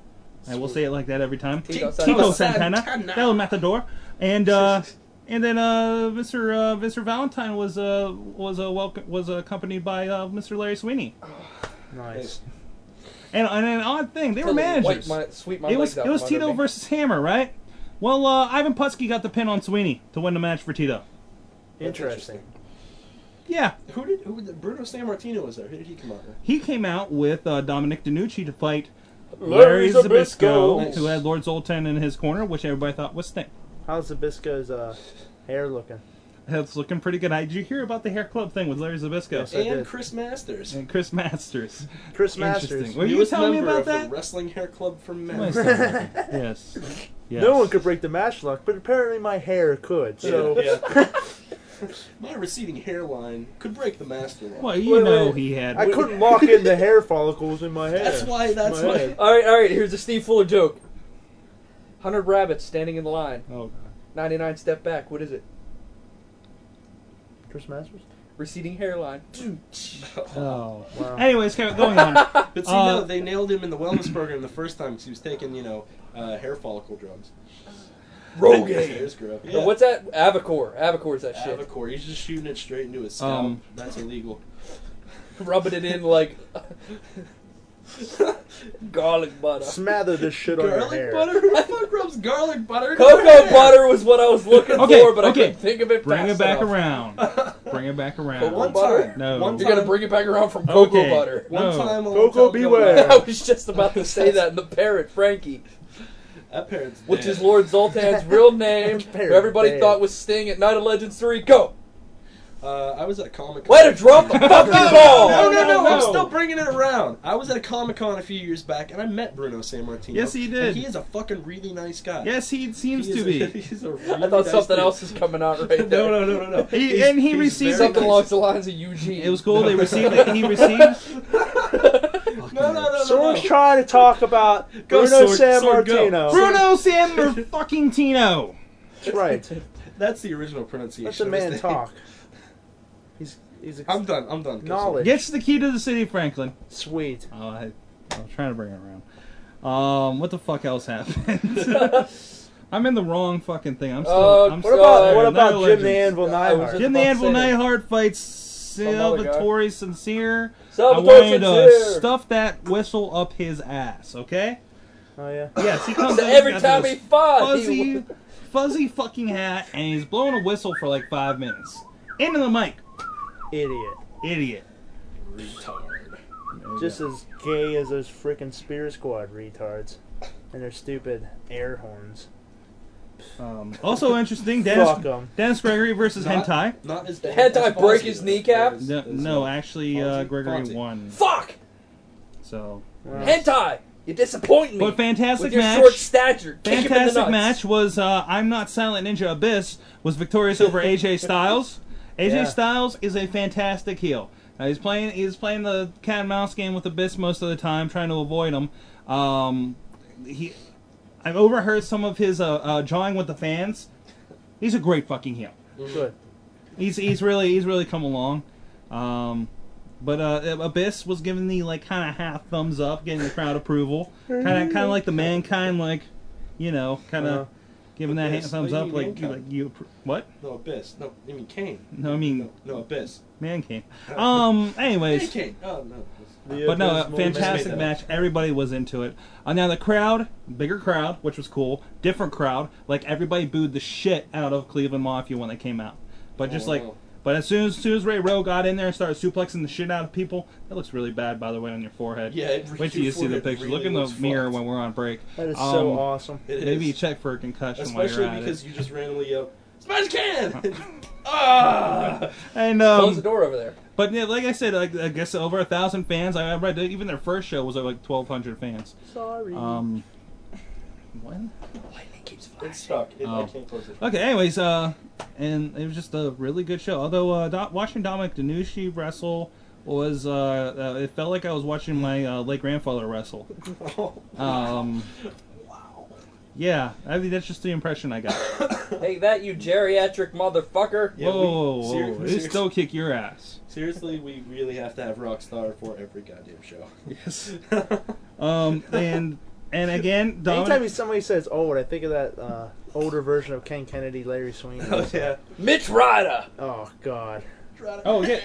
Speaker 5: I will say it like that every time.
Speaker 6: Tito
Speaker 5: Tito
Speaker 6: Santana.
Speaker 5: Santana. El Matador. And, uh, and then, uh, Mr. Uh, Mr. Valentine was, uh, was, uh, welcome, was accompanied by, uh, Mr. Larry Sweeney.
Speaker 8: Nice.
Speaker 5: And, and an odd thing, they were
Speaker 6: Totally
Speaker 5: managers.
Speaker 6: wipe my- sweep my
Speaker 5: it was
Speaker 6: legs out
Speaker 5: it was
Speaker 6: from under
Speaker 5: Tito
Speaker 6: me.
Speaker 5: versus Hammer, right? Well, uh, Ivan Putski got the pin on Sweeney to win the match for Tito.
Speaker 8: Interesting.
Speaker 5: Yeah,
Speaker 4: Who did? Who? Bruno San Martino was there. Who did he come out with?
Speaker 5: he came out with uh, Dominic DiNucci to fight Larry Zabisco, who had Lord Zoltan in his corner, which everybody thought was Sting.
Speaker 8: How's Zabisco's uh, hair looking?
Speaker 5: It's looking pretty good. I, did you hear about the hair club thing with Larry Zabisco?
Speaker 9: Yes, I and did. Chris Masters.
Speaker 5: And Chris Masters.
Speaker 8: Chris Masters.
Speaker 5: Will you
Speaker 9: Newest
Speaker 5: tell me
Speaker 9: member
Speaker 5: about
Speaker 9: of the
Speaker 5: that?
Speaker 9: Wrestling Hair Club from
Speaker 5: Nice.
Speaker 9: Mass.
Speaker 5: yes. yes.
Speaker 8: No one could break the match luck, but apparently my hair could. So
Speaker 9: My receding hairline could break the master lock.
Speaker 5: Well, you
Speaker 8: Wait,
Speaker 5: know
Speaker 8: wait.
Speaker 5: he had.
Speaker 8: I couldn't lock in the hair follicles in my hair.
Speaker 9: That's why- that's
Speaker 8: My
Speaker 9: why.
Speaker 8: head.
Speaker 6: All right, all right. Here's a Steve Fuller joke. Hundred rabbits standing in the line.
Speaker 5: Oh,
Speaker 6: Ninety-nine step back. What is it?
Speaker 8: Chris Masters.
Speaker 6: Receding hairline.
Speaker 5: oh.
Speaker 8: Wow.
Speaker 5: Anyways, go- going on.
Speaker 9: But see,
Speaker 5: Uh,
Speaker 9: no, they nailed him in the wellness program the first time because he was taking, you know, uh, hair follicle drugs. His hairs grow.
Speaker 6: No,
Speaker 9: Yeah.
Speaker 6: what's that? Avacor. Avacor's that shit.
Speaker 9: Avacor. He's just shooting it straight into his scalp.
Speaker 5: Um,
Speaker 9: That's illegal.
Speaker 6: Rubbing it in like garlic butter.
Speaker 8: Smather this shit on your
Speaker 9: Garlic
Speaker 8: hair.
Speaker 9: butter? Who the fuck rubs garlic butter? in their
Speaker 6: Cocoa
Speaker 9: hair?
Speaker 6: butter was what I was looking
Speaker 5: Okay,
Speaker 6: for, but I
Speaker 5: okay.
Speaker 6: couldn't think of it.
Speaker 5: Bring it
Speaker 6: fast
Speaker 5: back
Speaker 6: enough.
Speaker 5: around. Bring it back around.
Speaker 9: But one
Speaker 6: butter.
Speaker 9: time.
Speaker 5: no.
Speaker 9: One
Speaker 6: You're gonna
Speaker 9: time-
Speaker 6: bring it back around from cocoa
Speaker 5: Okay.
Speaker 6: butter.
Speaker 9: One
Speaker 5: No.
Speaker 9: time on
Speaker 8: Coco,
Speaker 9: Coco
Speaker 8: beware.
Speaker 6: I was just about to say that in the parrot Frankie,
Speaker 9: That parent's
Speaker 6: which
Speaker 9: dead.
Speaker 6: is Lord Zoltan's real name, who
Speaker 8: Parrot
Speaker 6: everybody
Speaker 8: dead.
Speaker 6: thought was Sting at Night of Legends 3. Go!
Speaker 9: Uh, I was at Comic Con.
Speaker 6: Way to drop the fucking ball!
Speaker 9: No, no, no,
Speaker 5: no.
Speaker 9: I'm still bringing it around. I was at a Comic Con a few years back, and I met Bruno San Martino.
Speaker 5: Yes, he did.
Speaker 9: And he is a fucking really nice guy.
Speaker 5: Yes, he
Speaker 9: he
Speaker 5: seems
Speaker 9: is
Speaker 5: to
Speaker 9: a-
Speaker 5: be.
Speaker 9: he's a really
Speaker 6: I thought
Speaker 9: nice
Speaker 6: something
Speaker 9: dude.
Speaker 6: else was coming out right there.
Speaker 9: No, no, no, no, no.
Speaker 5: He-
Speaker 9: He's-
Speaker 5: and he
Speaker 9: he's
Speaker 5: received-
Speaker 9: very
Speaker 6: Something
Speaker 9: nice.
Speaker 6: along the lines of Eugene.
Speaker 5: It was cool. They received it. He received.
Speaker 9: No, no, no, no.
Speaker 8: Someone's
Speaker 9: no.
Speaker 8: trying to talk about
Speaker 9: Go,
Speaker 8: Bruno
Speaker 9: Sword-
Speaker 8: San
Speaker 9: Sword, go.
Speaker 8: Martino.
Speaker 5: Bruno San fucking Tino.
Speaker 8: That's right.
Speaker 9: That's the original pronunciation.
Speaker 8: Let the
Speaker 9: of his
Speaker 8: man
Speaker 9: name.
Speaker 8: talk. He's he's ex-
Speaker 9: I'm done. I'm done. Go,
Speaker 8: knowledge.
Speaker 5: Gets the key to the city, Franklin.
Speaker 8: Sweet.
Speaker 5: Oh, I, I'm trying to bring it around. Um, what the fuck else happened? I'm in the wrong fucking thing. I'm still.
Speaker 6: Uh,
Speaker 5: I'm
Speaker 6: what
Speaker 8: What
Speaker 5: still
Speaker 8: about
Speaker 5: there.
Speaker 8: what about
Speaker 5: Another
Speaker 8: Jim the
Speaker 5: legend.
Speaker 8: Anvil
Speaker 6: I was
Speaker 8: Neidhart?
Speaker 6: just-
Speaker 5: Jim the
Speaker 6: about to
Speaker 5: Anvil
Speaker 6: say that.
Speaker 5: Neidhart fights
Speaker 6: Another guy.
Speaker 5: Salvatore Sincere. I
Speaker 6: Salvatore
Speaker 5: wanted to
Speaker 6: Sincere.
Speaker 5: stuff that whistle up his ass. Okay.
Speaker 8: Oh yeah.
Speaker 5: Yes, he comes
Speaker 6: So
Speaker 5: in. he's
Speaker 6: every
Speaker 5: got
Speaker 6: time
Speaker 5: this
Speaker 6: he fought, he
Speaker 5: fuzzy, fuzzy fucking hat, and he's blowing a whistle for like five minutes. Into the mic,
Speaker 8: Idiot.
Speaker 5: idiot.
Speaker 9: Retard.
Speaker 8: Just as gay as those freaking Spear Squad retards and their stupid air horns.
Speaker 5: Um, also interesting,
Speaker 8: Fuck
Speaker 5: Dennis,
Speaker 8: 'em.
Speaker 5: Dennis Gregory versus
Speaker 9: Not-
Speaker 5: Hentai.
Speaker 9: Not as
Speaker 6: The head
Speaker 9: as
Speaker 6: tie break
Speaker 9: Fonzie,
Speaker 6: his
Speaker 9: though.
Speaker 6: kneecap?
Speaker 9: There's-
Speaker 5: No,
Speaker 9: there's
Speaker 5: no, actually, uh,
Speaker 9: Fonzie?
Speaker 5: Gregory
Speaker 9: Fonzie.
Speaker 5: won.
Speaker 6: Fuck!
Speaker 5: So,
Speaker 6: Hentai! You disappoint me!
Speaker 5: but fantastic
Speaker 6: With your
Speaker 5: match.
Speaker 6: short stature. Kick him in the
Speaker 5: Fantastic
Speaker 6: nuts.
Speaker 5: match was uh, I'm Not Silent Ninja Abyss was victorious over AJ Styles. AJ
Speaker 8: Yeah.
Speaker 5: Styles is a fantastic heel. Now he's playing he's playing the cat and mouse game with Abyss most of the time, trying to avoid him. Um, he, I've overheard some of his uh, uh, jawing with the fans. He's a great fucking heel.
Speaker 8: Good.
Speaker 5: He's he's really he's really come along. Um, but uh, Abyss was given the like kind of half thumbs up, getting the crowd approval, kind of kind of like the mankind, like you know, kind of
Speaker 8: Uh-huh.
Speaker 5: giving that hand
Speaker 9: Abyss,
Speaker 5: thumbs
Speaker 9: what
Speaker 5: up,
Speaker 9: do you mean
Speaker 5: like you,
Speaker 9: Mankind?
Speaker 5: like you appro- what
Speaker 9: No abyss. No, I mean Kane.
Speaker 5: No, I mean-
Speaker 9: no, no abyss.
Speaker 5: man came. Um,
Speaker 9: Hey,
Speaker 5: anyways,
Speaker 9: Kane. Oh no.
Speaker 8: The
Speaker 5: but no, uh,
Speaker 8: abysmal
Speaker 5: fantastic
Speaker 9: Made that
Speaker 5: match. Everybody was into it. Uh, now the crowd, bigger crowd, which was cool. Different crowd, like everybody booed the shit out of Cleveland Mafia when they came out. But just
Speaker 9: Oh,
Speaker 5: like,
Speaker 9: wow.
Speaker 5: but as soon as, soon as Ray Rowe got in there and started suplexing the shit out of people, that looks really bad, by the way, on your forehead.
Speaker 9: Yeah, it-
Speaker 5: Wait till
Speaker 9: your
Speaker 5: you see the
Speaker 9: forehead
Speaker 5: picture. Look
Speaker 9: really
Speaker 5: in the
Speaker 9: looks
Speaker 5: mirror
Speaker 9: fucked.
Speaker 5: when we're on break.
Speaker 8: That is
Speaker 5: Um,
Speaker 8: so awesome.
Speaker 9: It
Speaker 5: Maybe
Speaker 9: is.
Speaker 5: check for a concussion
Speaker 9: Especially
Speaker 5: while you're
Speaker 9: because
Speaker 5: at
Speaker 9: you just randomly uh, yell, Smash can! ah!
Speaker 5: it. And
Speaker 6: Close the
Speaker 5: um,
Speaker 6: door over there.
Speaker 5: but yeah, like I said, like I guess over a thousand fans. I, I read that even their first show was like twelve hundred fans.
Speaker 8: Sorry.
Speaker 5: Um, what?
Speaker 9: It's stuck. It,
Speaker 5: Oh.
Speaker 9: I can't close it.
Speaker 5: Okay, anyways, uh, and it was just a really good show. Although uh, Do- watching Dominic Danucci wrestle was, uh, uh, it felt like I was watching my uh, late grandfather wrestle. Um, yeah, I mean that's just the impression I got.
Speaker 6: Hey, that you geriatric motherfucker.
Speaker 9: Yeah, we-
Speaker 5: whoa, whoa,
Speaker 9: seri-
Speaker 5: whoa, they
Speaker 9: seriously-
Speaker 5: still kick your ass.
Speaker 9: Seriously, we really have to have Rockstar for every goddamn show.
Speaker 5: Yes. um, and and again,
Speaker 8: Anytime
Speaker 5: Dominic.
Speaker 8: he- somebody says old, I think of that uh, older version of Ken Kennedy, Larry Sweeney.
Speaker 9: oh, yeah.
Speaker 6: Mitch Ryder!
Speaker 8: Oh God.
Speaker 5: Oh yeah,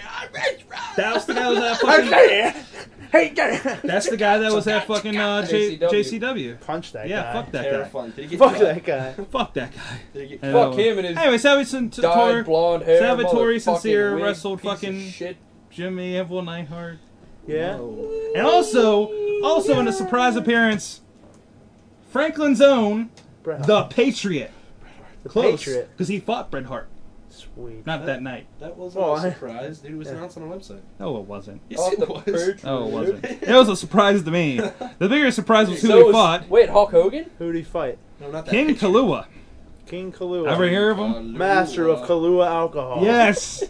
Speaker 5: that was the guy that was at fucking.
Speaker 8: Hey, get
Speaker 5: That's the guy that was at fucking uh, J-
Speaker 6: JCW.
Speaker 5: JCW.
Speaker 8: Punch that
Speaker 5: Yeah,
Speaker 8: guy.
Speaker 5: fuck that guy.
Speaker 9: Terrifying. Did he get
Speaker 8: Fuck
Speaker 9: cut?
Speaker 8: that guy.
Speaker 5: Fuck that guy.
Speaker 9: Did he get
Speaker 5: I
Speaker 9: cut?
Speaker 5: know.
Speaker 6: Fuck him and his
Speaker 5: Anyway, Salvatore
Speaker 6: dyed blonde hair.
Speaker 5: Salvatore
Speaker 6: motherfucking
Speaker 5: Sincere
Speaker 6: wig,
Speaker 5: wrestled
Speaker 6: piece of
Speaker 5: fucking
Speaker 6: shit.
Speaker 5: Jimmy Evil Neidhart.
Speaker 8: Yeah.
Speaker 5: And also, Also, in a surprise appearance, Franklin's own,
Speaker 8: Bret Hart.
Speaker 5: the Patriot.
Speaker 8: The
Speaker 5: Close,
Speaker 8: Patriot.
Speaker 5: because he fought Bret Hart.
Speaker 8: Sweet.
Speaker 5: Not that night.
Speaker 9: That wasn't
Speaker 8: Well,
Speaker 9: a
Speaker 8: I-
Speaker 9: surprise. It was
Speaker 8: Yeah.
Speaker 9: announced on a website.
Speaker 5: No, it wasn't.
Speaker 9: Yes, it was.
Speaker 5: No, it wasn't. It was a surprise to me. The bigger surprise was who
Speaker 6: So
Speaker 5: he
Speaker 6: it was-
Speaker 5: fought.
Speaker 6: Wait, Hulk Hogan?
Speaker 8: Who did he fight?
Speaker 9: No, not
Speaker 5: King Kalua.
Speaker 8: King Kalua.
Speaker 5: Ever hear of him?
Speaker 8: Master of Kalua alcohol.
Speaker 5: Yes.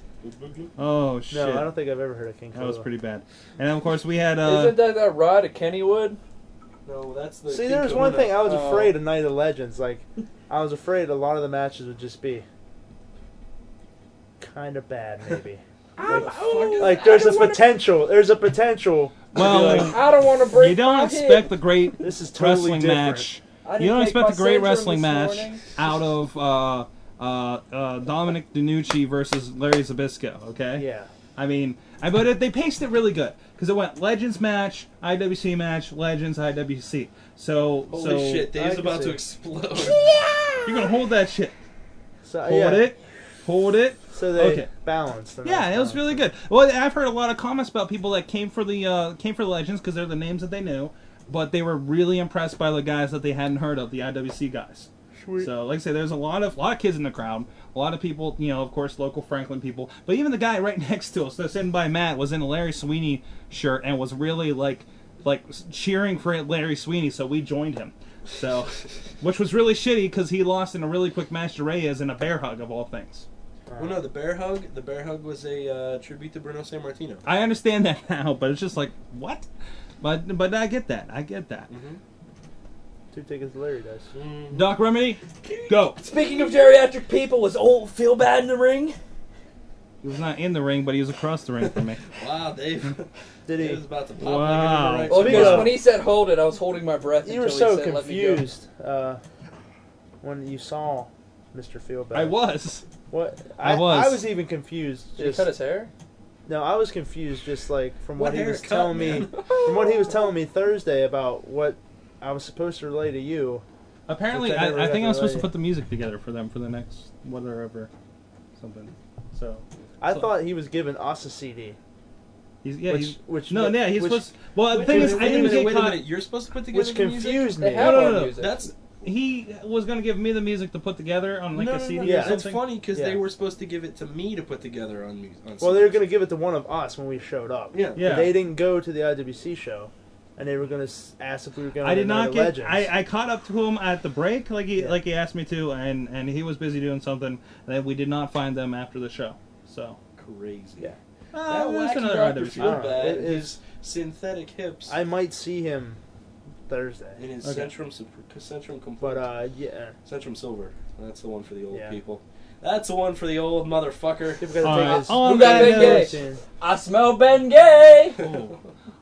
Speaker 5: Oh shit.
Speaker 8: No, I don't think I've ever heard of King Kalua.
Speaker 5: That was pretty bad. And then, of course we had uh,
Speaker 6: Isn't that that ride at Kennywood?
Speaker 9: No, that's the.
Speaker 8: See,
Speaker 9: King
Speaker 8: there was one
Speaker 9: Kaluna.
Speaker 8: thing I was
Speaker 6: Oh.
Speaker 8: afraid of Night of Legends. Like, I was afraid a lot of the matches would just be kind of bad, maybe. like, like, there's a potential. There's a potential. to be
Speaker 5: Well,
Speaker 8: like,
Speaker 6: I don't want to break
Speaker 5: you don't
Speaker 6: my
Speaker 5: expect
Speaker 6: hip.
Speaker 5: a great
Speaker 8: this is totally
Speaker 5: wrestling
Speaker 8: different.
Speaker 5: match.
Speaker 6: I
Speaker 5: You
Speaker 6: didn't
Speaker 5: don't
Speaker 6: make
Speaker 5: expect
Speaker 6: my
Speaker 5: a great
Speaker 6: surgery
Speaker 5: wrestling
Speaker 6: this
Speaker 5: match
Speaker 6: morning.
Speaker 5: out of uh, uh, uh, Dominic DiNucci versus Larry Zabisco. Okay.
Speaker 8: Yeah.
Speaker 5: I mean, I but it, they paced it really good because it went Legends match, IWC match, Legends IWC. So
Speaker 9: Holy
Speaker 5: so
Speaker 9: shit,
Speaker 8: I
Speaker 9: Dave's
Speaker 8: can
Speaker 9: about
Speaker 8: see.
Speaker 9: to explode.
Speaker 5: you're gonna hold that shit.
Speaker 8: So,
Speaker 5: Hold
Speaker 8: Oh, yeah.
Speaker 5: it. Hold it.
Speaker 8: So they
Speaker 5: Okay.
Speaker 8: balanced. them.
Speaker 5: Yeah, it was really good. Well, I've heard a lot of comments about people that came for the uh, came for the legends because they're the names that they knew, but they were really impressed by the guys that they hadn't heard of, the IWC guys.
Speaker 8: Sweet.
Speaker 5: So, like I say, there's a lot of a lot of kids in the crowd, a lot of people, you know, of course, local Franklin people, but even the guy right next to us, that's sitting by Matt, was in a Larry Sweeney shirt and was really like like cheering for Larry Sweeney, so we joined him. So, which was really shitty because he lost in a really quick match to Reyes in a bear hug of all things.
Speaker 9: well, no, the bear hug. The bear hug was a uh, tribute to Bruno San Martino.
Speaker 5: I understand that now, but it's just like what? But but I get that. I get that.
Speaker 8: Two tickets. Larry does.
Speaker 5: Doc Remedy, go.
Speaker 6: Speaking of geriatric people, was old feel bad in the ring?
Speaker 5: He was not in the ring, but he was across the ring from me.
Speaker 9: Wow, Dave.
Speaker 8: Did
Speaker 9: Dave
Speaker 8: he?
Speaker 9: was about to pop
Speaker 5: Wow.
Speaker 9: like an
Speaker 6: Well,
Speaker 9: erection.
Speaker 6: because
Speaker 8: of-
Speaker 6: when he said hold it, I was holding my breath. until
Speaker 8: You were
Speaker 6: he
Speaker 8: so
Speaker 6: said, "Let me go."
Speaker 8: confused uh, when you saw Mr. Feelbad.
Speaker 5: I was.
Speaker 8: What?
Speaker 5: I was.
Speaker 8: I was even confused.
Speaker 6: Did he
Speaker 8: Just,
Speaker 6: cut his hair?
Speaker 8: No, I was confused just like from
Speaker 9: What
Speaker 8: what, he was
Speaker 9: haircut,
Speaker 8: telling me
Speaker 9: man?
Speaker 8: from what he was telling me Thursday about what I was supposed to relay to you.
Speaker 5: Apparently,
Speaker 8: Which I never
Speaker 5: I, I
Speaker 8: got
Speaker 5: think
Speaker 8: to
Speaker 5: I was supposed to
Speaker 8: relate.
Speaker 5: put the music together for them for the next whatever, something. So
Speaker 8: I
Speaker 5: So-
Speaker 8: thought he was giving us a CD.
Speaker 5: he's yeah
Speaker 8: Which-
Speaker 5: he's
Speaker 8: which-
Speaker 5: no yeah he's
Speaker 8: which-
Speaker 5: supposed. Well, the
Speaker 9: Wait
Speaker 5: thing
Speaker 9: a
Speaker 5: is, I
Speaker 9: minute, wait a
Speaker 5: didn't
Speaker 9: minute,
Speaker 5: get
Speaker 9: wait a
Speaker 5: caught.
Speaker 9: minute. You're supposed to put together
Speaker 8: Which
Speaker 9: the music?
Speaker 8: confused
Speaker 6: They
Speaker 8: me.
Speaker 6: have
Speaker 5: no,
Speaker 6: on
Speaker 5: no, no.
Speaker 6: music.
Speaker 9: That's
Speaker 5: He was gonna give me the music to put together on like
Speaker 9: no,
Speaker 5: a
Speaker 9: no,
Speaker 5: CD
Speaker 9: no,
Speaker 5: or
Speaker 8: yeah.
Speaker 9: That's
Speaker 5: something.
Speaker 9: funny because
Speaker 8: Yeah.
Speaker 9: they were supposed to give it to me to put together on music.
Speaker 8: Well, they were going to give it to one of us when we showed up.
Speaker 9: Yeah.
Speaker 8: But
Speaker 5: Yeah.
Speaker 8: They didn't go to the IWC show, and they were going to ask if we were going.
Speaker 5: I did not get.
Speaker 8: Legends.
Speaker 5: I, I caught up to him at the break, like he
Speaker 8: Yeah.
Speaker 5: like he asked me to, and and he was busy doing something. And then we did not find them after the show. So
Speaker 9: crazy.
Speaker 8: Yeah.
Speaker 5: uh,
Speaker 9: That
Speaker 5: that's
Speaker 9: wacky
Speaker 5: another
Speaker 9: Dr.
Speaker 5: IWC.
Speaker 8: Feelbad.
Speaker 9: Feelbad,
Speaker 8: It
Speaker 9: his synthetic hips,
Speaker 8: I might see him
Speaker 9: and
Speaker 8: Thursday.
Speaker 9: his
Speaker 5: Okay.
Speaker 9: centrum sup- centrum
Speaker 8: But
Speaker 9: complaint.
Speaker 8: uh, yeah,
Speaker 9: centrum silver. That's the one for the old
Speaker 8: Yeah.
Speaker 9: people. That's the one for the old motherfucker.
Speaker 8: we're going to
Speaker 5: All
Speaker 8: take
Speaker 5: right.
Speaker 8: his.
Speaker 5: On
Speaker 6: Look at
Speaker 5: that
Speaker 6: that
Speaker 5: note,
Speaker 6: gay. I smell Ben Gay.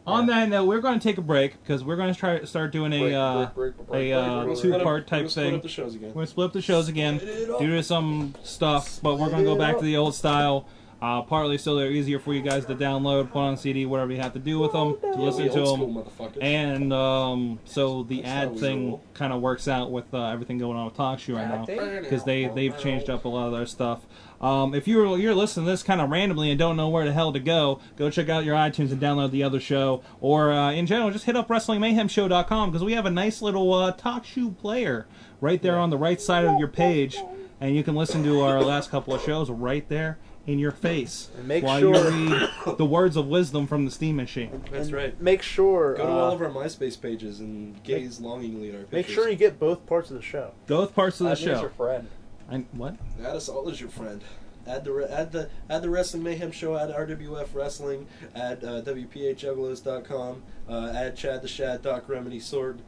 Speaker 5: on that note, we're going to take a break because we're going to try start doing a uh,
Speaker 6: break, break,
Speaker 5: a uh,
Speaker 9: We'll
Speaker 5: two
Speaker 9: split up-
Speaker 5: part type
Speaker 9: we'll split
Speaker 5: thing.
Speaker 9: up the shows again.
Speaker 5: We're gonna split up the shows again due to some stuff, but we're gonna go back to the old style. Uh, partly so they're easier for you guys to download, put on CD, whatever you have to do with them, to
Speaker 9: Yeah,
Speaker 5: listen
Speaker 9: we
Speaker 5: to
Speaker 9: old
Speaker 5: them.
Speaker 9: school motherfuckers.
Speaker 5: And um, so the
Speaker 9: That's how
Speaker 5: ad
Speaker 9: we
Speaker 5: thing
Speaker 9: roll.
Speaker 5: kind of works out with uh, everything going on with TalkShoe right now
Speaker 6: Goddamn.
Speaker 5: because they they've changed up a lot of their stuff. Um, if you're you're listening to this kind of randomly and don't know where the hell to go, go check out your iTunes and download the other show, or uh, in general just hit up WrestlingMayhemShow.com because we have a nice little uh, TalkShoe player right there on the right side of your page, and you can listen to our last couple of shows right there in your face
Speaker 8: And make
Speaker 5: while
Speaker 8: sure-
Speaker 5: you read the words of wisdom from the Steam Machine.
Speaker 9: That's right.
Speaker 8: Make sure.
Speaker 9: Go to
Speaker 8: uh,
Speaker 9: all of our MySpace pages and gaze longingly at our
Speaker 8: Make
Speaker 9: pictures.
Speaker 8: sure you get both parts of the show.
Speaker 5: Both parts of the
Speaker 6: I think it's
Speaker 5: show.
Speaker 6: your friend.
Speaker 5: And what?
Speaker 9: Add us all as your friend. Add the re- add the add the Wrestling Mayhem Show. Add RWF Wrestling. Add uh, WPHJuggalos.com. Uh, add Chad the Shad. Doc Remedy Sword.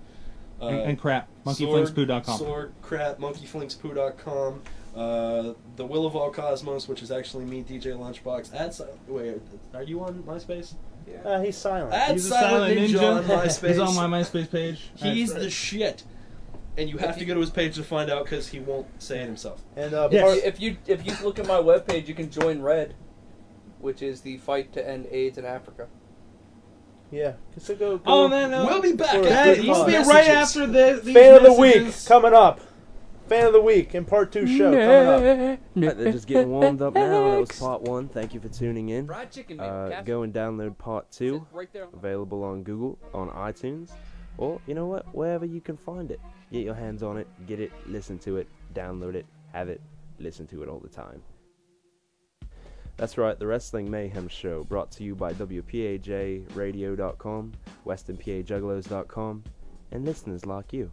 Speaker 9: Uh,
Speaker 5: and, and crap.
Speaker 9: Sword,
Speaker 5: MonkeyFlingsPoo.com.
Speaker 9: sword crap. Monkeyflingspoo.com. Uh, the Will of All Cosmos, which is actually me, DJ Lunchbox. Add si- wait, are you on MySpace?
Speaker 8: Uh, he's silent.
Speaker 9: Add
Speaker 5: He's a
Speaker 9: Silent,
Speaker 5: silent
Speaker 9: Ninja, on
Speaker 5: ninja.
Speaker 9: MySpace.
Speaker 5: He's on my MySpace page.
Speaker 9: He's
Speaker 5: Alright.
Speaker 9: the shit. And you have to go to his page to find out because he won't say it himself.
Speaker 8: and uh,
Speaker 5: Yes.
Speaker 8: part,
Speaker 6: If you if you look at my webpage, you can join Red, which is the fight to end AIDS in Africa.
Speaker 8: yeah. So go, go.
Speaker 5: Oh man, no.
Speaker 9: We'll be back
Speaker 8: Sword.
Speaker 9: after
Speaker 5: That
Speaker 8: Good
Speaker 9: these
Speaker 5: will be
Speaker 9: messages.
Speaker 5: right after the these
Speaker 8: Fan of the week
Speaker 5: messages.
Speaker 8: coming up. Fan of the week in part two show coming up.
Speaker 4: They're just getting warmed up now. That was part one. Thank you for tuning in.
Speaker 6: Fried chicken, man.
Speaker 4: Uh,
Speaker 6: Captain.
Speaker 4: go and download part two.
Speaker 6: right there on the-
Speaker 4: Available on Google, on iTunes, or you know what, wherever you can find it. Get your hands on it. Get it. Listen to it. Download it. Have it. Listen to it all the time. That's right, the Wrestling Mayhem Show, brought to you by WPAJRadio.com, WesternPAJuggalos.com, and listeners like you.